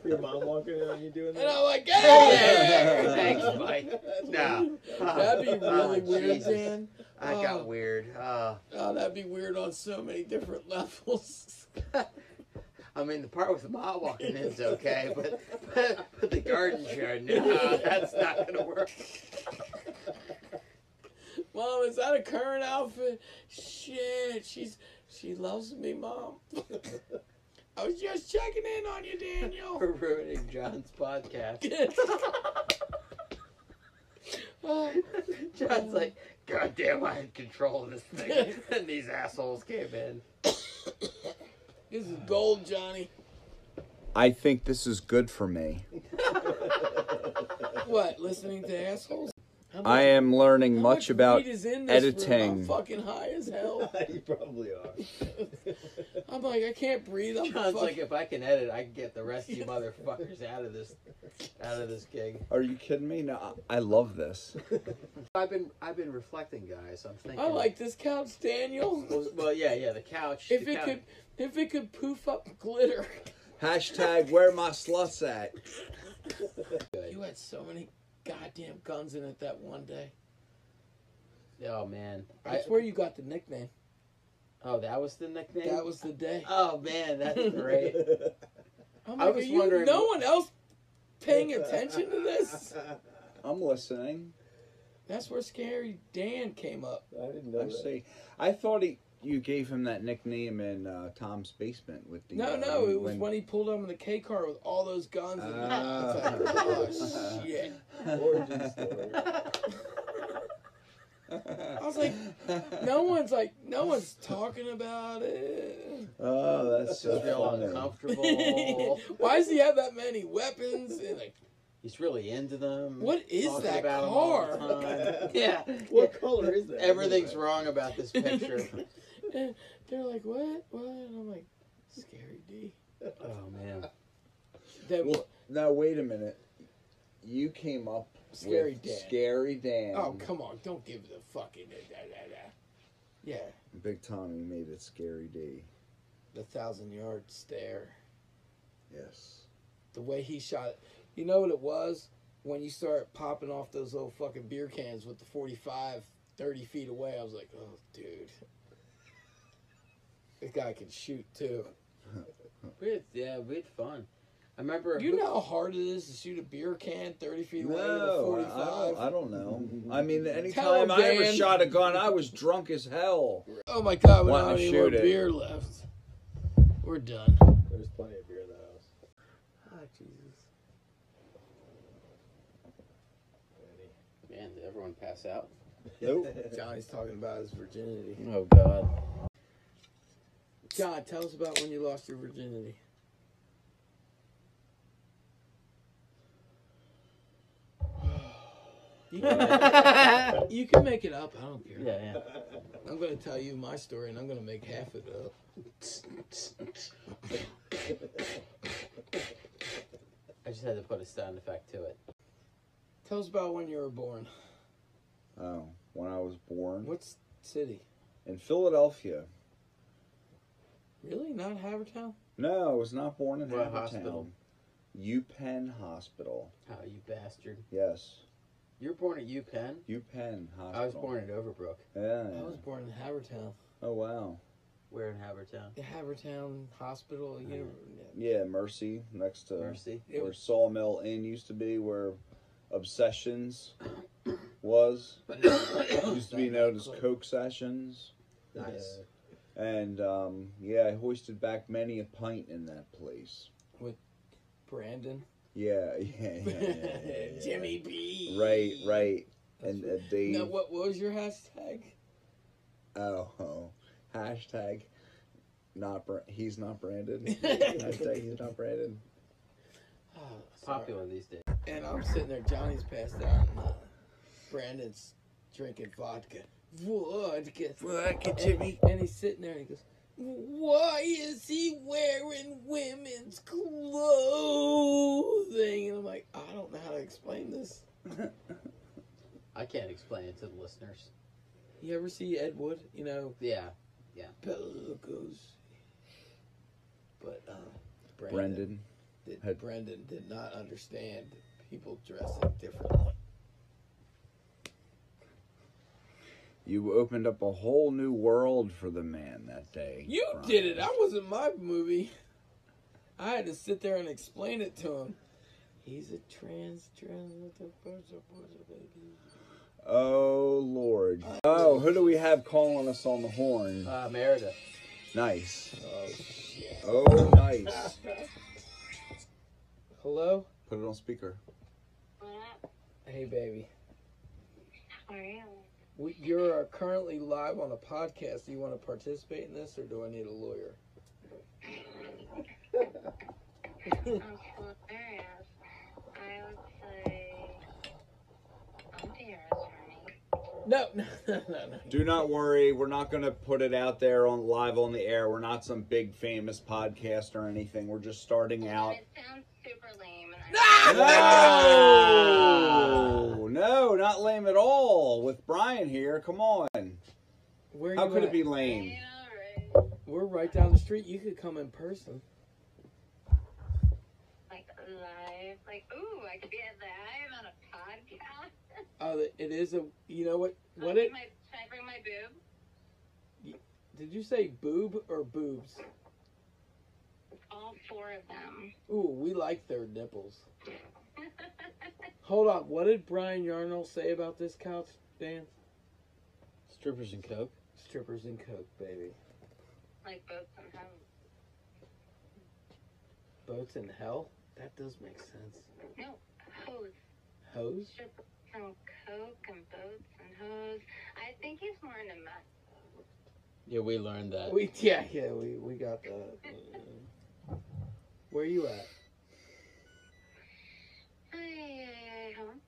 Your mom walking in on you doing And that? I'm like, hey! Thanks, Mike. No. that'd be really weird, Jesus. Dan. I Oh. got weird. Uh, Oh, that'd be weird on so many different levels. I mean, the part with the mile walking is okay, but, but, the garden chair, no, that's not going to work. Mom, is that a current outfit? Shit, she's she loves me, Mom. I was just checking in on you, We're Daniel. ruining John's podcast. Oh, John's like, God damn, I had control of this thing. and these assholes came in. this is gold, Johnny. I think this is good for me. What? Listening to assholes? How I much- am learning how much about weed is in this room? I'm editing. fucking high as hell. you probably are. I'm like, I can't breathe. I'm John's like, fucking. if I can edit, I can get the rest of you motherfuckers out of this, out of this gig. Are you kidding me? No, I I love this. I've been, I've been reflecting, guys. I'm thinking. I like this couch, Daniel. Well, well, yeah, yeah. The couch. If the it couch. could, if it could poof up glitter. Hashtag where my sluts at. You had so many goddamn guns in it that one day. Oh man. I, That's where you got the nickname. oh, that was the nickname. That was the day. Uh, Oh man, that's great. I'm I like, was are you- wondering- No one else paying attention to this. I'm listening. That's where Scary Dan came up. I didn't know I that. see. I thought he you gave him that nickname in uh, Tom's basement with the No, uh, no, it was when he pulled up in the K car with all those guns. And Ah. it's like, oh shit! Origin story. I was like, no one's like, no one's talking about it. Oh, that's so He's real funny. uncomfortable. Why does he have that many weapons? And like, He's really into them. What is Talking that about 'em all the car? time. yeah. What color is that? Everything's anyway? wrong about this picture. they're like, what, what? And I'm like, Scary D. oh man. That Well, now wait a minute. You came up Scary with Dan. Scary Dan. Oh come on! Don't give the fucking da, da, da, da. yeah Big Tommy made it Scary D. the thousand yard stare. Yes. The way he shot it. You know what it was when you start popping off those little fucking beer cans with the 45 30 feet away. I was like, oh dude, this guy can shoot too. We had, yeah, we had fun. I remember. You know how hard it is to shoot a beer can 30 feet away with a No, I- I 45. don't, I don't know. I mean, Tell him, anytime I ever Dan. shot a gun, I was drunk as hell. oh my god, we Why don't have not any more shoot it? beer left. We're done. There's plenty of beer in the house. Ah, Jesus. Man, did everyone pass out? Nope. Johnny's talking about his virginity. Oh God. John, tell us about when you lost your virginity. You can, you can make it up. I don't care. Yeah, yeah. I'm going to tell you my story, and I'm going to make half of it up. I just had to put a sound effect to it. Tell us about when you were born. Oh, when I was born What s- city? in Philadelphia. Really? Not Havertown? No, I was not born in What Havertown. hospital? UPenn Hospital. Oh, you bastard! Yes, You were born at UPenn. UPenn Hospital. I was born at Overbrook. Yeah. I was born in Havertown. Oh wow. We're in Havertown. The Havertown Hospital. You know, Yeah, Mercy next to Mercy. It where was- Sawmill Inn used to be, where Obsessions was used to be known as Coke Sessions, Nice. and um, yeah, I hoisted back many a pint in that place. Brandon. Yeah, yeah, yeah, yeah, yeah, yeah. Jimmy B. Right, right. And uh, Dave. Now, what, what was your hashtag? Oh, oh. hashtag not bra- he's not branded. hashtag he's not branded. Oh, sorry. Popular these days. And I'm sitting there, Johnny's passed out, and uh, Brandon's drinking vodka. Vodka. Vodka, Jimmy. And, he's sitting there and he goes, Why is he wearing women's clothing? And I'm like, I don't know how to explain this. I can't explain it to the listeners. You ever see Ed Wood? You know, Yeah. Pelagos. But, um, Brandon. Brendan. Did, had- Brendan did not understand people dressing differently. You opened up a whole new world for the man that day. You Brian. did it. That wasn't my movie. I had to sit there and explain it to him. He's a trans trans Oh Lord. Oh, who do we have calling us on the horn? Uh, Meredith. Nice. Oh shit. Oh, nice. Hello? Put it on speaker. Hey baby. Where am We, you're uh, currently live on a podcast. Do you want to participate in this or do I need a lawyer? I'm hilarious. I would say I'm the attorney. No, no, no, no, no. Do not worry. We're not going to put it out there on live on the air. We're not some big famous podcast or anything. We're just starting out. And it sounds super lame. And No, no, not lame at all. With Brian here, come on. Where How you could at? it be I, lame? yeah, alright. We're right down the street. You could come in person. Like live. Like, ooh, I could be live on a podcast. Oh, Uh, it- it is a. You know what? I'll What bring it? My, should I bring my boob? Did you say boob or boobs? All four of them. Ooh, we like their nipples. Hold on. What did Brian Yarnell say about this couch, Dan? Strippers and coke. Strippers and coke, baby. like both of them. Boats in hell. That does make sense. No, hose. Hose. Strip and coke and boats and hose. I think he's more into meth. Yeah, we learned that. We yeah yeah we we got that. Where you at? Hey, home.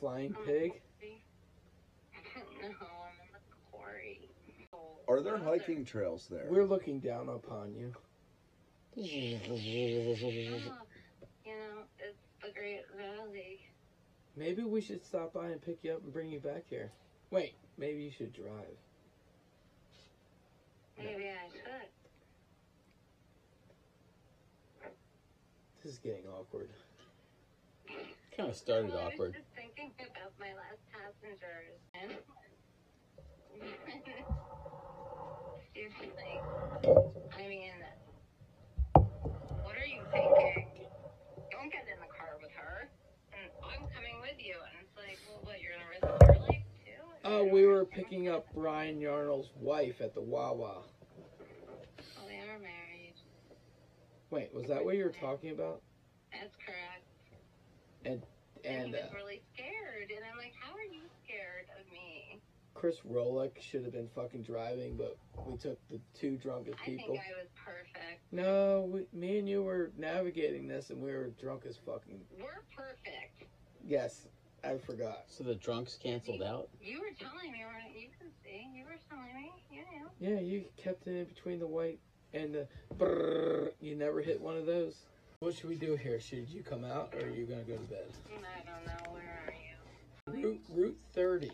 Flying pig. no, I'm in the quarry. Are there hiking trails there? We're looking down upon you. No, you know, it's the Great Valley. Maybe we should stop by and pick you up and bring you back here. Wait, maybe you should drive. Maybe I should. This is getting awkward. kind of started Well, awkward. I was just thinking about my last passengers. And It's like, I mean, what are you thinking? Don't get in the car with her. And I'm coming with you. And it's like, well, what, you're going to risk your life too? Oh, we were picking up Brian Yarnell's wife at the Wawa. Oh, they are married. Wait, was that what you were talking about? That's correct. And he uh, was really scared. And I'm like, how are you scared of me? Chris Rolick should have been fucking driving, but we took the two drunkest I people. think I was perfect. No, we, me and you were navigating this, and we were drunk as fucking. We're perfect. Yes, I forgot. So the drunks canceled out. You were telling me, weren't you? You can see. You were telling me. Yeah, yeah. Yeah, you kept it in between the white and the. Brrr, you never hit one of those. What should we do here? Should you come out or are you gonna go to bed? And I don't know. Where are you? Route Route thirty.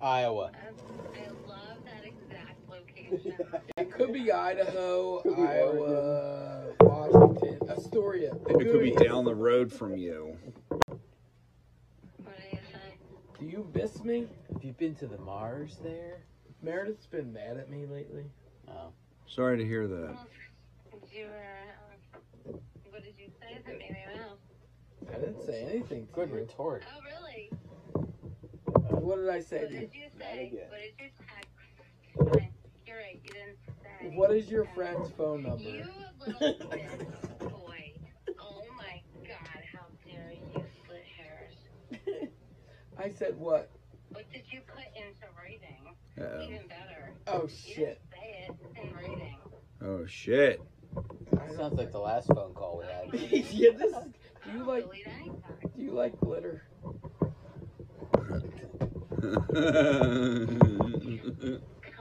Iowa. That's, I love that exact location. It could be Idaho, be Iowa, Washington, Astoria. It could be Goodyear. down the road from you. what do you think? Do you miss me? Have you been to the Mars there? Meredith's been mad at me lately. Oh. Sorry to hear that. You were. Um, what did you say that made me laugh? I didn't say anything to Good you. retort. Oh, really? What did I say What to you? did you say? again. What did you text? Fine. You're right. You didn't say. What is your friend's phone You number? little bitch boy. Oh my god, how dare you split hairs. I said what? What did you put into writing? Uh-oh. Even better. Oh You shit. didn't say it in writing. Oh shit! That sounds like the last phone call we yeah, had. this, yeah, this is, do you like Oh, delete anything. do you like glitter? Come on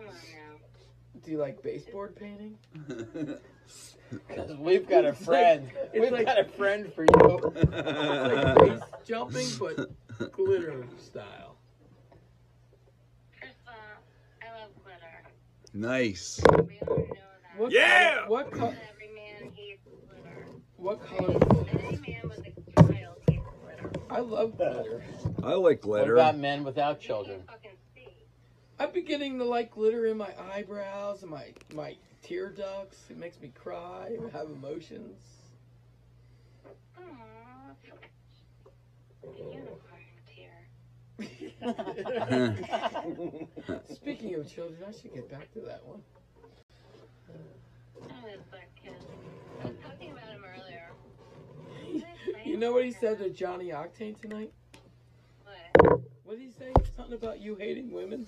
now. Do you like baseboard painting? Because we've got a friend. it's we've like- got a friend for you. It's like base jumping but glitter style. First of all, I love glitter. nice. We all know that. What Yeah! Color, what co- Every man hates glitter. what color? Every man with a child hates glitter. I love glitter. I like What glitter. about men without You children? can't fucking see. I've been getting the like glitter in my eyebrows and my my tear ducts. It makes me cry. I have emotions. Aww. The unicorn tear. Speaking of children, I should get back to that one. I miss that kid. I was talking about him earlier. What did I say You know what he about said him? to Johnny Octane tonight? What? What did he say? Something about you hating women.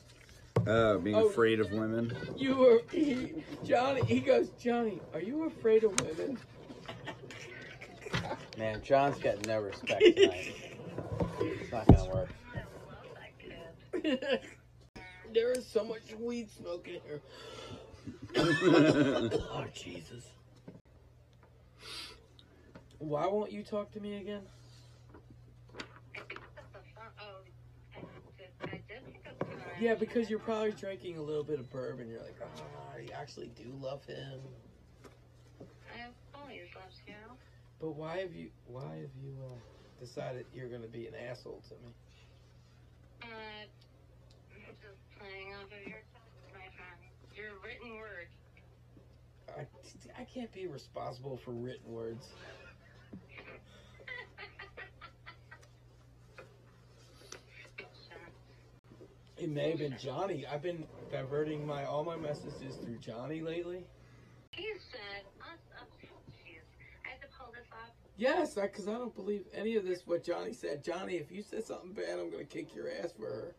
Oh, being Oh. afraid of women. You were he, Johnny. He goes, Johnny, are you afraid of women? Man, John's got no respect tonight. It's not gonna work. I love that kid. there is so much weed smoke in here. oh Jesus! Why won't you talk to me again? Yeah, because you're probably drinking a little bit of bourbon. You're like, ah, I actually do love him. I have always loved you. But why have you? Why have you uh, decided you're gonna be an asshole to me? Uh, just playing off of your thoughts, my friend. Your written word. I, I can't be responsible for written words. It may have been Johnny. I've been diverting my all my messages through Johnny lately. You said us up. Jeez, I have to pull this off. Yes, because I don't believe any of this what Johnny said. Johnny, if you said something bad, I'm gonna kick your ass for her.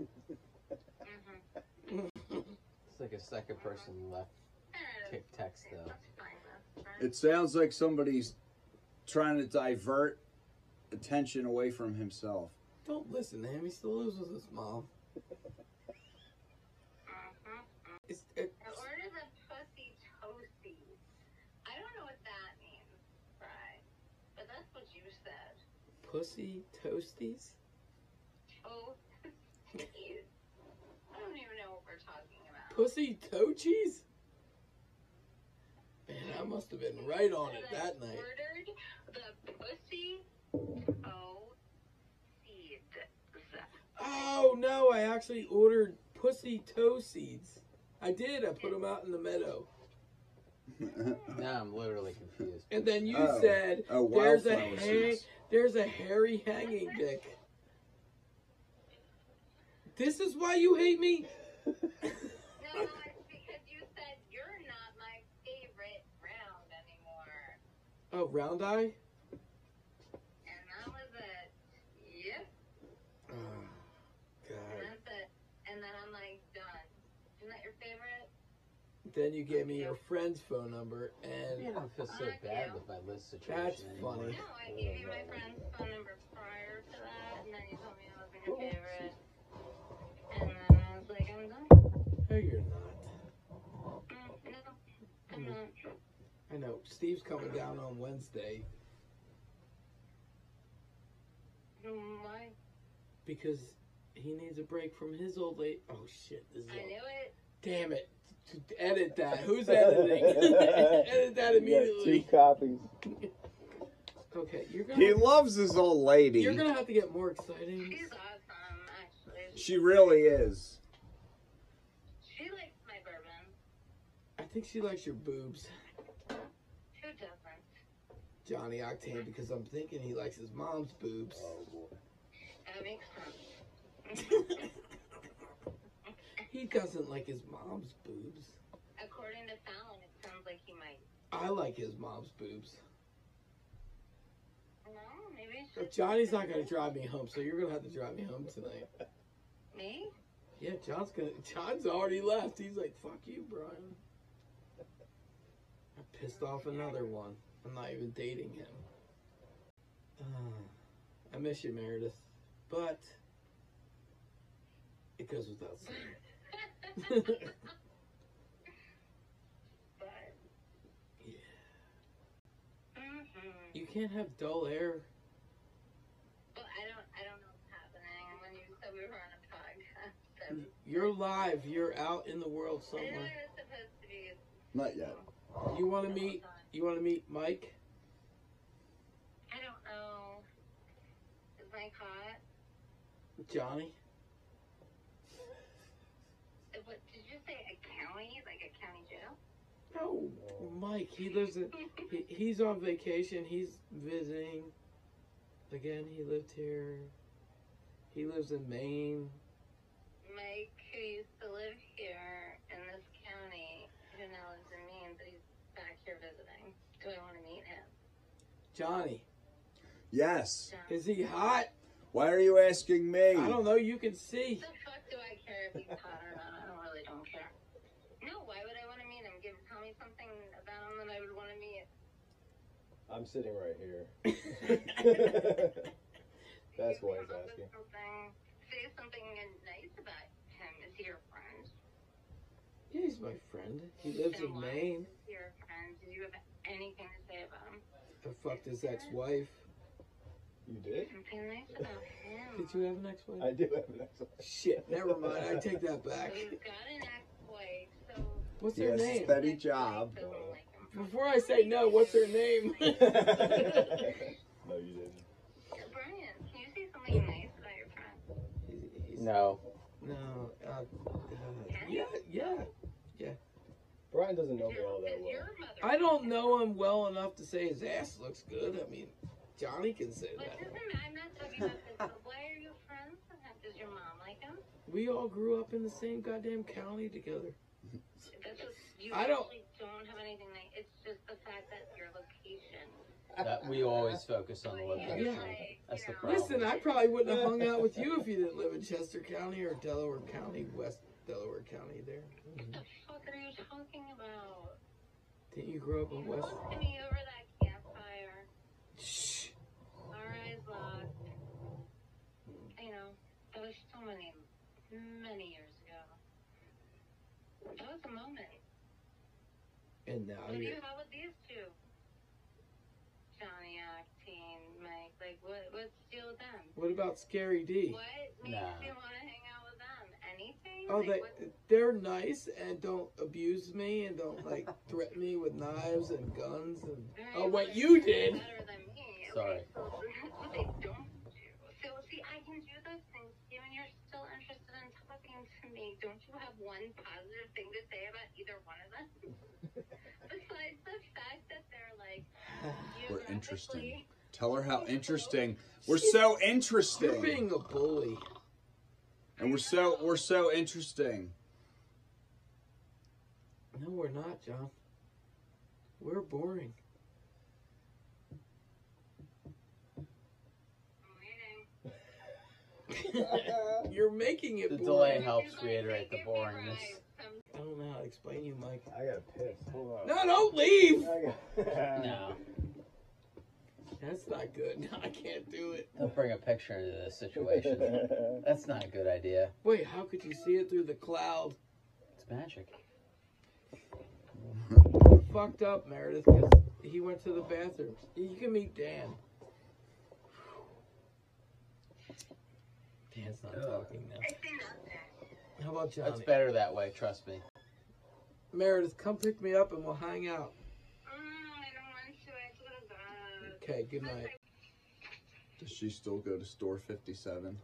Mm-hmm. It's like a second person left kick text though. That's fine, though. It sounds like somebody's trying to divert attention away from himself. Don't listen to him. He still lives with his mom. Mm-hmm. It's, it, The order the pussy toasties. I don't know what that means, Fry, but that's what you said. pussy toasties. Toasties. I don't even know what we're talking about. Pussy toachies. Man, I must have been right on it So they that night. Ordered the pussy toasties. Oh no, I actually ordered pussy toe seeds. I did. I put them out in the meadow. Now I'm literally confused. And then you Oh. said Oh, there's a wildflower hang, seeds. there's a hairy hanging dick. This is why you hate me? No, it's because you said you're not my favorite round anymore. Oh, round eye? And that was it. Yep, Oh, and God. that's it. And then I'm like, done. Isn't that your favorite? Then you gave me your friend's phone number You and don't feel so bad with my list situation. That's anymore. funny. No, I gave you my friend's phone number prior to that, and then you told me it wasn't your favorite. And then I was like, I'm done. no, you're not. Mm, no, I'm not. I know. Steve's coming down on Wednesday Mm, Why? because he needs a break from his old lady. Oh shit! This is I all- knew it. Damn it! Edit that. Who's editing? Edit that immediately. copies. Okay, you're gonna. He loves his old lady. You're gonna have to get more exciting. She's awesome, actually. She really is. She likes my bourbon. I think she likes your boobs, Who doesn't? Johnny Octane, because I'm thinking he likes his mom's boobs. That makes sense. He doesn't like his mom's boobs. According to Fallon, it sounds like he might. I like his mom's boobs. No, maybe it's But just- Johnny's not gonna drive me home, so you're gonna have to drive me home tonight. Me? Yeah, John's gonna. John's already left. He's like, "Fuck you, Brian." I pissed off another one. I'm not even dating him. Ah, I miss you, Meredith, but it goes without saying. But. Yeah. Mhm. you can't have dull air. Well, I don't, I don't know what's happening. When you said we were on a podcast, so Mm-hmm. You're live. You're out in the world I didn't know somewhere. it was supposed to be. Not yet. You want to meet? You want to meet Mike? I don't know. Is Mike hot? Johnny? Uh, What did you say? A county, like a county jail? No, Mike. He lives in. He, he's on vacation. He's visiting. Again, he lived here. He lives in Maine. Mike, who used to live here in this county, who now lives in Maine, but he's back here visiting. Do I want to meet him? Johnny, Yes. John. is he hot? Why are you asking me? I don't know. You can see. The fuck do I care if he's hot or not? I don't really don't care. No, why would I want to meet him? Give, tell me something about him that I would want to meet. I'm sitting right here. You That's why come he's up with asking. Something, say something nice about him? Is he your friend? Yeah, he's my friend. He lives And in why Maine. is he your friend? Did you have anything to say about him? I fucked his ex-wife. You did? Something nice about Did him. you have an ex-wife? I do have an excellent. Shit, never mind. I take that back. So you've got an ex-wife, so... What's her Yes, name? steady ex-wife job. doesn't like him. Before I say no, what's her name? no, you didn't. Brian, can you say something nice about your friend? No. no. Uh, uh, yeah, yeah. Brian doesn't know me all that Is well. your mother- I don't know him well enough to say his ass looks good. I mean, Johnny can say But that. doesn't matter. I'm not talking about this. But why are you friends with him? Does your mom like him? We all grew up in the same goddamn county together. This is you I don't- actually don't have anything like. It's just the fact that your location. That we always focus on the location. Yeah. That's the problem. Listen, I probably wouldn't have hung out with you if you didn't live in Chester County or Delaware County, West Delaware County there. What the fuck are you talking about? Didn't you grow up You in West? looked at me over that campfire. Shh. Our eyes locked. You know, that was so many, many years ago. That was a moment. And now What do you you have with these two? Johnny Octane, Mike, like what what's the deal with them? What about Scary D? What makes Nah. you wanna hang out with them? Anything? Oh, like, they what's- they're nice and don't abuse me and don't like threaten me with knives and guns and Alright, oh well, wait they're you doing did Better than me. Okay, Sorry. so that's what they don't do. So see, I can do those things, even you're still interested in talking to me. Don't you have one positive thing to say about either one of them? Besides the fact that they're like We're geographically- interesting. Tell her how interesting. We're so you're interesting, being a bully and we're so we're so interesting. no we're not John we're boring I'm waiting. you're making it The boring delay helps Like, reiterate they the give me boringness. rides some- I don't know how to explain you Mike I got piss. Hold on. no don't leave I got- No, that's not good no, I can't do it don't bring a picture into this situation. That's not a good idea. wait how could you see it through the cloud It's magic. you fucked up Meredith because he went to the bathroom you can meet Dan Dan's not talking now. I say nothing. how about Johnny That's better that way. Trust me. Meredith come pick me up and we'll hang out Mm, I don't want to. I have to go to bed. Okay, good night. Does she still go to store fifty seven?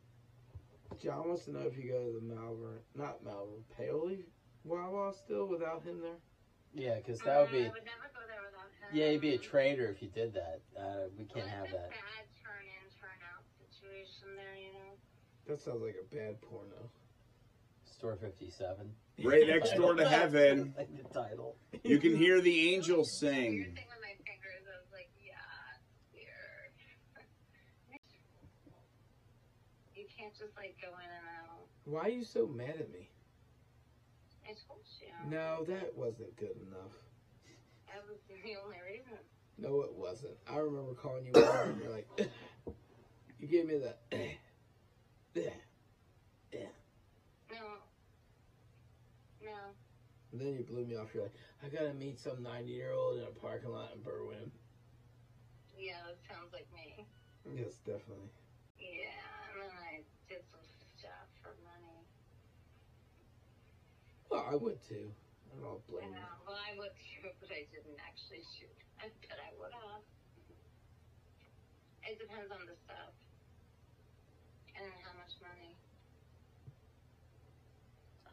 John wants to know if you go to the Malvern, not Malvern, Paoli Wawa still without him there. Yeah, because that would Mm, be. I would never go there without him. Yeah, you'd be a traitor if you did that. Uh, we Well, can't have it's that. a bad turn in, turn out situation there, you know? That sounds like a bad porno. Store 57. Right next door to heaven. Like the title. You can hear the angels Weird sing. thing with my fingers, I was like, yeah, weird. you can't just, like, go in and out. Why are you so mad at me? I told you. No, that wasn't good enough. That was the only reason. No, it wasn't. I remember calling you out and you're like, you gave me that. No. No. And then you blew me off. You're like, I gotta meet some 90 year old in a parking lot in Berwyn. Yeah, that sounds like me. Yes, definitely. Yeah, and then I did some stuff for money. Well, I would too. I don't blame And, you. uh, well, I would shoot, but I didn't actually shoot. I bet I would have. It depends on the stuff. And then how much money.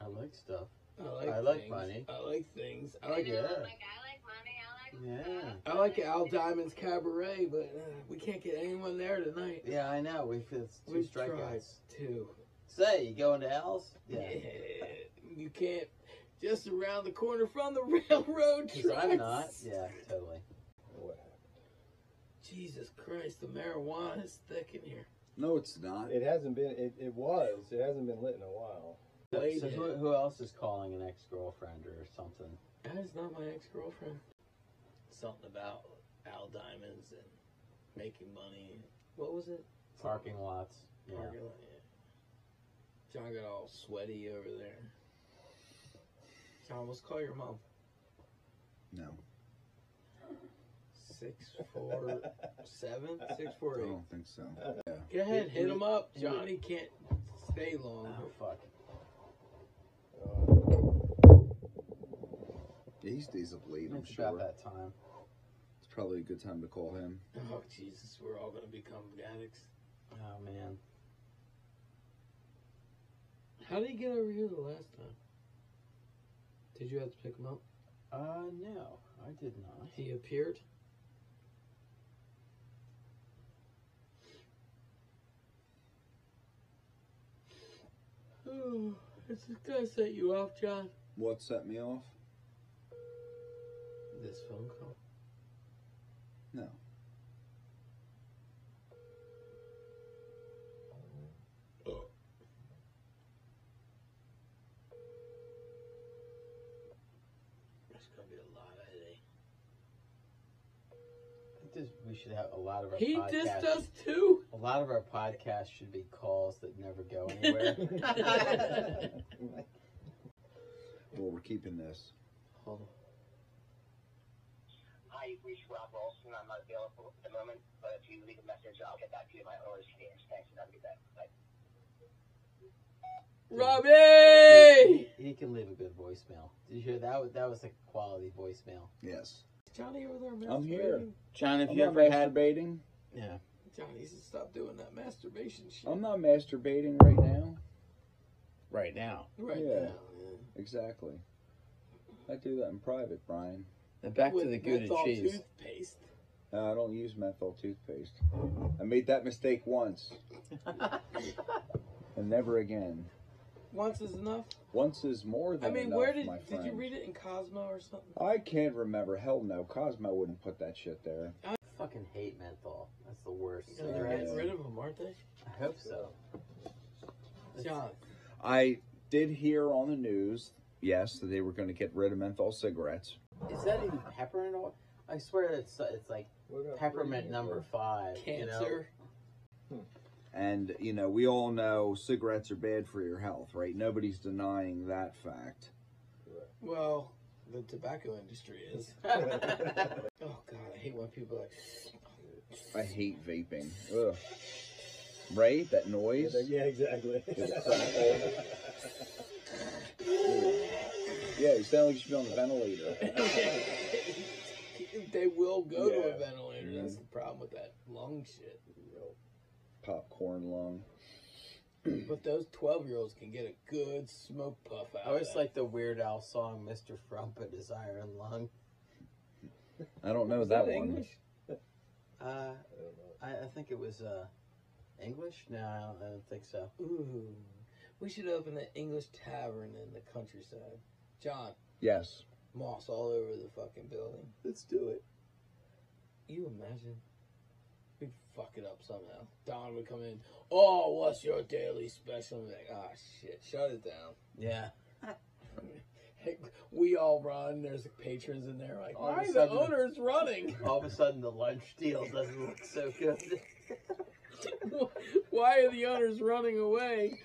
I like stuff. I like, I like things. money. I like things. I like you know, that. Like, I like money, I like Yeah. stuff. I like Al Diamond's Cabaret, but uh, we can't get anyone there tonight. Yeah, I know. We've it's two We've tried strikeouts. to. Say, you going to Al's? Yeah. Yeah. You can't just around the corner from the railroad Because I'm tracks. not. Yeah, totally. Jesus Christ, the marijuana is thick in here. No, it's not. It hasn't been. It, it was. It hasn't been lit in a while. So, Wait so a- who, who else is calling an ex girlfriend or something? That is not my ex girlfriend. Something about Al Diamonds and making money. What was it? Parking lots. Yeah. Parking lot, yeah. John got all sweaty over there. John, let's call your mom. No. Six four seven six four I eight. don't think so. Go ahead, hit him up. he- Johnny can't stay long. Oh, fuck. Yeah, he stays up late, I'm It's sure. about that time. It's probably a good time to call him. Oh Jesus, we're all gonna become addicts. Oh man. How did he get over here the last time? Did you have to pick him up? Uh no, I did not. He appeared. Oh, is this guy set you off, John? What set me off? This phone call. No. That's gonna be a lot of headache. I think this- we should have a lot of our He podcasts. dissed us too. A lot of our podcasts should be calls that never go anywhere. Well, we're keeping this. Hold on. Hi, you've reached Rob Wilson. I'm not available at the moment, but if you leave a message, I'll get back to you at my earliest convenience. Thanks, and I'll be back. Bye. he, Robbie! he can leave a good voicemail. Did you hear that? was- That was a quality voicemail. Yes. Johnny over there, I'm here. masturbating. John, if I'm you not ever had masturbating. Yeah. Johnny, you should stop doing that masturbation shit. I'm not masturbating right now. right now, right yeah. now. Exactly. I do that in private, Brian. and back With to the Gouda menthol cheese. toothpaste. No, I don't use menthol toothpaste. I made that mistake once. and never again. Once is enough. Once is more than I mean, enough, where did my did you friend. read it in Cosmo or something? I can't remember. Hell no. Cosmo wouldn't put that shit there. Fucking hate menthol. That's the worst. Yeah, they're cigarette. getting rid of them, aren't they? I hope so. John, I did hear on the news, yes, that they were going to get rid of menthol cigarettes. Is that even peppermint oil? I swear it's it's like peppermint number five. You know? cancer. And, you know, we all know cigarettes are bad for your health, right? Nobody's denying that fact. Well, the tobacco industry is. Oh God, I hate when people are like. I hate vaping. Ugh. Right? That noise? Yeah, exactly. The crackle. Yeah, you sound like you should be on the ventilator. they will go to Yeah. a ventilator. Mm-hmm. That's the problem with that lung shit. Popcorn lung. But those twelve-year-olds can get a good smoke puff out. I always of that. like the Weird Al song, Mr. Frumpet is Iron Lung. I don't know Is that, one. English. Uh, I, I think it was uh, English? No, I don't, I don't think so. Ooh, we should open an English tavern in the countryside. John, Yes. moss all over the fucking building. Let's do it. You imagine? We'd fuck it up somehow. Don would come in. Oh, what's your daily special? And be like, ah, shit, shut it down. Yeah. Hey, we all run. There's patrons in there. Like, All of why a the sudden- owner's running? All of a sudden, the lunch deal doesn't look so good. why are the owners running away?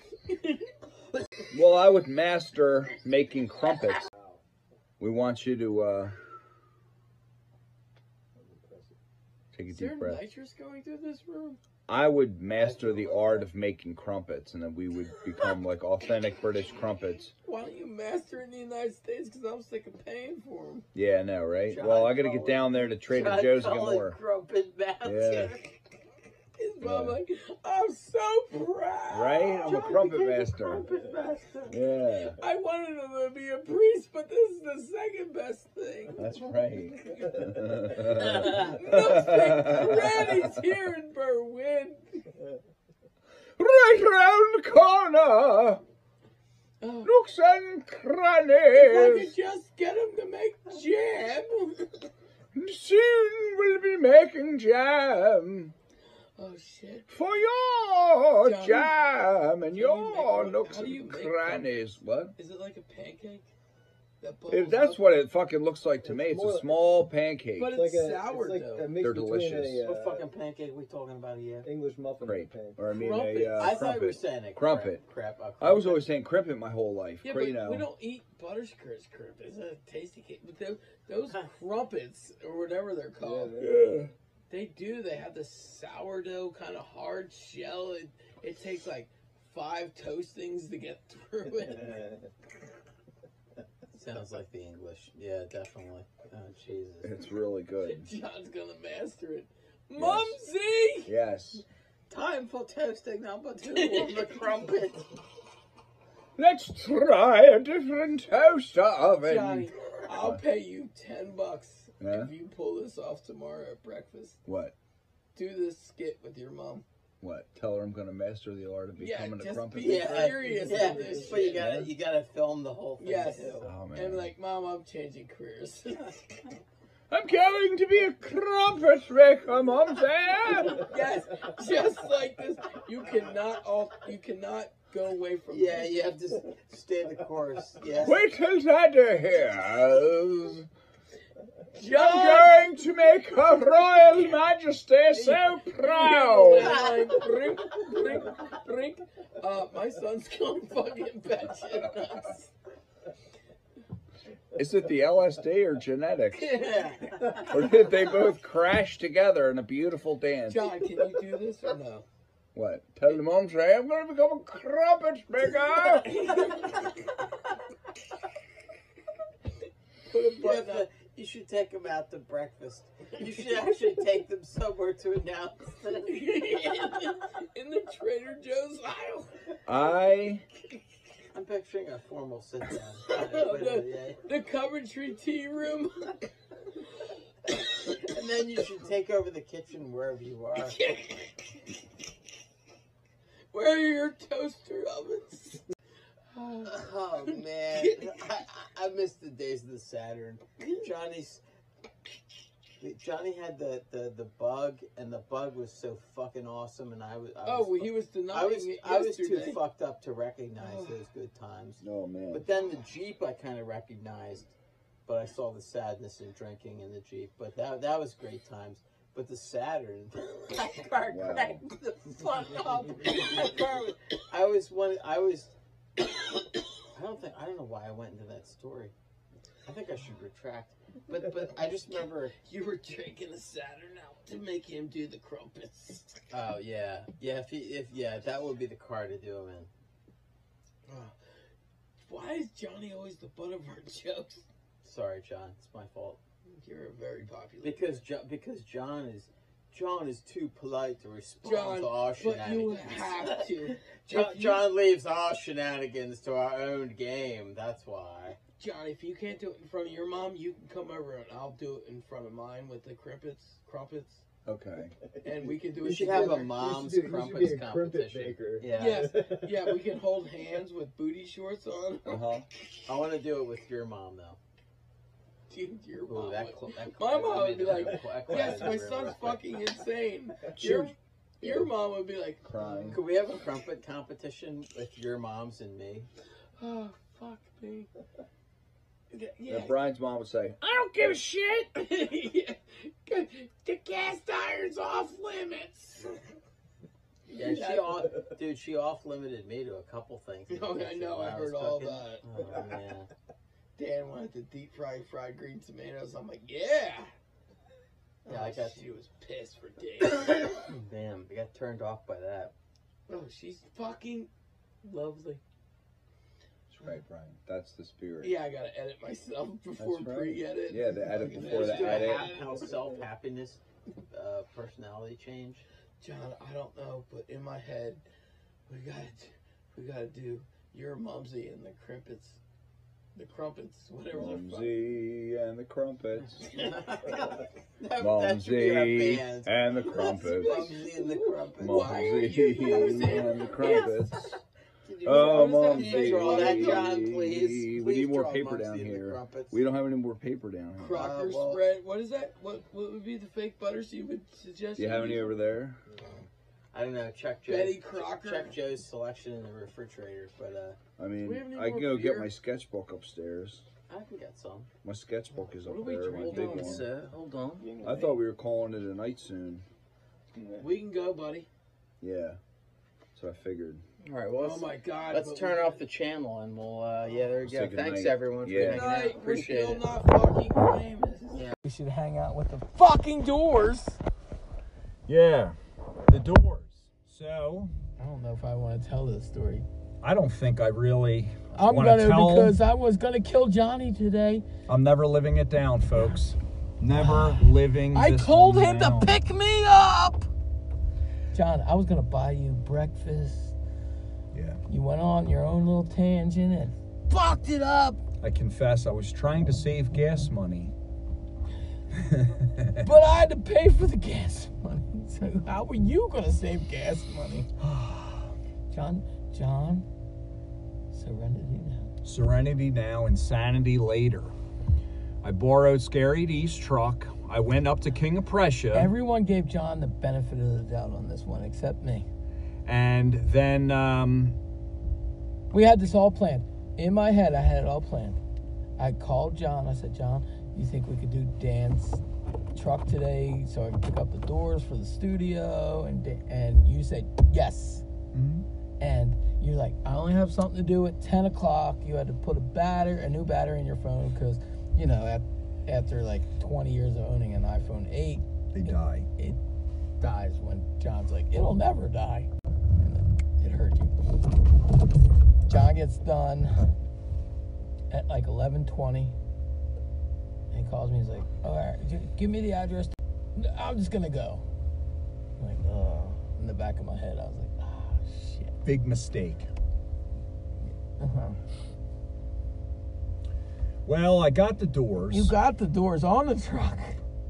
Well, I would master making crumpets. We want you to uh, take a Is there deep breath. nitrous going through this room? I would master the art of making crumpets, and then we would become like authentic British crumpets. Why don't you master it in the United States? Because I'm sick of paying for them. Yeah, I know, right? John well, I gotta get Cullen. down there to Trader John Joe's and get Cullen more. Crumpet Master. His mom like, I'm so proud. Right? I'm a John crumpet became master." crumpet master. Yeah, I wanted him to be a priest, but this is the second best thing. that's right. Nothing. Granny's here in Berwyn. right round corner, Oh, nooks and if I crannies. could just get him to make jam. Soon we'll be making jam Oh shit. for your Johnny, jam and you make your one? nooks How do you and make crannies. What? Is it like a pancake? That If that's what it fucking looks like to me, it's a small pancake. But It's like it's, a, sour it's like though. a mix They're between delicious. a What uh, fucking pancake we talking about here? English muffin Crepe. and a pancake. Or I mean, Crumpets. a, uh, I thought crumpet. we were saying a Crumpet. Crap. I was always saying crimpet my whole life. Yeah, Cri- but you know. we don't eat butterscotch crumpets. That's a tasty cake. But those, those crumpets or whatever they're called, they do. They have this sourdough kind of hard shell. It, it takes like five toastings to get through it. Sounds like the English. Yeah, definitely. Oh Jesus. It's really good. John's gonna master it. Mumsy, Yes. Time for toasting number two on the crumpet. Let's try a different toaster oven. Johnny, I'll pay you ten bucks Yeah? if you pull this off tomorrow at breakfast. What? Do this skit with your mom. What? Tell her I'm gonna master the art of Yeah, becoming a just crumpet. be Yeah, serious yeah. with this But you shit. gotta you gotta film the whole thing. Yes. too. Oh man. And like, mom, I'm changing careers. I'm going to be a crumpet maker, mom. Dad. yes, just like this. You cannot off. You cannot go away from. Yeah, this. you have to s- stay the course. Yes. Wait till Daddy hears. John. I'm going to make her Royal Majesty so proud. Brink, brink, brink. Uh, my son's going fucking batshit nuts. Is it the LSD or genetics? Yeah. Or did they both crash together in a beautiful dance? John, can you do this or no? What? Tell the mom, say, I'm going to become a crumpet maker. Put a You, have button to- up. you should take them out to breakfast. You should actually take them somewhere to announce in, that. the, in the Trader Joe's aisle. I I'm picturing a formal sit down. The Coventry tea room. And then you should take over the kitchen wherever you are. Where are your toaster ovens? Oh man, I, I I miss the days of the Saturn. Johnny's Johnny had the, the, the bug, and the bug was so fucking awesome. And I was I Oh, was, well, he was denying I was it I was too yesterday. fucked up to recognize those good times. Oh man. But then the Jeep I kind of recognized, but I saw the sadness in drinking in the Jeep. But that that was great times. But the Saturn, my car Wow. cracked the fuck up. My car was, I was one. I was. I don't think I don't know why I went into that story. I think I should retract. But but I just remember. You were drinking the Saturn out to make him do the crumpets. Oh yeah, yeah. If he, if yeah, that would be the car to do him in. Why is Johnny always the butt of our jokes? Sorry, John. It's my fault. You're very popular. Because John, because John is John is too polite to respond John, to our but you shenanigans. have to. John, If you- John leaves our shenanigans to our own game. That's why. John, if you can't do it in front of your mom, you can come over and I'll do it in front of mine with the crumpets, crumpets, Okay. and we can do We it should have together. a mom's You should do- you should be crumpets a crumpet competition. maker. Yeah. Yes. Yeah, we can hold hands with booty shorts on. Uh huh. I want to do it with your mom though. Dude, your Ooh, mom. that, cl- would- that My cl- mom I would be mean, like, that cl- that cl- yes, that my cl- son's that cl- fucking insane. Your, Shoot. your mom would be like, Crying. Could we have a crumpet competition with your moms and me? Oh, fuck me. Yeah. Yeah. Brian's mom would say, I don't give a shit. the cast iron's off limits. Yeah, she off, dude, she off limited me to a couple things. in the Oh, I kitchen know. while I was heard all cooking. that. Oh man. Dan wanted the deep fried fried green tomatoes. I'm like, yeah. Yeah, I Oh, got- She was pissed for days. Damn, I got turned off by that. oh, she's fucking lovely. "That's right, Brian. That's the spirit." Yeah, I gotta edit myself before That's right. pre-edit. Yeah, the edit Fucking before the edit. Do I edit. have how self happiness, uh, personality change? John, I don't know, but in my head, we gotta, do, we gotta do your mumsy and the crimpets, the crumpets, whatever the fuck. Mumsy and the crumpets. that, that should be our Mumsy band. and the crumpets. Mumsy and the Crumpets. Why are you Mumsy using- and the crumpets. Did you Oh, what was that Mumsy. picture? All that, John, We please. please need more draw paper Mumsy down and the here. Crumpets. We don't have any more paper down here. Crocker Uh, well- spread. What is that? What what would be the fake butters you would suggest? Do you have any over there? I don't know. Check Joe's, Betty Crocker? Check Joe's selection in the refrigerator, but uh, I We have mean, any I can more go get beer? my sketchbook upstairs. I can get some. My sketchbook is up What are we there. My big drinking? one. sir? Hold on. I thought we were calling it a night soon. We can go, buddy. Yeah. So I figured. All right. Well, Oh let's, my God. let's but turn we- off the channel and we'll. Uh, yeah, there you Let's go. say good Thanks night. everyone for Yeah. hanging out. Night, We're Appreciate still it. not fucking famous. We should hang out with the fucking doors. Yeah. The doors. So I don't know if I want to tell this story. I don't think I really. I'm Wanna gonna tell 'em? because I was gonna kill Johnny today. I'm never living it down, folks. Never living. I this told one him down. to pick me up. John, I was gonna buy you breakfast. Yeah. You went on your own little tangent and fucked it up. I confess, I was trying to save gas money. But I had to pay for the gas money. So how were you gonna save gas money? John, John, serenity now. Serenity now, insanity later. I borrowed Scary D's truck. I went up to King of Prussia, Everyone gave John the benefit of the doubt on this one except me. and then um, We had this all planned. In my head, I had it all planned. I called John. I said, John, you think we could do Dan's truck today so I can pick up the doors for the studio? And Da- and you said yes. Mm-hmm. And you're like, I only have something to do at 10 o'clock. You had to put a batter, a new battery in your phone because, you know, at, after like 20 years of owning an iPhone 8, they die. it dies when John's like, it'll never die. And then it hurt you. John gets done at like 11.20. And he calls me. He's like, all right, gi- give me the address. N- I'm just going to go. I'm like, oh. In the back of my head, I was like, oh, shit. Big mistake. Uh-huh. Well, I got the doors. You got the doors on the truck.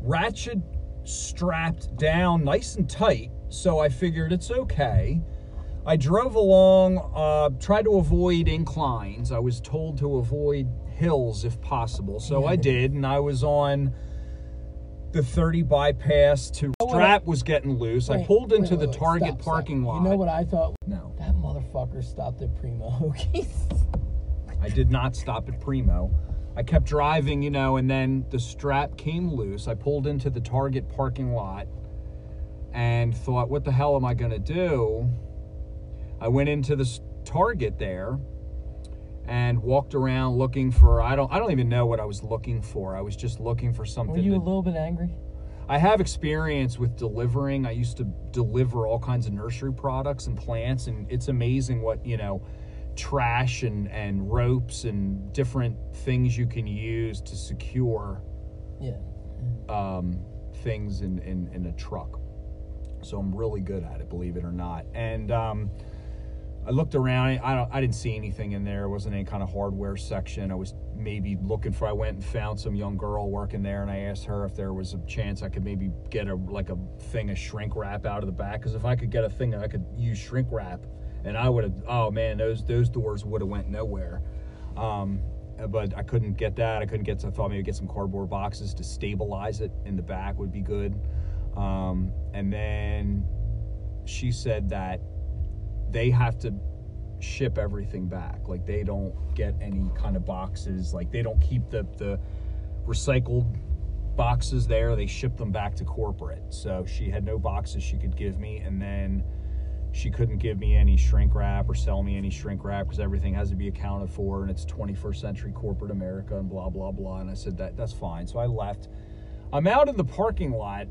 ratchet strapped down nice and tight, so I figured it's okay. I drove along, uh, tried to avoid inclines. I was told to avoid hills if possible, so I did, and I was on the 30 bypass to Oh, wait, strap was getting loose. I Wait, pulled wait, into wait, the wait, Target stop, stop. parking lot. You know what I thought? No, That motherfucker stopped at Primo Hoagies. I did not stop at Primo. I kept driving, you know, and then the strap came loose. I pulled into the Target parking lot and thought, what the hell am I going to do? I went into this Target there and walked around looking for I don't I don't even know what I was looking for. I was just looking for something. Were you a to- little bit angry? I have experience with delivering. I used to deliver all kinds of nursery products and plants, and it's amazing what, you know, trash and, and ropes and different things you can use to secure Yeah. um, things in, in, in a truck. So I'm really good at it, believe it or not. And um, I looked around. I- I don't. I didn't see anything in there. It wasn't any kind of hardware section. I was maybe looking for. I went and found some young girl working there, and I asked her if there was a chance I could maybe get a like a thing of shrink wrap out of the back. Because if I could get a thing, I could use shrink wrap, and I would have. Oh man, those those doors would have went nowhere. Um, but I couldn't get that. I couldn't get. So I thought maybe get some cardboard boxes to stabilize it in the back would be good. Um, and then she said that they have to ship everything back. Like they don't get any kind of boxes. Like they don't keep the the recycled boxes there. They ship them back to corporate. So she had no boxes she could give me, and then she couldn't give me any shrink wrap or sell me any shrink wrap because everything has to be accounted for and it's 21st century corporate America and blah blah blah. And I said that that's fine. So I left. I'm out in the parking lot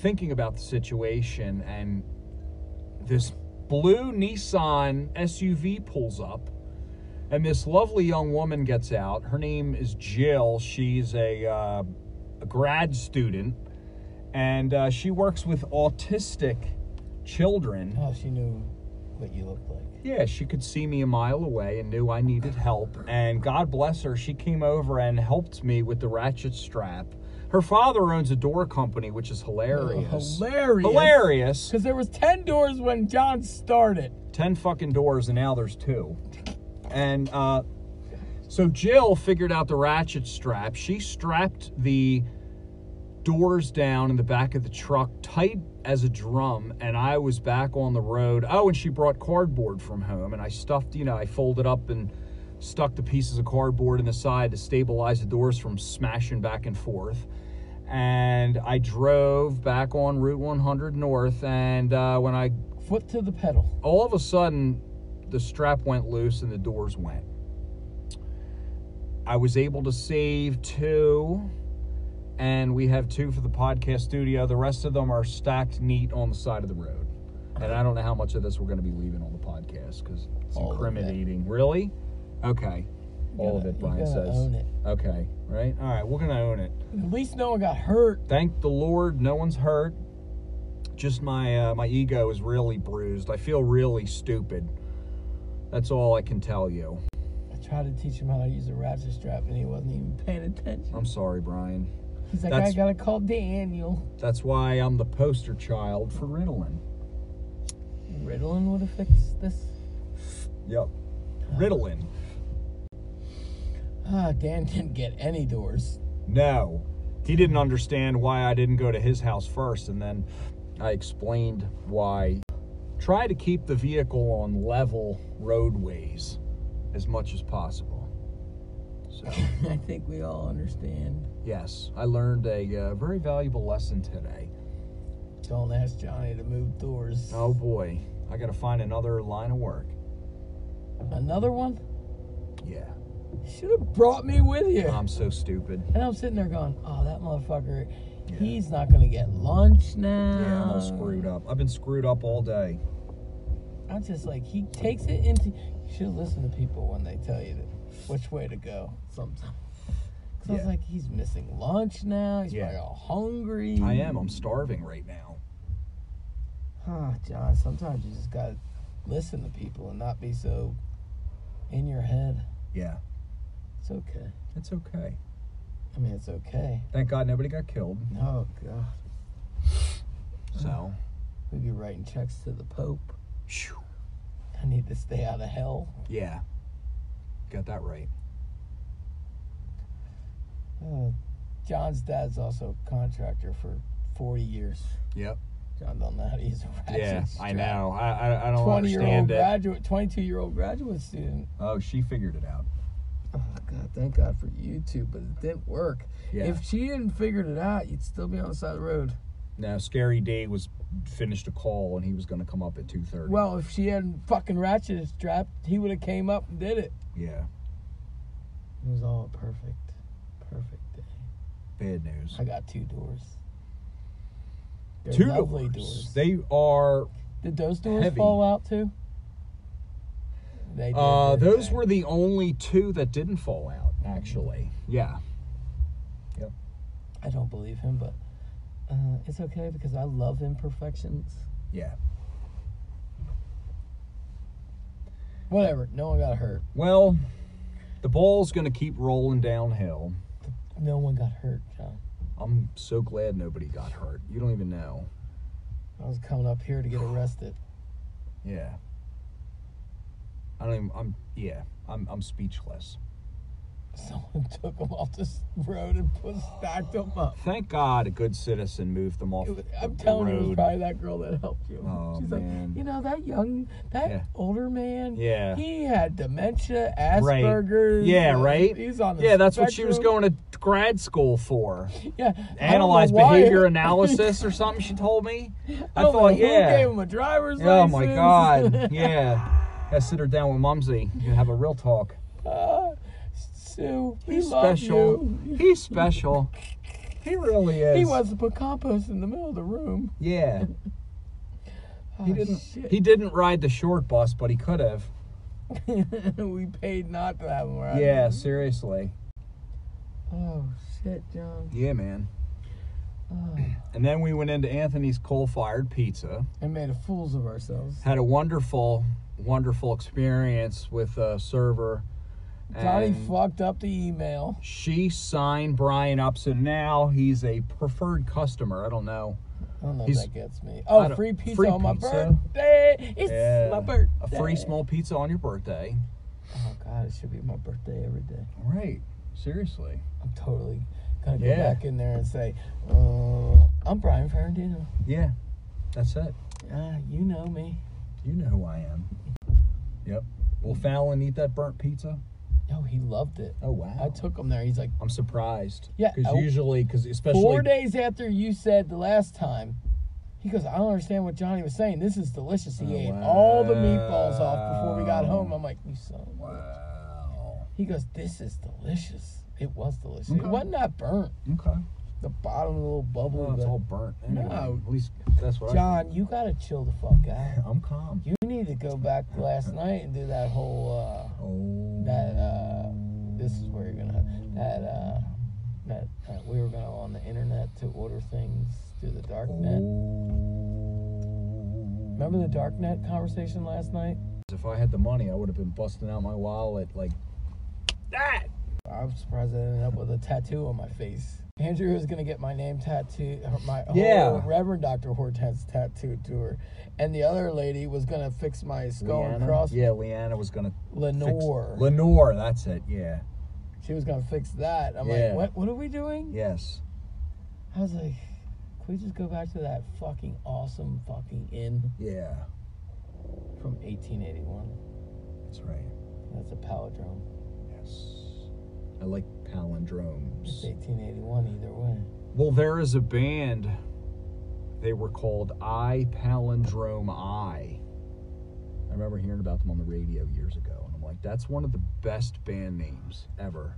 thinking about the situation and this blue Nissan SUV pulls up, and this lovely young woman gets out. Her name is Jill. She's a, uh, a grad student, and uh, she works with autistic children. Oh, she knew what you looked like. Yeah, she could see me a mile away and knew I needed help. And God bless her, she came over and helped me with the ratchet strap. Her father owns a door company, which is hilarious. Oh, Hilarious. Hilarious. Because there was ten doors when John started. 10 fucking doors and now there's two and uh, so jill figured out the ratchet strap she strapped the doors down in the back of the truck tight as a drum and i was back on the road oh and she brought cardboard from home and i stuffed you know i folded up and stuck the pieces of cardboard in the side to stabilize the doors from smashing back and forth. And I drove back on Route 100 North, and uh, when I Foot to the pedal. all of a sudden the strap went loose and the doors went. I was able to save two, and we have two for the podcast studio. The rest of them are stacked neat on the side of the road. And I don't know how much of this we're going to be leaving on the podcast because it's All of it. incriminating. Really? Okay. All of it, You Brian gotta says. Own it. Okay, right? All right, we're going to own it At least no one got hurt. thank the Lord, no one's hurt. Just my uh, my ego is really bruised. I feel really stupid. That's all I can tell you. I tried to teach him how to use a ratchet strap, and he wasn't even paying attention. I'm sorry, Brian. He's like, that's- I gotta call Daniel. That's why I'm the poster child for Ritalin. Ritalin would have fixed this. Yep. Ritalin. Ah, Dan didn't get any doors. No. He didn't understand why I didn't go to his house first, and then I explained why. Try to keep the vehicle on level roadways as much as possible. So. I think we all understand. Yes, I learned a uh, very valuable lesson today. Don't ask Johnny to move doors. Oh boy, I gotta find another line of work. Another one? Yeah, Should have brought me with you. I'm so stupid. And I'm sitting there going, oh, that motherfucker, Yeah. he's not going to get lunch now. Yeah, I'm all screwed up. I've been screwed up all day. I'm just like, he takes it into. You should listen to people when they tell you that, which way to go sometimes. Because I was Yeah. like, he's missing lunch now. He's Yeah. probably all hungry. I am. I'm starving right now. Huh, Ah, John, sometimes you just got to listen to people and not be so in your head. Yeah, It's okay. it's okay. I mean, it's okay. Thank God nobody got killed. Oh, God. So, We'd be writing checks to the Pope. phew, I need to stay out of hell. yeah, got that right. Uh, John's dad's also a contractor for 40 years. Yep. John don't know how to use a ratchet Yeah, I strap. know. I I, I don't 20 year old understand it. graduate, 22 year old graduate student. Oh, she figured it out. Oh God, thank God for YouTube, but it didn't work. Yeah. If she hadn't figured it out, you'd still be on the side of the road. now, Scary D was finished a call and he was gonna come up at two thirty. Well, if she hadn't fucking ratchet strapped, he would have came up and did it. yeah, It was all perfect, perfect day. bad news. I got two doors. They're Two lovely doors. doors. They are. Did those doors Heavy. fall out too? They did, Uh, didn't those they? were the only two that didn't fall out, actually. Yeah. I don't believe him, but uh, it's okay because I love imperfections. Yeah. Whatever. No one got hurt. Well, the ball's going to keep rolling downhill. No one got hurt, John. I'm so glad nobody got hurt. You don't even know. I was coming up here to get arrested. Yeah. I don't even. I'm. Yeah. I'm. I'm speechless. Someone took him off this road and put, stacked him up. Thank God a good citizen moved them off It was, the, I'm the telling you, it was road. probably that girl that helped you. Oh, She's man. like, you know, that young, that Yeah. older man, Yeah. he had dementia, Right. Asperger's. Yeah, uh, right? He's on the yeah, that's what she was spectrum." going to grad school for. Yeah. I don't know Analyze why. behavior analysis or something, she told me. I, don't know thought, yeah. Who gave him a driver's Oh my license. God! Yeah, gotta sit her down with Mumsy and have a real talk. Ah, Sue, we He's love special. you. He's special. He really is. He wants to put compost in the middle of the room. Yeah. He Oh, didn't. shit. He didn't ride the short bus, but he could have. we paid not to have him around. Yeah, seriously. Oh shit, John. Yeah, man. Oh. And then we went into Anthony's coal-fired pizza. And made a fools of ourselves. Had a wonderful, wonderful experience with a server. Johnny and- fucked up the email. she signed Brian up, so now he's a preferred customer. I don't know. I don't know He's- if that gets me. I Oh, don't- free pizza free on my pizza? birthday. It's Yeah. my birthday. A free small pizza on your birthday. Oh god, it should be my birthday every day. Right. Seriously. I'm totally gonna go Yeah. back in there and say, uh, I'm Brian Ferrandino. Yeah. That's it. Ah, you know me. You know who I am. Yep. Will Fallon eat that burnt pizza? Yo, he loved it. Oh wow. I took him there. He's like, I'm surprised. Yeah, Because I- usually, because especially four days after you said the last time, he goes, I don't understand what Johnny was saying. This is delicious. He Oh, ate all the meatballs off wow. before we got home. I'm like, you son of a bitch." He goes, this is delicious. It was delicious. It Okay. wasn't that burnt. Okay. The bottom of the little bubble. Well, Oh, it's but- all burnt. Anyway, No. At least that's what I John, you gotta chill the fuck out. think. I'm calm. You need to go back last night and do that whole uh Oh. that uh this is where you're gonna that uh that uh, we were gonna on the internet to order things through the dark net. Remember the dark net conversation last night? If I had the money, I would have been busting out my wallet like that. I'm surprised I ended up with a tattoo on my face. Andrew was gonna get my name tattooed, or my whole Yeah. Reverend Dr. Hortense tattooed to her, and the other lady was gonna fix my skull and Leanna? cross. Yeah, Leanna was gonna. Lenore. Fix, Lenore, that's it. Yeah. she was gonna fix that. I'm Yeah. like, what? What are we doing? Yes. I was like, can we just go back to that fucking awesome fucking inn Yeah. from 1881? That's right. That's a palindrome. Yes. I like It's palindromes. 1881 either way. Well, there is a band. They were called I Palindrome I. I remember hearing about them on the radio years ago, and I'm like, that's one of the best band names ever.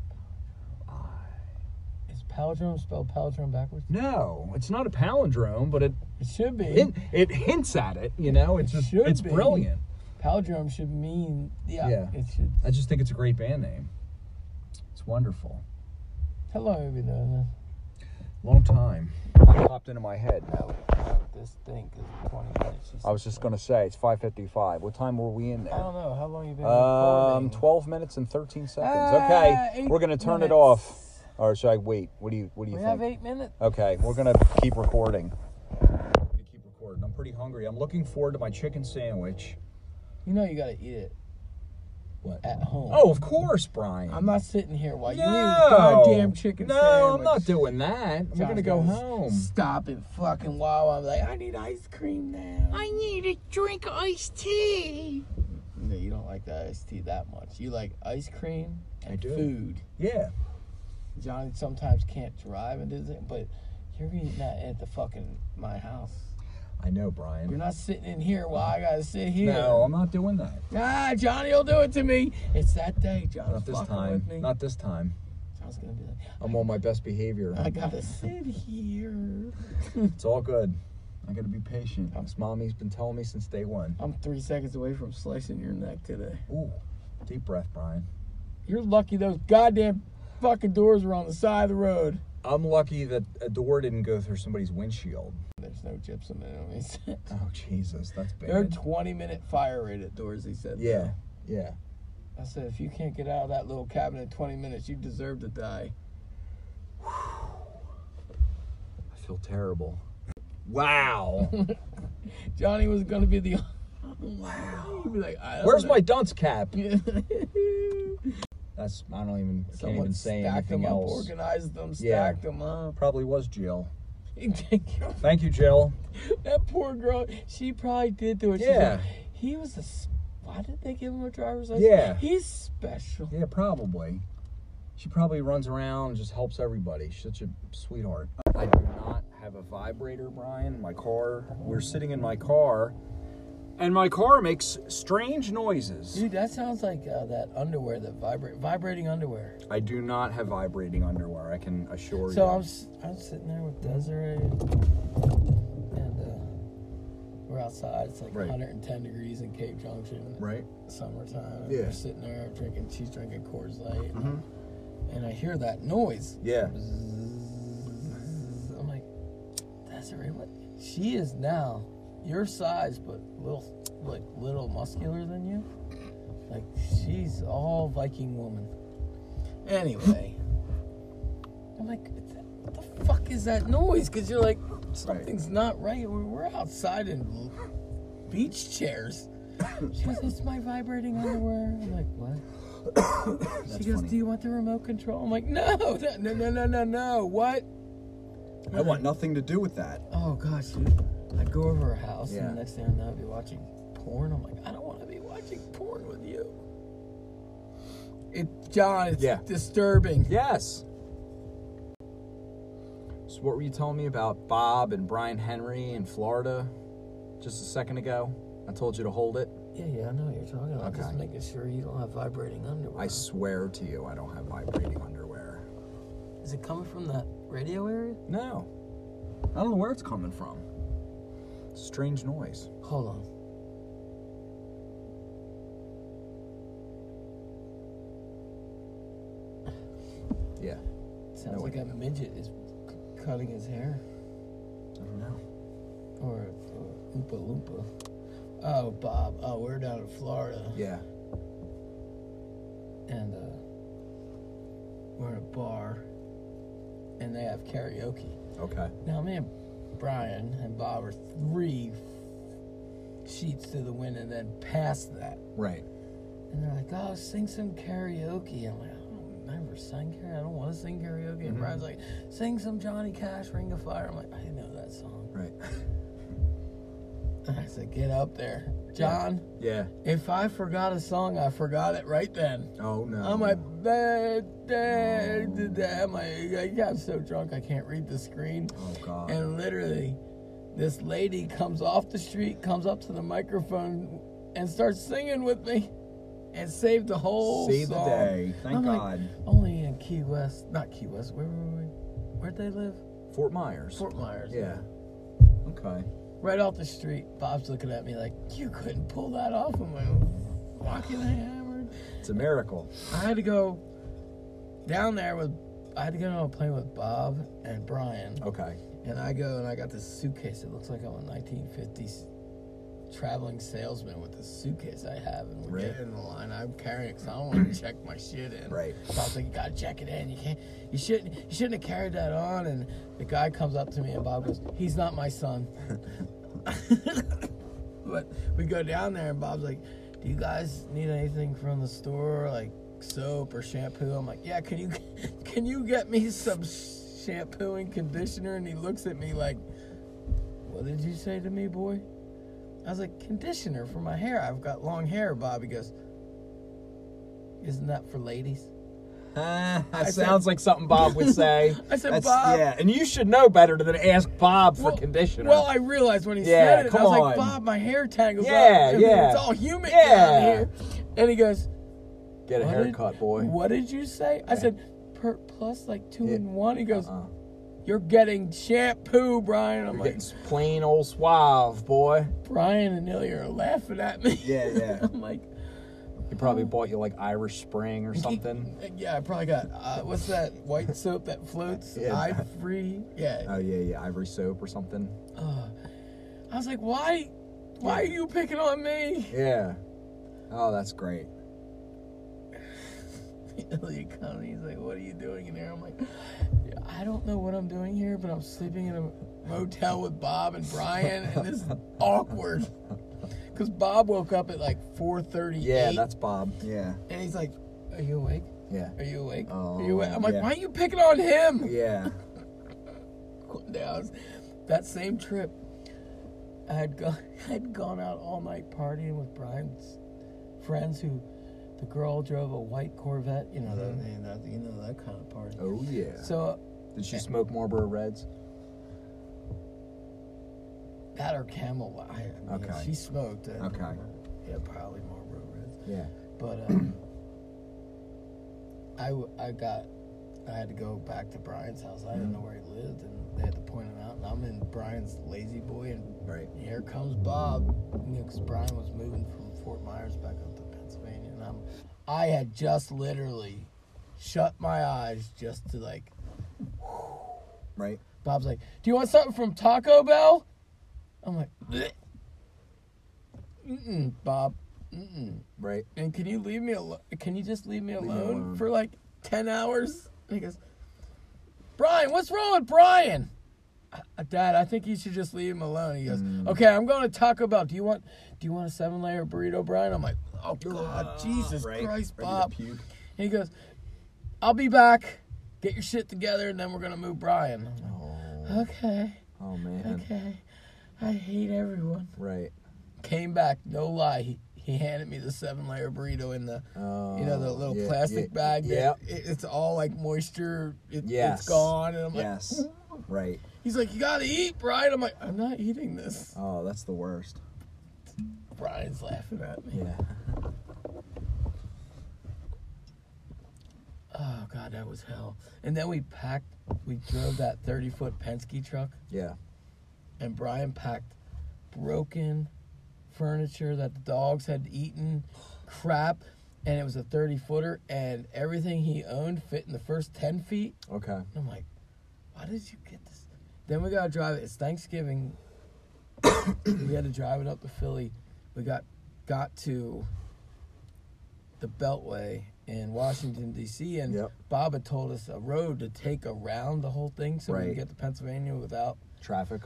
Is palindrome spelled palindrome backwards? No, it's not a palindrome, but it It should be. it, it hints at it. You know, it's It just should it's be. brilliant. palindrome should mean yeah. Yeah. It should. I just think it's a great band name. It's wonderful. How long have we been doing Long time. It popped into my head now. this? This thing is 20 minutes. I was just gonna say it's 5:55. What time were we in I there? don't know how long you been Um, recording. 12 minutes and 13 seconds. Ah, Okay, eight we're gonna turn it minutes. off. Or should I wait? What do you What do you We have think? eight minutes. Okay, we're gonna keep recording. I'm gonna keep recording. I'm pretty hungry. I'm looking forward to my chicken sandwich. You know you gotta eat it What? at home. Oh, of course, Brian. I'm not sitting here while you eat No. a goddamn chicken No, sandwich. I'm not doing that. I'm gonna Johnny go goes, home. Stop it fucking while I'm like, I need ice cream now. I need a drink of iced tea. No, you don't like that iced tea that much. You like ice cream and I do. food. Yeah. Johnny sometimes can't drive and do that, but you're eating that at the fucking my house. I know, Brian. You're not sitting in here while I gotta sit here. No, I'm not doing that. Ah, Johnny will do it to me. It's that day, John's Not this fucking time. with me. Not this time. John's gonna be like, I'm on my best behavior. I gotta sit here. It's all good. I gotta be patient. This mommy's been telling me since day one. I'm three seconds away from slicing your neck today. Ooh, deep breath, Brian. You're lucky those goddamn fucking doors were on the side of the road. I'm lucky that a door didn't go through somebody's windshield. There's no gypsum in it. I mean, it's- Oh Jesus, that's bad. They're 20 minute fire rate at doors, he said. yeah, yeah. I said, if you can't get out of that little cabin in 20 minutes, you deserve to die. I feel terrible. Wow. Johnny was gonna be the. wow. He'd be like, I don't Where's know. my dunce cap? Someone That's I don't even can't even say stacked anything them up, else. organized them, Yeah. stacked them up. Probably was Jill. Thank you, Jill. that poor girl, she probably did do it. She's Yeah. like, he was a. s- Why did they give him a driver's license? Yeah. He's special. Yeah, probably. She probably runs around and just helps everybody. She's such a sweetheart. I do not have a vibrator, Brian. My car, we're sitting in my car, and my car makes strange noises. Dude, that sounds like uh, that underwear that vibrate, vibrating underwear. I do not have vibrating underwear, I can assure So you. I'm, s- I'm sitting there with Desiree, and uh, we're outside. It's like Right. 110 degrees in Cape Junction, right? summertime. Yeah. We're sitting there drinking. She's drinking Coors Light, and I hear that noise. Mm-hmm. Yeah. I'm like, Desiree, what? She is now your size, but little, like little muscular than you. Like she's all Viking woman. Anyway, I'm like, "What the- what the fuck is that noise? Because you're like, something's not right. We We're outside in l- beach chairs. She goes, it's my vibrating underwear. I'm like, what? she goes, do you want the remote control? I'm like, no, no, no, no, no, no, no. What? I want nothing to do with that. Oh gosh, dude. I go over her house, Yeah. and the next thing I know, I'll be watching porn. I'm like, I don't want to be watching porn with you. It, John, it's Yeah. disturbing. Yes. So what were you telling me about Bob and Brian Henry in Florida just a second ago? I told you to hold it. Yeah, yeah, I know what you're talking about. Just Okay. making sure you don't have vibrating underwear. I swear to you, I don't have vibrating underwear. Is it coming from that radio area? No. I don't know where it's coming from. Strange noise. Hold on. Yeah. Sounds No like a midget is c- cutting his hair. I don't know. Or, or Oompa Loompa. Oh, Bob. Oh, we're down in Florida. Yeah. And uh, we're in a bar. And they have karaoke. Okay. Now, me and Brian and Bob are three sheets to the wind and then past that. Right. And they're like, oh, sing some karaoke. I'm like, I don't remember singing karaoke. I don't want to sing karaoke. Mm-hmm. And Brian's like, sing some Johnny Cash, Ring of Fire. I'm like, I know that song. Right. And I said, get up there. John, Yeah. if I forgot a song, I forgot it right then. Oh no. On my bed, dad, dad. I'm like, I got so drunk I can't read the screen. Oh god. And literally, this lady comes off the street, comes up to the microphone, and starts singing with me, and saved the whole Save the song. day. Thank I'm like, God. Only in Key West, not Key West. Where were we? Where'd they live? Fort Myers. Fort Myers. yeah. Okay. Right off the street, Bob's looking at me like, "You couldn't pull that off." I'm like, "Walking hammered." It's a miracle. I had to go down there with. I had to go on a plane with Bob and Brian. Okay. And I go and I got this suitcase. It looks like I'm a 1950s traveling salesman with this suitcase I have. And we Right. get in the line. I'm carrying it 'cause I don't want to check my shit in. Right. So I was like, you gotta check it in. You can't. You shouldn't. You shouldn't have carried that on. And the guy comes up to me and Bob goes, "He's not my son." but we go down there and Bob's like, "Do you guys need anything from the store, like soap or shampoo?" I'm like, "Yeah. Can you can you get me some shampoo and conditioner?" And he looks at me like, "What did you say to me, boy?" I was like, "Conditioner for my hair. I've got long hair." Bob he goes, "Isn't that for ladies?" Ah, that said- sounds like something Bob would say. I said, "Bob." Yeah, and you should know better than to ask Bob for Well- conditioner. Well, I realized when he Yeah, said it, come I was like, on. "Bob, my hair tangles Yeah, up. I mean, yeah. It's all humid down Yeah. here." And he goes, Get a What haircut, did- boy. What did you say? I said, per, plus like two Yeah. and one. He goes, Uh-uh. you're getting shampoo, Brian. I'm You're like, getting plain old suave, boy. Brian and Ilya are laughing at me. Yeah, yeah. I'm like, He probably bought you like Irish Spring or something. yeah, I probably got, uh, what's that white soap that floats? Yeah. Ivory? Yeah. Uh, Oh yeah, yeah, ivory soap or something. I was like, why? Why are you picking on me? Yeah. Oh, that's great. Ilya comes, he's like, what are you doing in here? I'm like, "Yeah, I don't know what I'm doing here, but I'm sleeping in a motel with Bob and Brian, and this is awkward. Because Bob woke up at like 4.38. Yeah, that's Bob. Yeah. And he's like, Are you awake? Yeah. Are you awake? Oh, Are you awake? I'm like, yeah. Why are you picking on him? Yeah. That was- that same trip, I had gone, I had gone out all night partying with Brian's friends who. The girl drove a white Corvette, you know that, you know, you know that kind of party. Mm-hmm. Oh yeah. So Did she smoke Marlboro Reds? that or Camel, I, I mean, Okay. she smoked. And, Okay. Yeah, probably Marlboro Reds. Yeah. But um, I, w- I got, I had to go back to Brian's house. I Mm-hmm. didn't know where he lived, and they had to point him out. And I'm in Brian's lazy boy, and Right. here comes Bob. Because Brian was moving from Fort Myers back up to Pennsylvania, and I'm, I had just literally shut my eyes just to like. Right. Bob's like, "Do you want something from Taco Bell?" I'm like, "Bleh." "Mm-mm, Bob." Right. and can you leave me alone? Can you just leave me alone, alone. for like 10 hours? And he goes, Brian, what's wrong with Brian? "Uh, Dad, I think you should just leave him alone. He goes, Mm. okay, I'm going to Taco Bell. Do you want, do you want a seven layer burrito, Brian? I'm like, oh God, Jesus Right. Christ, Ready to Bob. puke. And he goes, I'll be back. Get your shit together, and then we're gonna move Brian. I'm Oh, like, okay, oh man. okay. I hate everyone. Right. Came back, no lie. He, he handed me the seven layer burrito in the Uh, you know the little yeah, plastic yeah, bag. Yeah. that it, it's all like moisture. It, Yes. It's gone, and I'm like, Yes. Right. he's like, you gotta eat, Brian. I'm like, I'm not eating this. Oh, that's the worst. Brian's laughing at me. Yeah. Oh god, that was hell. And then we packed. We drove that 30 foot Penske truck. Yeah. and Brian packed broken furniture that the dogs had eaten, crap, and it was a 30 footer, and everything he owned fit in the first 10 feet. Okay. And I'm like, why did you get this? Then we got to drive it. It's Thanksgiving. we had to drive it up to Philly. We got got to the Beltway in Washington D.C. and Yep. Bob had told us a road to take around the whole thing so we Right. could get to Pennsylvania without Traffic.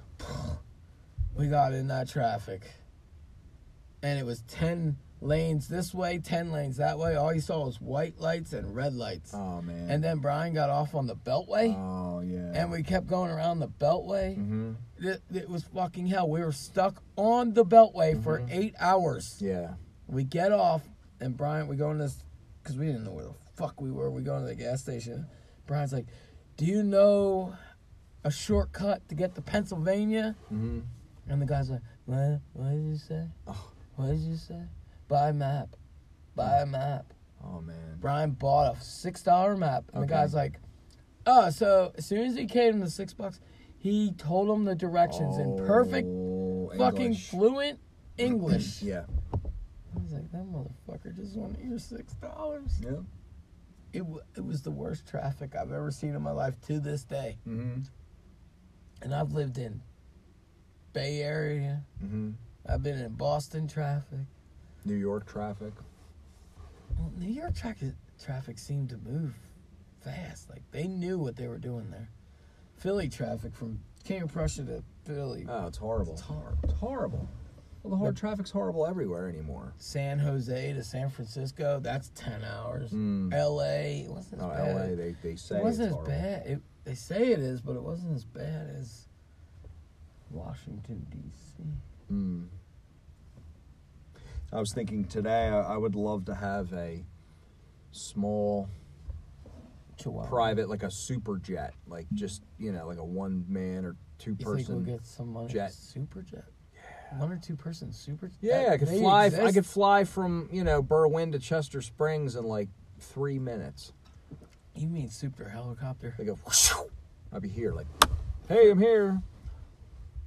we got in that traffic. And it was 10 lanes this way, 10 lanes that way. All you saw was white lights and red lights. Oh man. and then Brian got off on the Beltway. Oh Mm. yeah. and we kept going around the Beltway. Mm-hmm. It, it was fucking hell. We were stuck on the Beltway for eight hours. Mm-hmm. yeah. We get off, and Brian, we go in this because we didn't know where the fuck we were. We go to the gas station. Brian's like, "Do you know a shortcut to get to Pennsylvania?" Mhm. And the guy's like, "What? What did you say? Oh. What did you say? Buy a map. Buy a map." Oh man. Brian bought a six dollar map, and Okay. the guy's like, "Oh, so as soon as he came to six bucks, he told him the directions in perfect Oh, fucking English. fluent English." Yeah. I was like, that motherfucker just wanted your six dollars. Yeah. It, w- it was the worst traffic I've ever seen in my life to this day. Mm-hmm. And I've lived in Bay Area. Mm-hmm. I've been in Boston traffic. New York traffic. Well, New York tra- traffic seemed to move fast. Like they knew what they were doing there. Philly traffic from King of Prussia to Philly. Oh, it's horrible. It's horrible. It's horrible. Well, the hard The- traffic's horrible everywhere anymore. San Jose to San Francisco, that's 10 hours. Mm. LA, it wasn't Oh, as bad. LA, they, they say it wasn't it's as horrible. bad. It, they say it is, but it wasn't as bad as Washington D.C. Mm. I was thinking today I, I would love to have a small Chihuahua. private, like a super jet, like just you know, like a one man or two You person. think we'll get some money? jet. Super jet. Yeah. One or two person super. yeah, that- I could they fly. I exist. could fly from you know Berwyn to Chester Springs in like three minutes. You mean super helicopter? They go. whoosh, I'd be here. Like, hey, I'm here.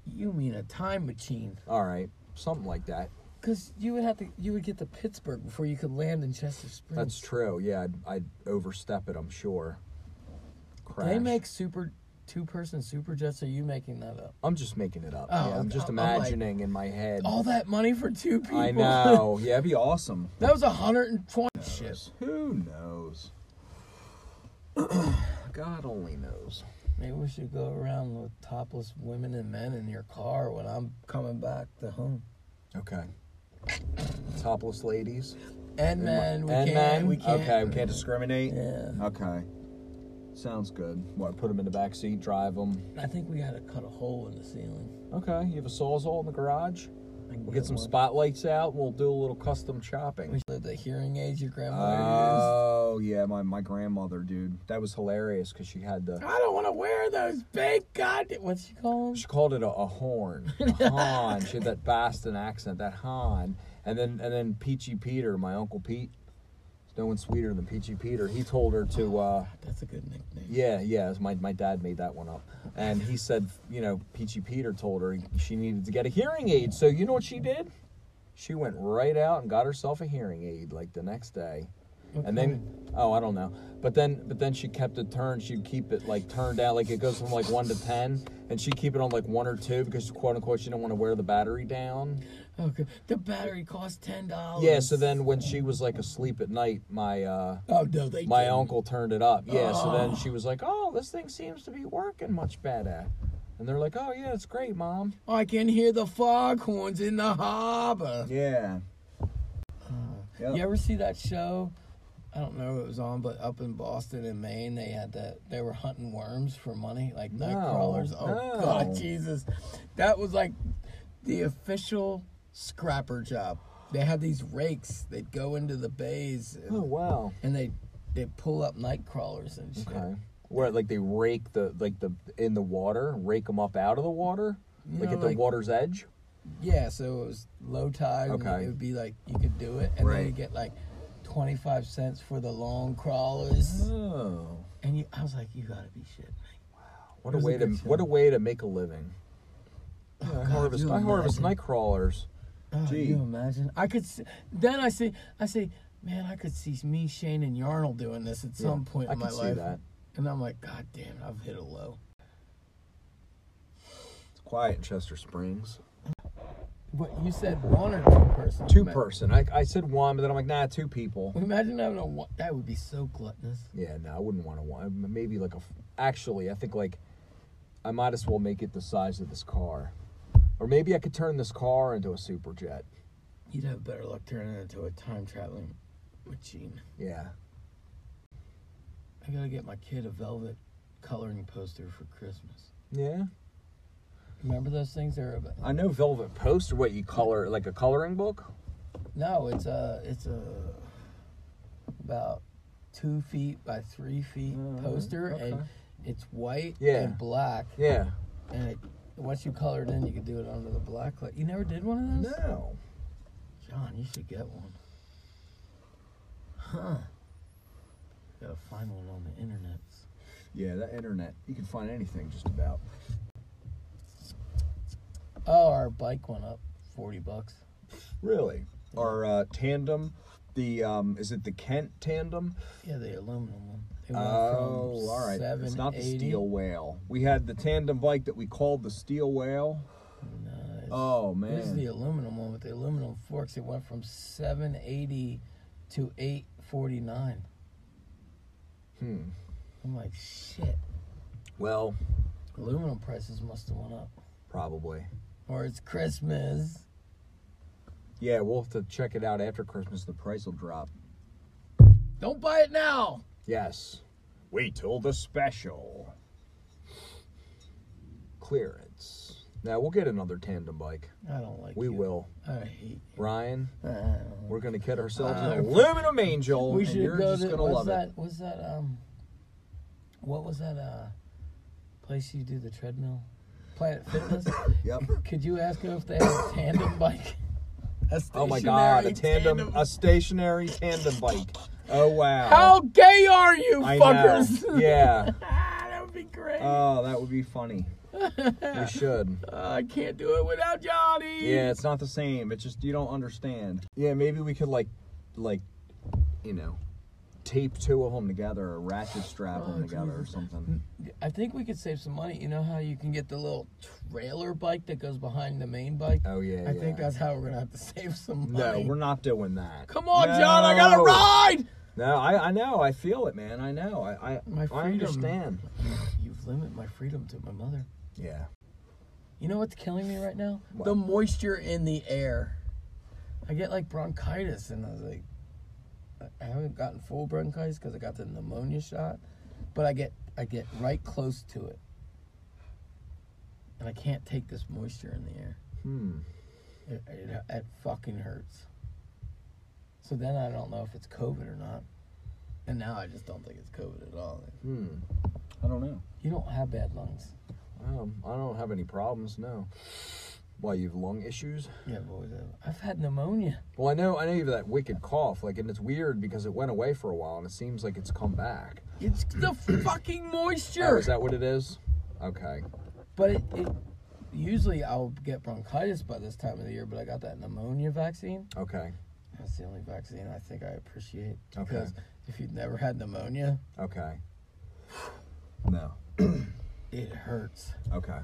You mean a time machine? All right, something like that. Because you would have to. You would get to Pittsburgh before you could land in Chester Springs. That's true. Yeah, I'd, I'd overstep it. I'm sure. Crash. They make super two person super jets. Are you making that up? I'm just making it up. Oh, yeah, I'm just I'm- I'm like- imagining in my head. All that money for two people. I know. Yeah, it'd be awesome. that was a hundred and twenty. Shit. Who knows? God only knows. Maybe we should go around with topless women and men in your car when I'm coming back to home. Okay. Topless ladies. And men, we can't. We can't. Okay, we can't discriminate. Yeah. Okay. Sounds good. What? Put them in the back seat. Drive them. I think we gotta cut a hole in the ceiling. Okay. You have a sawzall in the garage. I can We'll get some one. spotlights out. We'll do a little custom chopping. We should- The hearing aids your grandmother Oh yeah, my, my grandmother, dude. That was hilarious because she had the used. I don't want to wear those big goddamn. What's she call 'em? she called it a, a horn, a hon. She had that Boston accent, that hon. And then and then Peachy Peter, my uncle Pete. There's no one sweeter than Peachy Peter. He told her to uh, That's a good nickname. yeah yeah. it was My my dad made that one up, and he said you know Peachy Peter told her she needed to get a hearing aid. So you know what she did? She went right out and got herself a hearing aid like the next day. What and kind? then oh i don't know but then but then she kept it turned she'd keep it like turned down like it goes from like one to ten and she'd keep it on like one or two because quote unquote she didn't want to wear the battery down Oh, good. The battery costs ten dollars. yeah so then when she was like asleep at night my uh Oh no, they. my didn't. uncle turned it up yeah so then she was like oh this thing seems to be working much better and they're like oh yeah it's great mom I can hear the foghorns in the harbor. yeah Yep. You ever see that show? I don't know if it was on, but up in Boston and Maine, they had that. They were hunting worms for money, like night crawlers. Oh no. God, Jesus! That was like the official scrapper job. they had these rakes that go into the bays and, Oh wow. and they they pull up night crawlers and shit. Okay. Where like they rake the like the in the water, rake them up out of the water, You like know, at the like- water's edge. Yeah, so it was low tide. and Okay. It would be like you could do it, and Right. then you get like twenty five cents for the long crawlers. Oh, And you, I was like, you gotta be shitting me. what It a was a way to good show. what a way to make a living. Yeah, I God, harvest you I harvest imagine. night crawlers. Oh, Gee. you imagine? I could. See, then I see. I say, man, I could see me, Shane, and Yarnell doing this at some Yeah, point I in my can see life. that. And I'm like, God damn it, I've hit a low. It's quiet in Chester Springs. What you said, one or two person? Two person. I, I said one, but then I'm like, nah, two people. Imagine having a one. That would be so gluttonous. Yeah, no, I wouldn't want to one. Maybe like a. f- Actually, I think like, I might as well make it the size of this car, or maybe I could turn this car into a super jet. You'd have better luck turning it into a time traveling machine. Yeah. I gotta get my kid a velvet coloring poster for Christmas. Yeah. Remember those things? They're a, I know Velvet Post, what you color, like a coloring book? no, it's a it's a about two feet by three feet Alright, poster, and Mm-hmm. okay. it's white Yeah. and black, Yeah. and it, once you color it in, you can do it under the black light. You never did one of those? No. John, you should get one. Huh? Gotta find one on the internet. Yeah, that internet, you can find anything just about. Oh, our bike went up forty bucks. Really? Our uh, tandem, the, um, is it the Kent tandem? Yeah, the aluminum one. It Oh, went Uh, from all right. It's not the 780. steel whale. We had the tandem bike that we called the steel whale. No, it's- Oh, This is man. the aluminum one with the aluminum forks. It went from 780 to 849. Hmm. I'm like, shit. Well, Aluminum prices must have went up. probably. Or it's Christmas. Yeah, we'll have to check it out after Christmas. The price will drop. Don't buy it now. Yes. Wait till the special. Clearance. Now we'll get another tandem bike. I don't like We you. will. I hate Brian, I don't we're gonna get ourselves Uh, an aluminum angel. We and should you're go just to, gonna what's love that, it. What's that, um, what was that, uh, place you do the treadmill? Planet Fitness? Yep. Could you ask them if they have a tandem bike? A Oh my god, a stationary tandem, a stationary tandem bike. Oh wow. How gay are you, I know. fuckers? Ah, Yeah. that would be great. Uh, Oh, that would be funny. We should. I can't do it without Johnny. Yeah, it's not the same. It's just you don't understand. Yeah, maybe we could like, like, you know, tape two of them together or ratchet strap Oh, Mm. them together or something. I think we could save some money. You know how you can get the little trailer bike that goes behind the main bike? Oh yeah. I think yeah. that's how we're gonna have to save some No, money. we're not doing that. Come on, John, I gotta No. ride. No, I, I know. I feel it, man. I know. I I, My I freedom. understand. You've limited my freedom to my mother. Yeah. You know what's killing me right now? What? The moisture in the air. I get like bronchitis, and I was like, I- I haven't gotten full bronchitis because I got the pneumonia shot, but I get I get right close to it, and I can't take this moisture in the air. Hmm. It, it, it fucking hurts. So then I don't know if it's COVID or not, and now I just don't think it's COVID at all. Hmm. I don't know. You don't have bad lungs. Um, I don't have any problems. No. Why you have lung issues? Yeah, boys, I've had pneumonia. Well, I know. I know you have that wicked cough. Like, and it's weird because it went away for a while, and it seems like it's come back. It's the fucking moisture. Oh, is that what it is? Okay. But it, it usually I'll get bronchitis by this time of the year, but I got that pneumonia vaccine. Okay. That's the only vaccine I think I appreciate Okay. because if you've never had pneumonia, Okay. No. it hurts. Okay.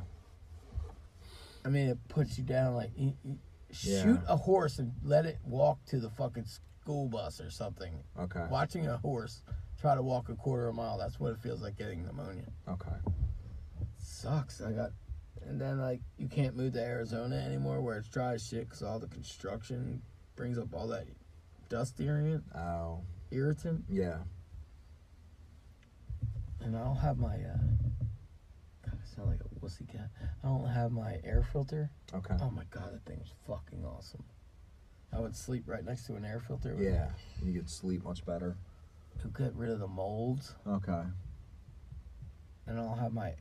I mean, it puts you down like you, you- Yeah. shoot a horse and let it walk to the fucking school bus or something. Okay. Watching a horse try to walk a quarter of a mile, that's what it feels like getting pneumonia. Okay. sucks. I got, and then like you can't move to Arizona anymore where it's dry as shit because all the construction brings up all that dust irritant, Oh. irritant. Yeah. And I don't have my. Uh, God, I sound like a wussy cat. I don't have my air filter. Okay. Oh my god, that thing was fucking awesome. I would sleep right next to an air filter. It Yeah, you could sleep much better. would get rid of the molds, Okay. and I'll have my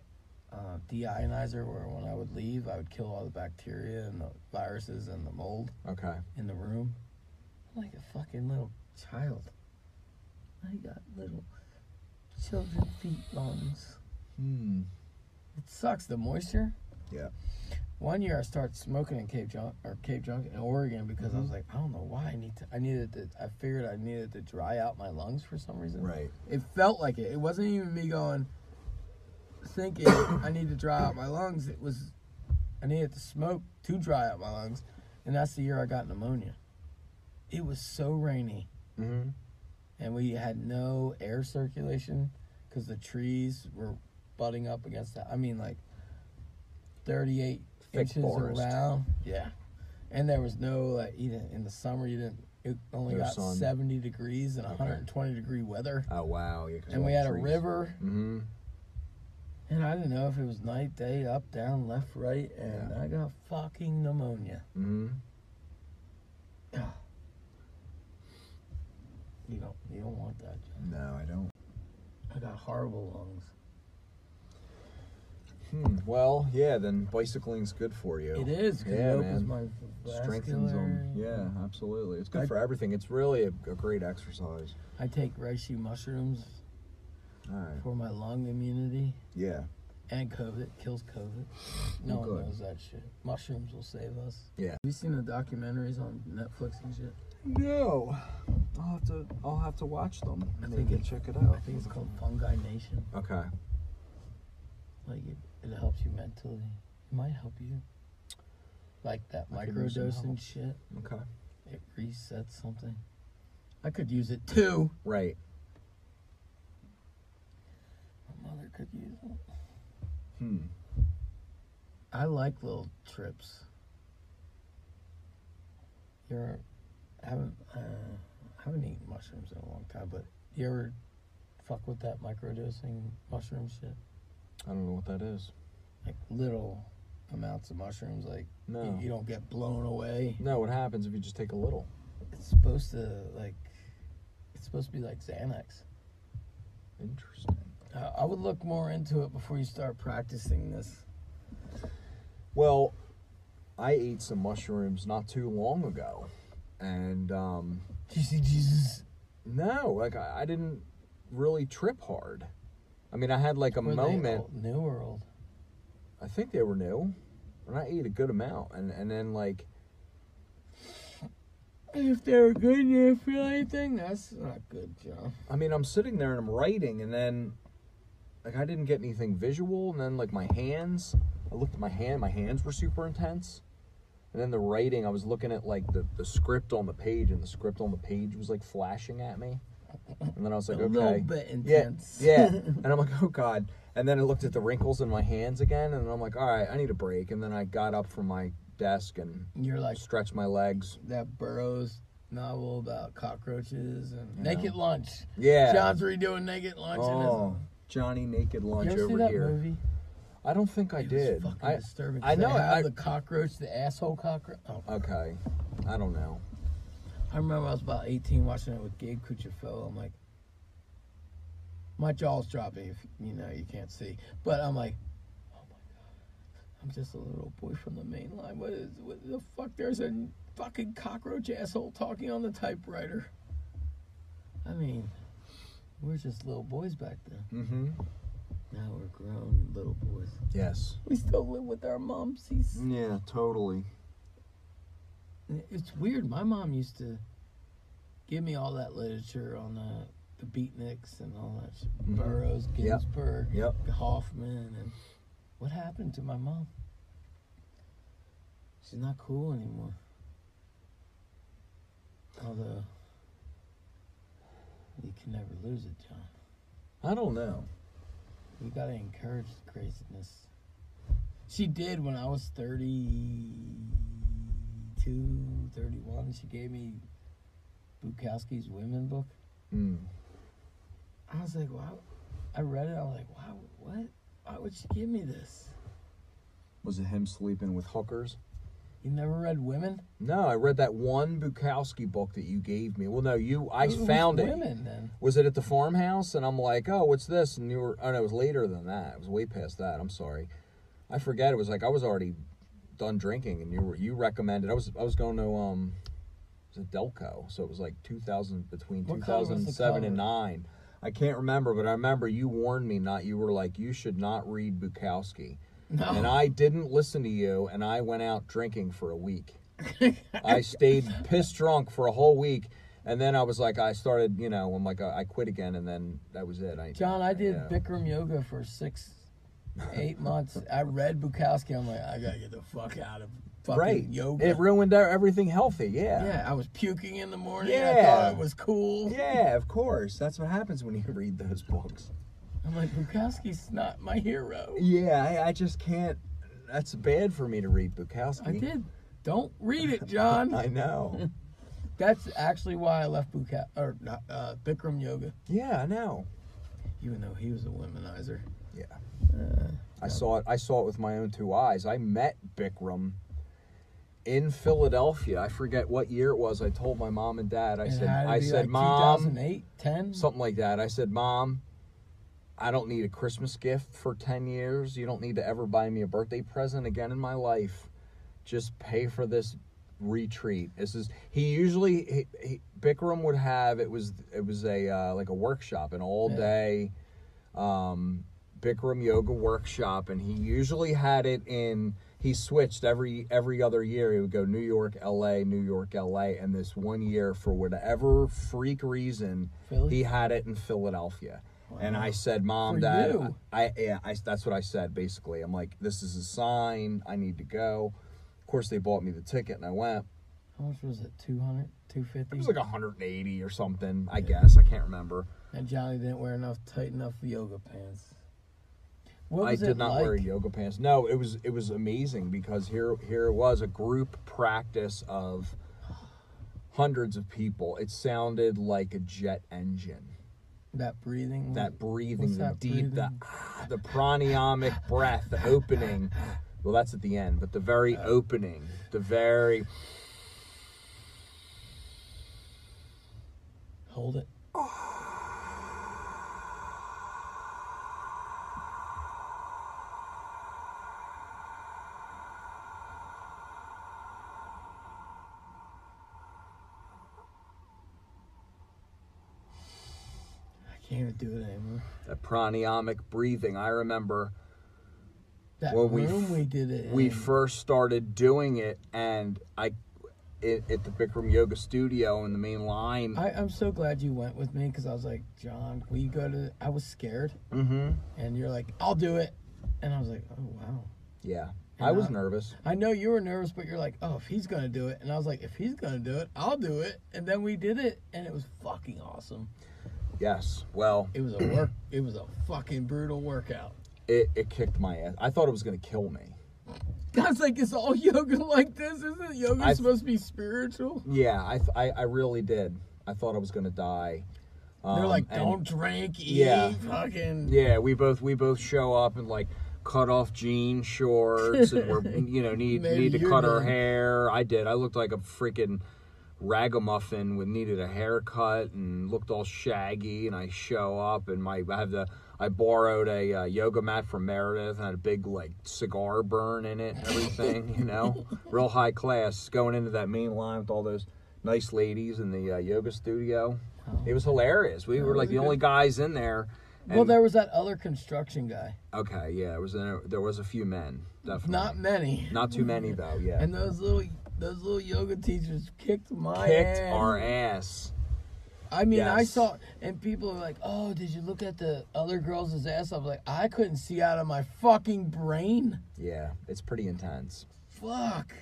uh, deionizer where when I would leave, I would kill all the bacteria and the viruses and the mold Okay. in the room. I'm like a fucking little child. I got little children feet lungs. Hmm. It sucks the moisture. Yeah. One year I started smoking in Cape John or Cape John in Oregon because I was like, I don't know why I need to. I needed to. I figured I needed to dry out my lungs for some reason. Right. It felt like it. It wasn't even me going thinking I need to dry out my lungs. It was I needed to smoke to dry out my lungs, and that's the year I got pneumonia. It was so rainy, Mm-hmm. and we had no air circulation because the trees were butting up against that. I mean, like thirty-eight inches forest. around. Yeah, and there was no like even in the summer you didn't. It only No got sun. seventy degrees and one hundred and twenty degree weather, Oh wow. Yeah, and we had a river. Mm-hmm. And I didn't know if it was night, day, up, down, left, right, and I got fucking pneumonia. Mm-hmm. You don't, you don't want that. John. No, I don't. I got horrible lungs. Hmm. Well, yeah. Then bicycling's good for you. It is because Yeah, it opens man. my Strengthens vascular. them. Yeah, absolutely. It's good I- for everything. It's really a, a great exercise. I take reishi mushrooms All right. for my lung immunity Yeah. and COVID. Kills COVID. No one Good. knows that shit. Mushrooms will save us. Yeah. Have you seen the documentaries on Netflix and shit? No. I'll have to. I'll have to watch them. I think Maybe it- check it I think it's called Fungi Nation. Okay. Like it, it helps you mentally. It might help you. Like that I could use some help. microdosing shit. Okay. It resets something. I could use it too. Right. My mother could use it. Hmm. I like little trips. You ever I haven't uh, I haven't eaten mushrooms in a long time, but you ever fuck with that microdosing mushroom shit? I don't know what that is. Like little amounts of mushrooms, like you- No. you don't get blown away. No. What happens if you just take a little? It's supposed to like it's supposed to be like Xanax. Interesting. Uh, I would look more into it before you start practicing this. Well, I ate some mushrooms not too long ago, and um, Do you see Jesus? no, like I, I didn't really trip hard. I mean, I had like a Were they moment. old- New or old? I think they were new, and I ate a good amount, and and then like If they were good and you didn't feel anything, that's not good, John. I mean, I'm sitting there and I'm writing, and then like I didn't get anything visual, and then like my hands, I looked at my hand, my hands were super intense, and then the writing, I was looking at like the the script on the page, and the script on the page was like flashing at me, and then I was like, A okay, little bit intense. yeah, yeah, and I'm like, oh god, and then I looked at the wrinkles in my hands again, and I'm like, all right, I need a break, and then I got up from my desk and You're like stretched my legs. that Burroughs novel about cockroaches and naked lunch. Yeah. John's redoing naked lunch. Oh, and Johnny Naked it's- Lunch you ever see over that here. movie? I don't think I It was did. fucking I, disturbing. I 'cause they know, have I- the cockroach, the asshole cockroach. Oh, okay. I don't know. I remember I was about 18 watching it with Gabe Cucciafo. I'm like, my jaw's dropping if you know you can't see, but I'm like, oh my god, I'm just a little boy from the main line. What is what the fuck? There's a fucking cockroach asshole talking on the typewriter. I mean, we were just little boys back then. Mm-hmm. Now we're grown little boys. Yes. We still live with our momsies. Yeah, totally. And It's weird. My mom used to give me all that literature on the, the beatniks and all that shit. Burroughs, Mm-hmm. Yep. Ginsberg, Yep. Hoffman, and what happened to my mom? She's not cool anymore. Although you can never lose it, John. I don't know. We gotta encourage the craziness. She did when I was 32, 31. She gave me Bukowski's Women book. Mm. I was like, wow. I read it. I was like, wow, what? Why would she give me this? Was it him sleeping with hookers? You never read Women? No, I read that one Bukowski book that you gave me. Well, no, you I Who was found it. Women then. Was it at the farmhouse? And I'm like, oh, what's this? And you were, oh no, it was later than that. It was way past that. I'm sorry, I forget. It was like I was already done drinking, and you were you recommended. I was I was going to um, it was a Delco, so it was like 2000 between What color was the 2007 and cover? nine. I can't remember, but I remember you warned me not. You were like, you should not read Bukowski. And I didn't listen to you, and I went out drinking for a week. I stayed pissed drunk for a whole week, and then I was like, I started, you know, I'm like, uh, I I quit again, and then that was it. I, John, I did yeah. Bikram yoga for six, eight months. I read Bukowski. I'm like, I gotta get the fuck out of fucking right. yoga. It ruined our- everything healthy. Yeah. yeah, I was puking in the morning. I thought Yeah. it was cool. Yeah, of course. That's what happens when you read those books. I'm like, Bukowski's not my hero. Yeah, I, I just can't. That's bad for me to read Bukowski. I did. Don't read it, John. I know. That's actually why I left Bukow or not, uh, Bikram yoga, yeah, I know. even though he was a womanizer. I saw it. I saw it with my own two eyes. I met Bikram in Philadelphia. I forget what year it was. I told my mom and dad. I It said, had to I be said, like Mom, 2008, 10. something like that. I said, Mom, I don't need a Christmas gift for ten years. You don't need to ever buy me a birthday present again in my life. Just pay for this retreat. This is he usually he, he, Bikram would have it was it was a uh, like a workshop an all day um, Bikram yoga workshop, and he usually had it in. He switched every every other year. He would go New York, L.A., New York, L.A., and this one year, for whatever freak reason, Philly? he had it in Philadelphia. And I said, "Mom, For Dad, you. I, I yeah, I, that's what I said. Basically, I'm like, this is a sign. I need to go. Of course, they bought me the ticket, and I went. How much was it? 200, It 250? was like 180 or something. I guess I can't remember. and Johnny didn't wear enough tight enough yoga pants. What I was did it not like? wear yoga pants. No, it was it was amazing because here here it was a group practice of hundreds of people. It sounded like a jet engine. that breathing. That breathing, the What's that deep, the breathing? ah, the pranayamic breath, the opening. Well, that's at the end, but the very opening, the very Hold it. I can't even do it anymore. that pranayamic breathing. I remember That Well, we room f- we, did it. we in. first started doing it, and I it, at the Bikram Yoga Studio in the main line. I, I'm so glad you went with me because I was like, John, will you go to? I was scared, mm-hmm. and you're like, I'll do it, and I was like, oh wow. Yeah. And I was I- nervous. I know you were nervous, but you're like, oh, if he's gonna do it, and I was like, if he's gonna do it, I'll do it, and then we did it, and it was fucking awesome. Yes. Well, It was a work. it was a fucking brutal workout. it, it kicked my ass. I thought it was going to kill me. That's like, it's all yoga like this, isn't yoga I- supposed to be spiritual? Yeah, I, th- I, I really did. I thought I was going to die. They're Um, like, and- don't drink, eat, Yeah. fucking. Yeah, we both we both show up and like cut off jean shorts and we're you know need Maybe need to you cut our did. hair. I did. I looked like a freaking ragamuffin with needed a haircut and looked all shaggy. And I show up and my I have the I borrowed a uh, yoga mat from Meredith and had a big like cigar burn in it and everything. you know, real high class going into that main line with all those nice ladies in the uh, yoga studio. It Oh. was hilarious. We were like the only guys in there. Well, and- there was that other construction guy. Okay, yeah, it was there, there was a few men, definitely. Not many. Not too many though, yeah. And those little, those little yoga teachers kicked my Kicked ass. our ass. I mean, I Yes. saw, and people are like, "Oh, did you look at the other girl's ass?" I was like, I couldn't see out of my fucking brain. Yeah, it's pretty intense. Fuck.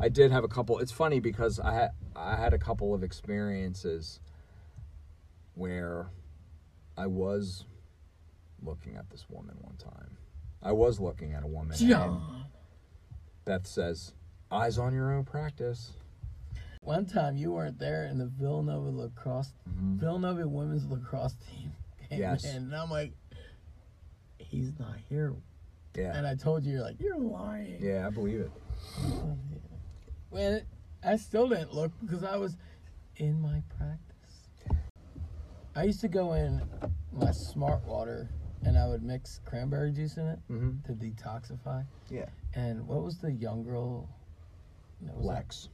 I did have a couple. It's funny because I had I had a couple of experiences where I was looking at this woman one time. I was looking at a woman. and John. Beth says, "Eyes on your own practice." One time you weren't there, and the Villanova lacrosse, Villanova women's lacrosse team Mm-hmm. came Yes. in, and I'm like, "He's not here." Yeah, And I told you, you're like, "You're lying." yeah, I believe it. Well, I still didn't look because I was in my practice. I used to go in my smart water and I would mix cranberry juice in it Mm-hmm. to detoxify. Yeah. And what was the young girl? That was like- Lex.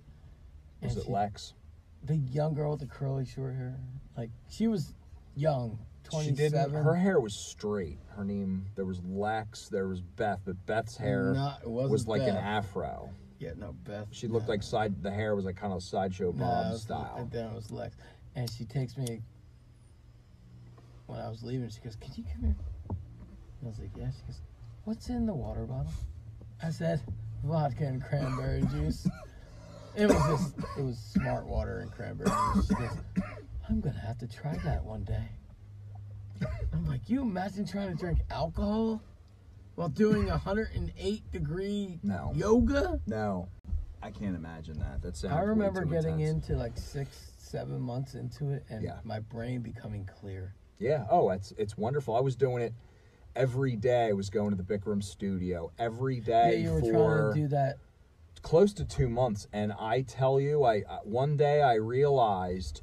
Was and it she- Lex? The young girl with the curly short hair. Like she was young, She twenty didn't. seven. Her hair was straight. Her name. There was Lex. There was Beth, but Beth's hair Not- it wasn't was like an Beth. afro. Yeah, no, Beth. She looked no. like side. The hair was like kind of sideshow No, Bob it was- style. And then it was Lex. And she takes me when I was leaving. She goes, Can you come here? And I was like, Yeah. She goes, What's in the water bottle? I said, Vodka and cranberry juice. It was just, it was smart water and cranberry juice. She goes, I'm going to have to try that one day. I'm like, You imagine trying to drink alcohol while doing 108 degree No. yoga? No, I can't imagine that. That sounds. I remember way too getting intense. into like six, seven months into it, and Yeah. my brain becoming clear. Yeah. Oh, it's it's wonderful. I was doing it every day. I was going to the Bikram studio every Yeah, day you were for trying to do that. close to two months. And I tell you, I I- one day I realized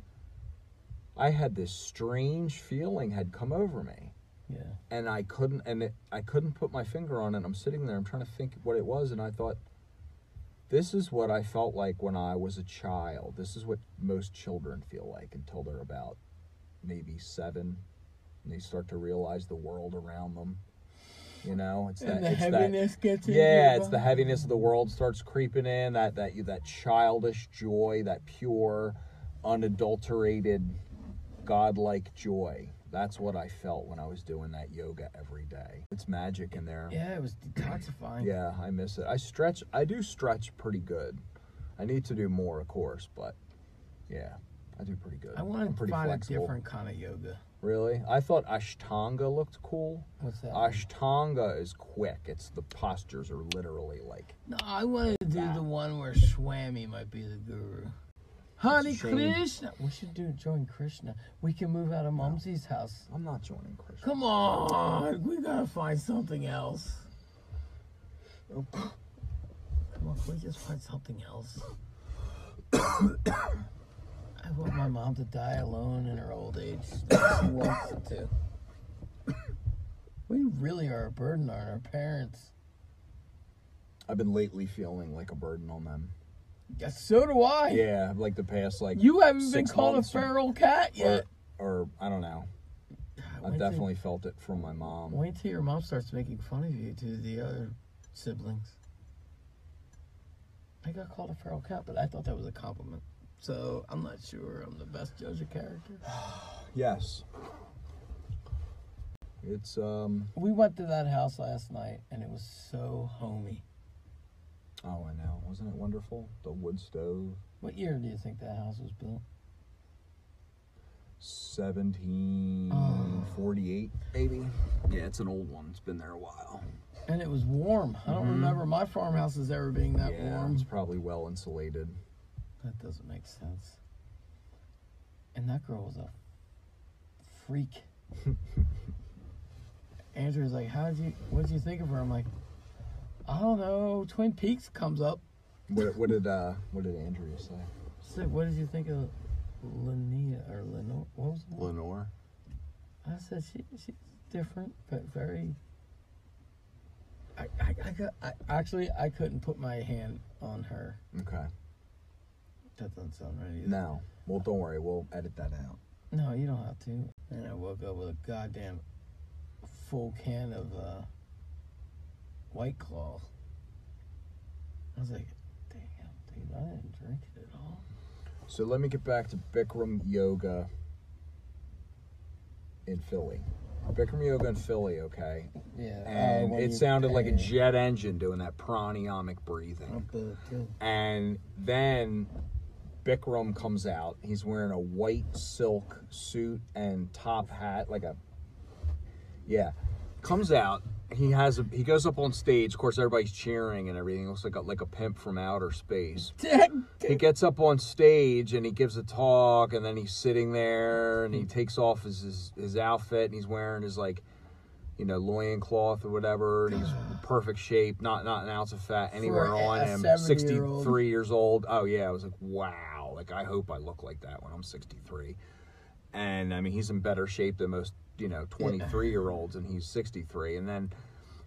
I had this strange feeling had come over me. Yeah, and I couldn't and it, I couldn't put my finger on it. I'm sitting there, I'm trying to think what it was, and I thought, this is what I felt like when I was a child. This is what most children feel like until they're about maybe seven, and they start to realize the world around them. You know, it's and that the it's that heaviness gets in. yeah, it's the heaviness of the world starts creeping in. That that that childish joy, that pure, unadulterated, godlike joy. That's what I felt when I was doing that yoga every day. It's magic in there. Yeah, it was detoxifying. Yeah, I miss it. I stretch. I do stretch pretty good. I need to do more, of course, but yeah, I do pretty good. I I'm want to pretty find flexible. a different kind of yoga. Really, I thought Ashtanga looked cool. What's that? Ashtanga is quick. It's the postures are literally like no, I want to do the one where Swami might be the guru. Hare shame. Krishna. We should do join Krishna. We can move out of Mumsy's house. I'm not joining Chris. Come on, we gotta find something else. Come on, can we just find something else? I want my mom to die alone in her old age. She wants to. We really are a burden on our parents. I've been lately feeling like a burden on them. Yes, so do I. Yeah, like the past like You haven't been Six called a months. feral cat yet. or I don't know. Wait I've till- definitely felt it from my mom. Wait till your mom starts making fun of you to the other siblings. I got called a feral cat, but I thought that was a compliment. So I'm not sure I'm the best judge of character. Yes. It's um We went to that house last night and it was so homey. oh I know. Wasn't it wonderful? The wood stove. What year do you think that house was built? Seventeen forty-eight, maybe. Yeah, it's an old one. It's been there a while. And it was warm. I don't remember my farmhouses ever being that yeah, warm. it's probably well insulated. That doesn't make sense. And that girl was a freak. Andrew's like, "How did you? What did you think of her?" I'm like, "I don't know." Twin Peaks comes up. What, what did uh what did Andrea say? She's like, "What did you think of Linnea or Lenore? What was it? Lenore. I said she, she's different, but very. I, I, I, got, I actually I couldn't put my hand on her. Okay. That doesn't sound right either. No. Well don't worry, we'll edit that out. No, you don't have to. And I woke up with a goddamn full can of uh, White Claw. I was like, damn, dude, I didn't drink it at all. So let me get back to Bikram Yoga in Philly. Bikram Yoga in Philly, okay? Yeah. uh, And it sounded like a jet engine doing that pranayamic breathing. And then Bikram comes out. He's wearing a white silk suit and top hat, like a yeah. Comes out. He has a he goes up on stage. Of course, everybody's cheering and everything. Looks like a, like a pimp from outer space he gets up on stage and he gives a talk and then he's sitting there and he takes off his his, his outfit and he's wearing his like you know, loincloth or whatever, and he's in perfect shape, not not an ounce of fat anywhere a- on a him. 70-year-old. Sixty-three years old. Oh yeah, I was like, wow. Like I hope I look like that when I'm sixty-three. And I mean, he's in better shape than most, you know, twenty-three-year-olds, and he's sixty-three. And then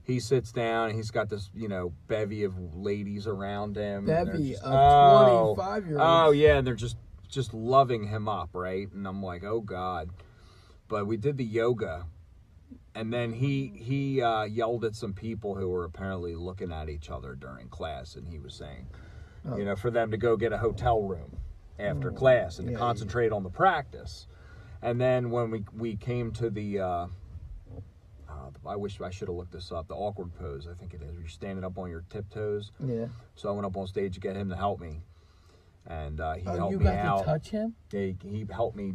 he sits down, and he's got this, you know, bevy of ladies around him. and they're Bevy just, of "Oh, 25-year-olds." Oh yeah, and they're just just loving him up, right? And I'm like, oh god. But we did the yoga and then he he uh, yelled at some people who were apparently looking at each other during class, and he was saying, you know, for them to go get a hotel room after class and to concentrate on the practice. And then when we we came to the, uh, uh, I wish I should have looked this up. The awkward pose, I think it is. You're standing up on your tiptoes. Yeah. So I went up on stage to get him to help me, and uh, he Oh, helped you me got out to touch him? they he helped me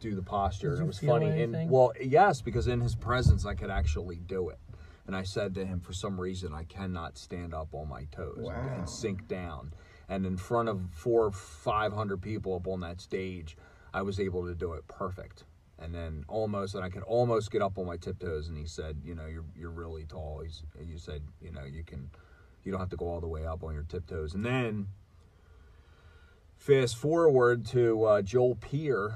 do the posture. and Did you it was feel funny. anything? And well, yes, because in his presence I could actually do it. And I said to him, for some reason, I cannot stand up on my toes and- and sink down. And in front of four, five hundred people up on that stage, I was able to do it perfect. And then almost, and I could almost get up on my tiptoes. And he said, you know, you're you're really tall. He's, you said, you know, you can, you don't have to go all the way up on your tiptoes. And then Fast forward to uh, Joel Peer,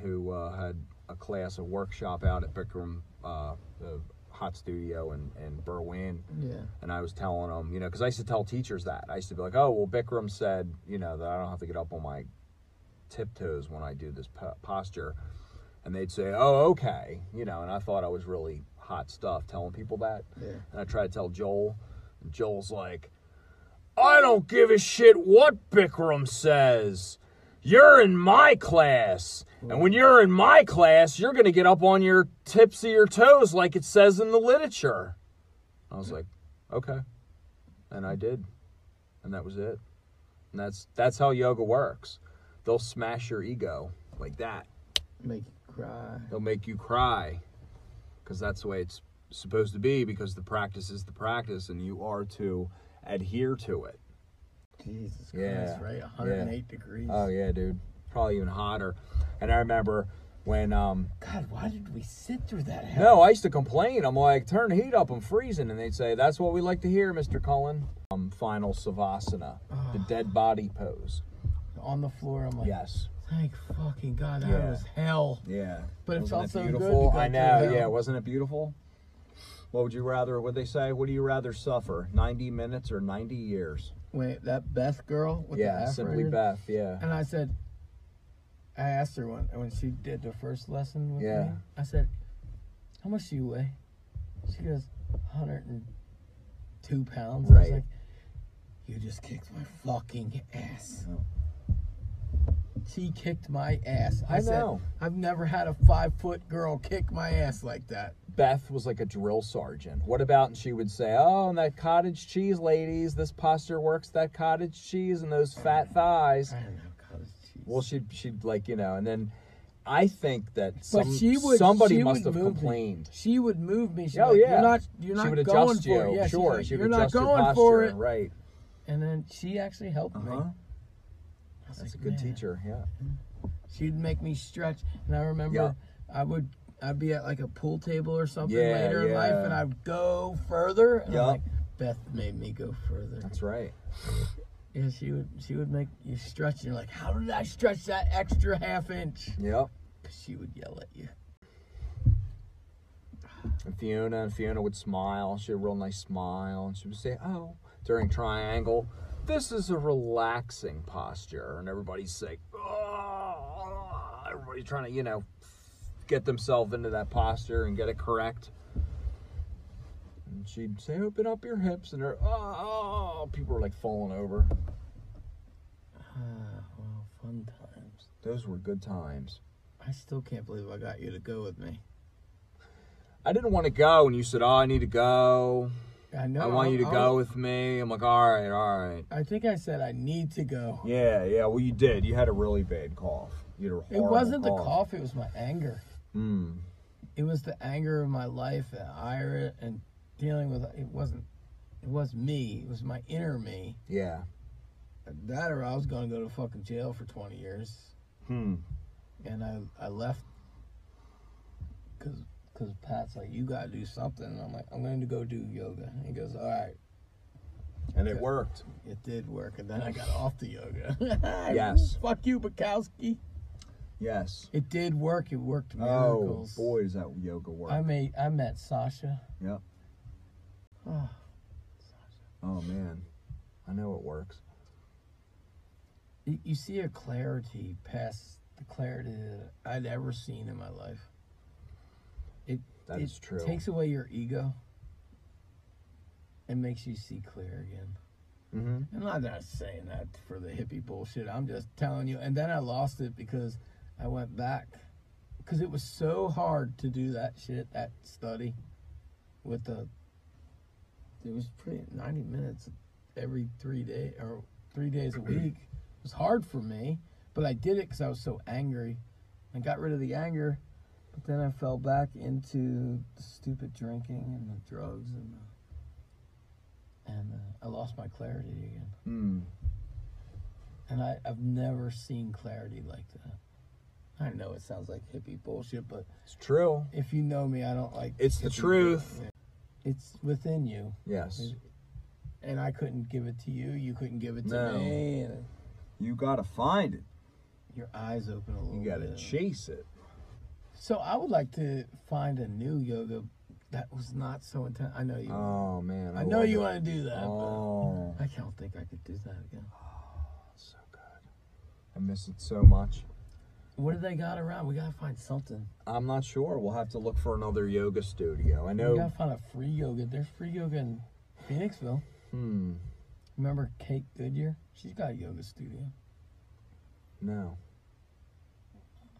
who uh, had a class, a workshop out at Bickram, uh, the hot studio in, in Berwyn. Yeah. And I was telling him, you know, because I used to tell teachers that. I used to be like, oh, well, Bickram said, you know, that I don't have to get up on my tiptoes when I do this po- posture. And they'd say, oh, okay. You know, and I thought I was really hot stuff telling people that. Yeah. And I tried to tell Joel. And Joel's like, I don't give a shit what Bikram says. You're in my class. And when you're in my class, you're going to get up on your tips of your toes like it says in the literature. I was like, okay. And I did. And that was it. And that's that's how yoga works. They'll smash your ego like that. Make you cry. They'll make you cry because that's the way it's supposed to be because the practice is the practice and you are to adhere to it. Jesus Yeah. Christ, right? 108 degrees. Oh yeah, dude. Probably even hotter. And I remember when um God, why did we sit through that? hell? no, I used to complain. I'm like, turn the heat up, I'm freezing, and they'd say, That's what we like to hear, Mr. Cullen. Um final Savasana. The dead body pose. On the floor, I'm like, Yes. thank fucking God, that Yeah. was hell. Yeah. But it felt so good to beautiful. go I through know, hell. yeah, wasn't it beautiful? What would you rather what they say? What do you rather suffer? Ninety minutes or ninety years? Wait, that Beth girl with the yeah, F simply word? Beth, yeah. And I said, I asked her one when she did the first lesson with Yeah. me. I said, "How much do you weigh?" She goes, "102 pounds." I was Right. like, "You just kicked my fucking ass." She kicked my ass. I, I said, know. I've never had a five foot girl kick my ass like that. Beth was like a drill sergeant. What about? And she would say, "Oh, and that cottage cheese, ladies. This posture works. That cottage cheese and those fat thighs." I don't know, God, she's- Well, she'd she'd like you know, and then I think that some she would- somebody she must would have move me. complained. she would move me. She's Oh, like, yeah. you're not, you're she would not going adjust for you. it. Yeah, she's sure, like, she would you're not adjust your going posture. for it. Right. And then she actually helped me. Uh-huh. I was That's a like, good "Man." teacher. Yeah. She'd make me stretch, and I remember I would I'd be at like a pool table or something Yeah, later in life, and yeah. I'd go further. And Yup. I'm like, Beth made me go further. That's right. Yeah, she would she would make you stretch, and you're like, how did I stretch that extra half inch? Yep. 'Cause she would yell at you. And Fiona and Fiona would smile. She had a real nice smile, and she would say, "Oh," during triangle. This is a relaxing posture, and everybody's like, "Oh," everybody trying to, you know, get themselves into that posture and get it correct. And she'd say, "Open up your hips," and they're, "Oh," oh," people were like falling over. Ah, well, fun times. Those were good times. I still can't believe I got you to go with me. I didn't want to go, and you said, "Oh, I need to go. I know. I want you to I'll- go with me." I'm like, "All right, all right." I think I said I need to go. Yeah, yeah. Well, you did. You had a really bad cough. You had a It horrible wasn't cough. the cough; it was my anger. Mm. it was the anger of my life and ira and dealing with it wasn't it was me it was my inner me Yeah. that or i was going to go to fucking jail for 20 years Hmm. and i i left because because Pat's like, you gotta do something. And I'm like, I'm going to go do yoga. And he goes, all right. And it worked. It did work, and then I got off the yoga. Yes. Fuck you, Bukowski. Yes. It did work. It worked Oh miracles. boy, does that yoga work? I made. I met Sasha. Yep. Oh, oh man, I know it works. you, you see a clarity past the clarity that I'd ever seen in my life. That it is true. Takes away your ego. and makes you see clear again. mm-hmm. And I'm not saying that for the hippie bullshit. I'm just telling you. And then I lost it because I went back because it was so hard to do that shit, that study, with the. It was pretty ninety minutes every three day or three days a week. It was hard for me, but I did it because I was so angry. I got rid of the anger, but then I fell back into the stupid drinking and the drugs and the, and uh, I lost my clarity again. Mm. And I, I've never seen clarity like that. I know it sounds like hippie bullshit, but It's true. if you know me, I don't like. It's the hippie truth. bullshit. It's within you, Yes. and I couldn't give it to you. You couldn't give it to No. me. And You gotta find it. your eyes open a little. You gotta bit. chase it. So I would like to find a new yoga that was not so intense. I know you. Oh man, I know love you it. want to do that, Oh, but I don't think I could do that again. it's so good. I miss it so much. What do they got around? We gotta find something. I'm not sure. We'll have to look for another yoga studio. I We know. gotta find a free yoga. There's free yoga in Phoenixville. Hmm. Remember Kate Goodyear? She's got a yoga studio. No.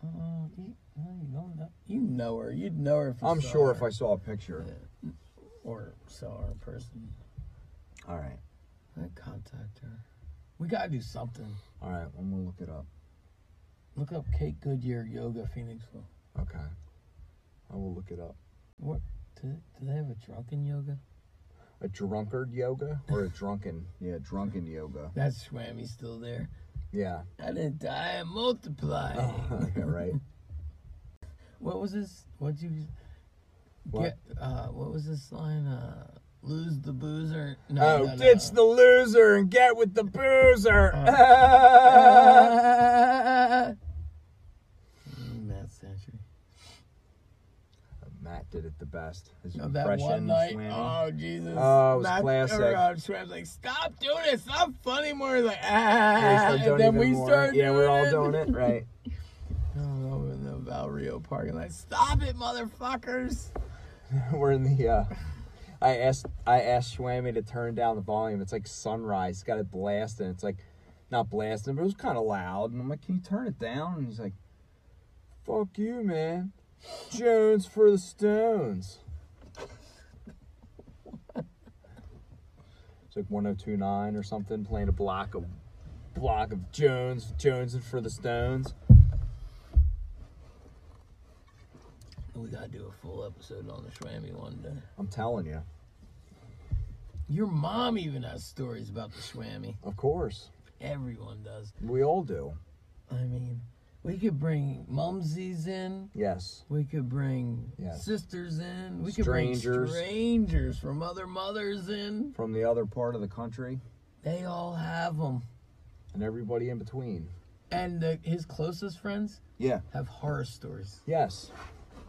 Uh, you, no, you don't know. You know her. You'd know her. If you I'm saw sure if her I saw a picture. or saw her in person, All right. I'd contact her. We gotta do something. All right. I'm gonna look it up. Look up Kate Goodyear Yoga Phoenixville. Okay. I will look it up. What? Do, do they have a drunken yoga? A drunkard yoga or a drunken? Yeah, drunken yoga. That Swami's still there. Yeah. I didn't die. I multiplied. Oh, yeah, right. What was this? What'd you What? get? Uh, what was this line? Uh, lose the boozer. No, Oh, no, Uh, no. ditch the loser and get with the boozer. Matt Century. Uh, Matt did it the best. His Of that impression, one night. Swami. Oh Jesus. Oh, it was Matt- classic. Or, uh, Swam's like, stop doing it. Stop funny more. Like, ah. Basically, don't and then even we warrant- started. Yeah, we're all doing doing it, right? Oh, in the Val Rio parking lot. Stop it, motherfuckers. we're in the. uh I asked I asked Swami to turn down the volume. It's like sunrise. It's got it blasting. It's like not blasting, but it was kind of loud. And I'm like, can you turn it down? And he's like, fuck you, man. Jones for the Stones. It's like 1029 or something playing a block of block of Jones Jones and for the Stones. We gotta do a full episode on the Schwammy one day. I'm telling you. Your mom even has stories about the Schwammy. Of course. Everyone does. We all do. I mean, we could bring mumsies in. Yes. We could bring Yes. sisters in. We could bring Strangers. strangers from other mothers in. From the other part of the country They all have them. and everybody in between. And the, his closest friends Yeah. have horror stories. Yes.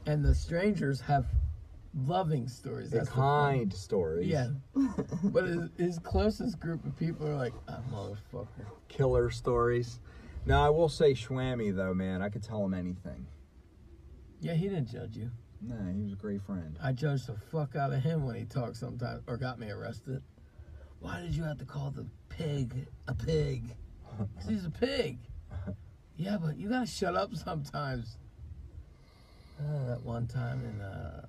And the strangers have loving stories. The That's the fun- kind stories. Yeah. but his, his closest group of people are like, ah, motherfucker. Killer stories. Now I will say Schwammy though, man. I could tell him anything. Yeah, he didn't judge you. Nah, he was a great friend. I judged the fuck out of him when he talked sometimes or got me arrested. Why did you have to call the pig a pig? 'Cause he's a pig. Yeah, but you gotta shut up sometimes. Uh, that one time in uh,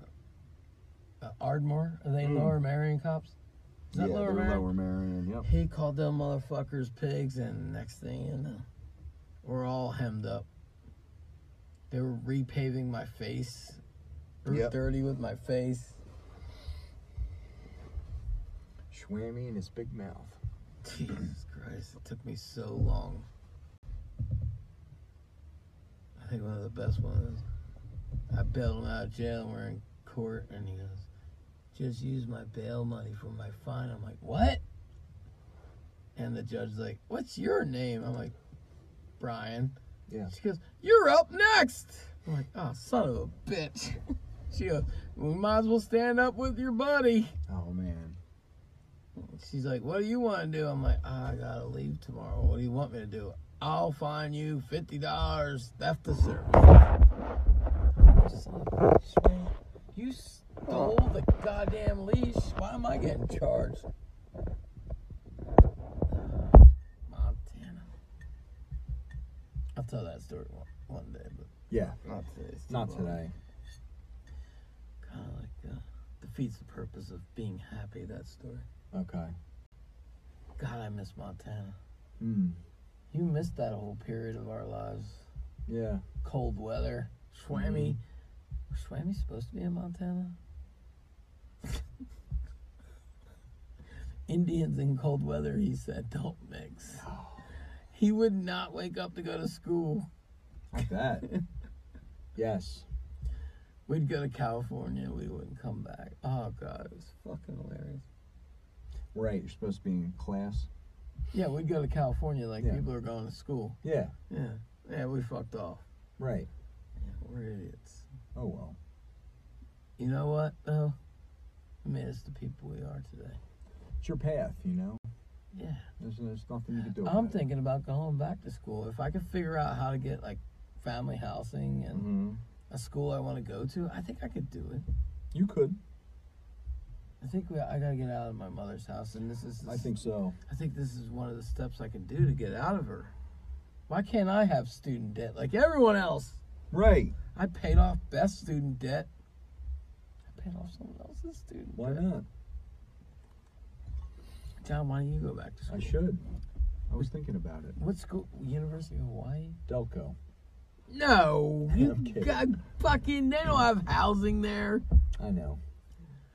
uh, Ardmore, are they Lower Marion cops? Is that Mm. yeah, Lower they're Marion? Lower Marion. Yep. He called them motherfuckers pigs, and next thing you know, we're all hemmed up. They were repaving my face, Route Yep. 30 with my face. Schwammy and his big mouth. Jesus Christ, it took me so long. I think one of the best ones. I bailed him out of jail. We're in court and he goes, just use my bail money for my fine. I'm like, what? And the judge's like, what's your name? I'm like, Brian. Yeah. She goes, you're up next. I'm like, oh, son of a bitch. she goes, we might as well stand up with your buddy. Oh man. She's like, what do you want to do? I'm like, I gotta leave tomorrow. What do you want me to do? I'll fine you fifty dollars theft of service. Son of a bitch, man. You stole the goddamn leash. Why am I getting charged? Montana. I'll tell that story one, one day, but Yeah. not today. It's too Not long. today. Kind of like uh, defeats the purpose of being happy. That story. Okay. God, I miss Montana. Mm. You missed that whole period of our lives. Yeah. Mm-hmm. Cold weather. Schwammy. Was Schwammy supposed to be in Montana? Indians in cold weather, he said, don't mix. He would not wake up to go to school. I bet. yes. We'd go to California, we wouldn't come back. Oh, God, it was fucking hilarious. Right. You're supposed to be in class. Yeah, we'd go to California like Yeah. people are going to school. Yeah. Yeah. Yeah, we fucked off. Right. Yeah, we're idiots. Oh well. You know what, though? I mean, it's the people we are today. It's your path, you know. Yeah. There's, there's nothing you can do. I'm thinking about going back to school. If I could figure out how to get, like, family housing and hmm a school I want to go to, I think I could do it. You could. I think we, I gotta get out of my mother's house, and this is. I think so. I think this is one of the steps I can do to get out of her. Why can't I have student debt like everyone else? Right. I paid off best student debt. I paid off someone else's student. Why not? John, why don't you go back to school? I should. I was thinking about it. What school? University of Hawaii. Delco. No, you I'm kidding. got fucking. They don't have housing there. I know.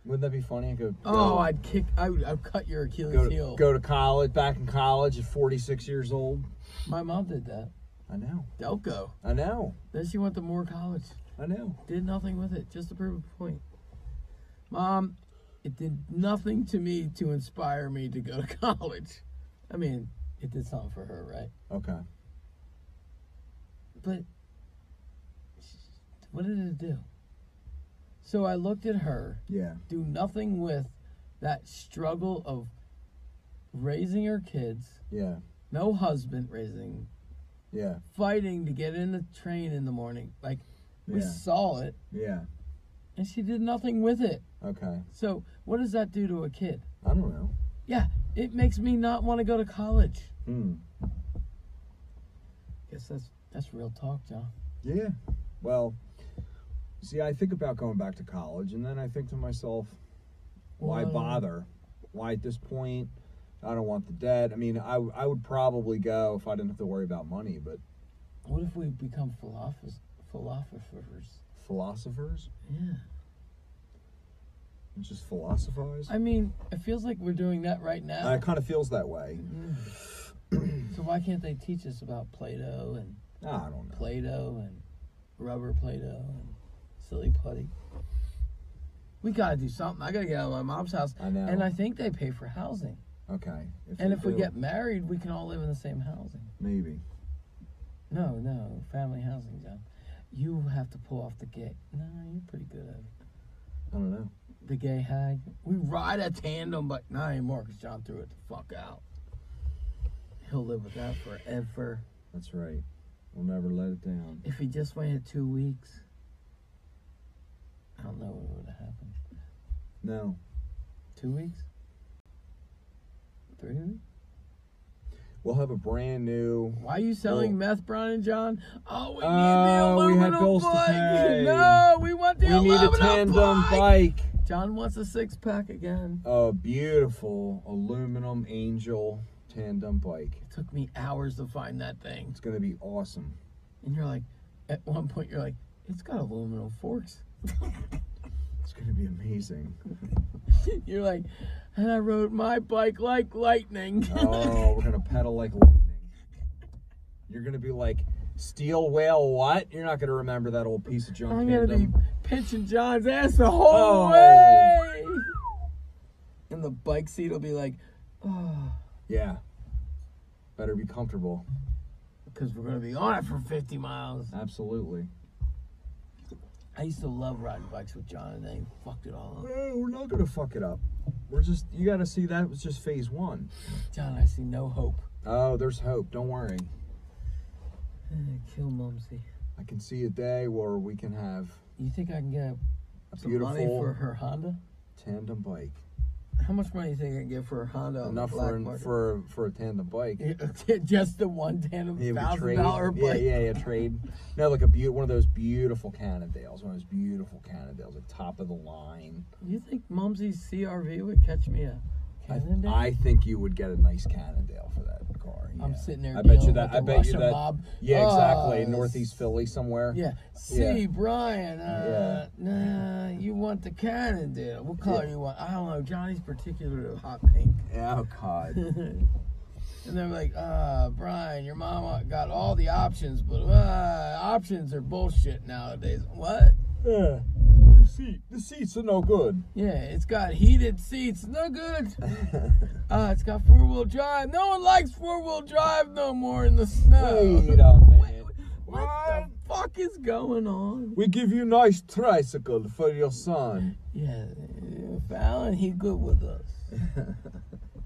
Wouldn't that be funny? Go. go- Oh, I'd kick. I would. I'd cut your Achilles go to, heel. go to college. Back in college at 46 years old. My mom did that. I know. Delco. I know. Then she went to Moore College. I know. Did nothing with it, just to prove a point. Mom, it did nothing to me to inspire me to go to college. I mean, it did something for her, right? Okay. But what did it do? So I looked at her. Yeah. do nothing with that struggle of raising her kids, Yeah. no husband raising, Yeah. fighting to get in the train in the morning. Like we Yeah. saw it Yeah. and she did nothing with it. Okay. So what does that do to a kid? I don't know. Yeah, it makes me not want to go to college. Hmm. Guess that's that's real talk, John. Yeah. Well, see, I think about going back to college, and then I think to myself, why Why? bother? Why at this point? I don't want the debt. I mean, I, I would probably go if I didn't have to worry about money, but What if we become philosophers? Philosophers. philosophers? Yeah. Just philosophize? I mean, it feels like we're doing that right now. Uh, it kind of feels that way. so why can't they teach us about Plato and I don't know. Play-Doh and rubber Play-Doh and silly putty. We gotta do something. I gotta get out of my mom's house. I know. And I think they pay for housing. Okay. and they if we do, get married, we can all live in the same housing. Maybe. No, no, family housing, John. You have to pull off the gay. No, you're pretty good at it. I don't know. The gay hag. We ride a tandem, but not anymore because John threw it the fuck out. He'll live with that forever. That's right. We'll never let it down. If he just waited two weeks, I don't know what would have happened. No. Two weeks? Three weeks? We'll have a brand new Why are you selling Well- meth, Brian and John? Uh, Oh, we need Oh, the we had aluminum bills to bike. pay. No, we want the We need a aluminum tandem bike. bike. John wants a six pack again. A beautiful aluminum angel tandem bike. It took me hours to find that thing. It's gonna be awesome. And you're like, at one point, you're like, it's got aluminum forks. It's gonna be amazing. you're like, and I rode my bike like lightning. Oh, we're gonna pedal like lightning. You're gonna be like Steel whale what? You're not going to remember that old piece of junk. I'm gonna be Pindum. pinching John's ass the whole Oh. way. And the bike seat will be like, oh, "Ah." Yeah. Better be comfortable. because we're gonna be on it for 50 miles. Absolutely. I used to love riding bikes with John, and then he fucked it all up. No, we're not gonna fuck it up. We're just you gotta see that was just phase one. John, I see no hope. Oh, there's hope. Don't worry. Kill Mumsy. I can see a day where we can have You think I can get a some money beautiful for her Honda? tandem bike. How much money do you think I can get for her Honda? on the Enough black for an, market? for for a tandem bike. Yeah, just the one tandem Yeah, we thousand trade. dollar yeah, bike. yeah, yeah, trade. No, like a be- one of those beautiful Cannondales, one of those beautiful Cannondales, like top of the line. You think Mumsy's CRV would catch me a I, Cannondale? I think you would get a nice Cannondale for that car. I'm yeah. sitting there. I bet you dealing that. with I the bet you Russian that. mob. Yeah, exactly. Uh, Northeast Philly somewhere. Yeah. See, Brian, uh, nah, you want the Cannondale. What color you want? I don't know. Johnny's particular to hot pink. Oh God. and they're like, uh, Brian, your mama got all the options, but uh, options are bullshit nowadays. What? Uh, yeah. The seat. The seats are no good. Yeah, it's got heated seats. No good. Uh, it's got four wheel drive. No one likes four wheel drive no more in the snow. Wait a minute. What the fuck is going on? We give you nice tricycle for your son. Yeah, uh, Fallon, he good with us.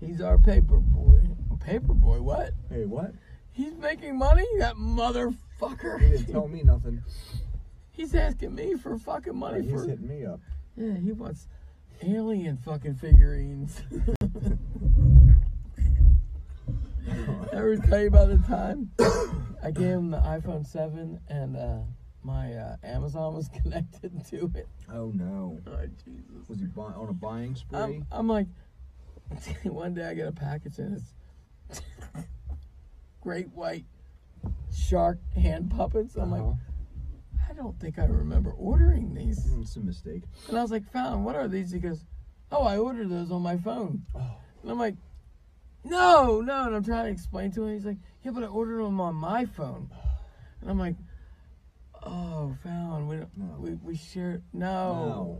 He's our paper boy. Paper boy, what? Hey, what? He's making money? That He didn't motherfucker. tell me nothing. He's asking me for fucking money He's for. hitting me up. Yeah, he wants alien fucking figurines. I ever tell you about the time I gave him the iPhone 7 and uh, my uh, Amazon was connected to it? Oh no. Oh, Jesus. Was he buy- on a buying spree? I'm, I'm like, one day I get a package and it's great white shark hand puppets. I'm Uh-huh. like, I don't think I remember ordering these. Hmm, it's a mistake. And I was like, Fallon, what are these? He goes, Oh, I ordered those on my phone. Oh. And I'm like, No, no. And I'm trying to explain to him. He's like, Yeah, but I ordered them on my phone. And I'm like, Oh, Fallon, we don't, No. we, we share. No.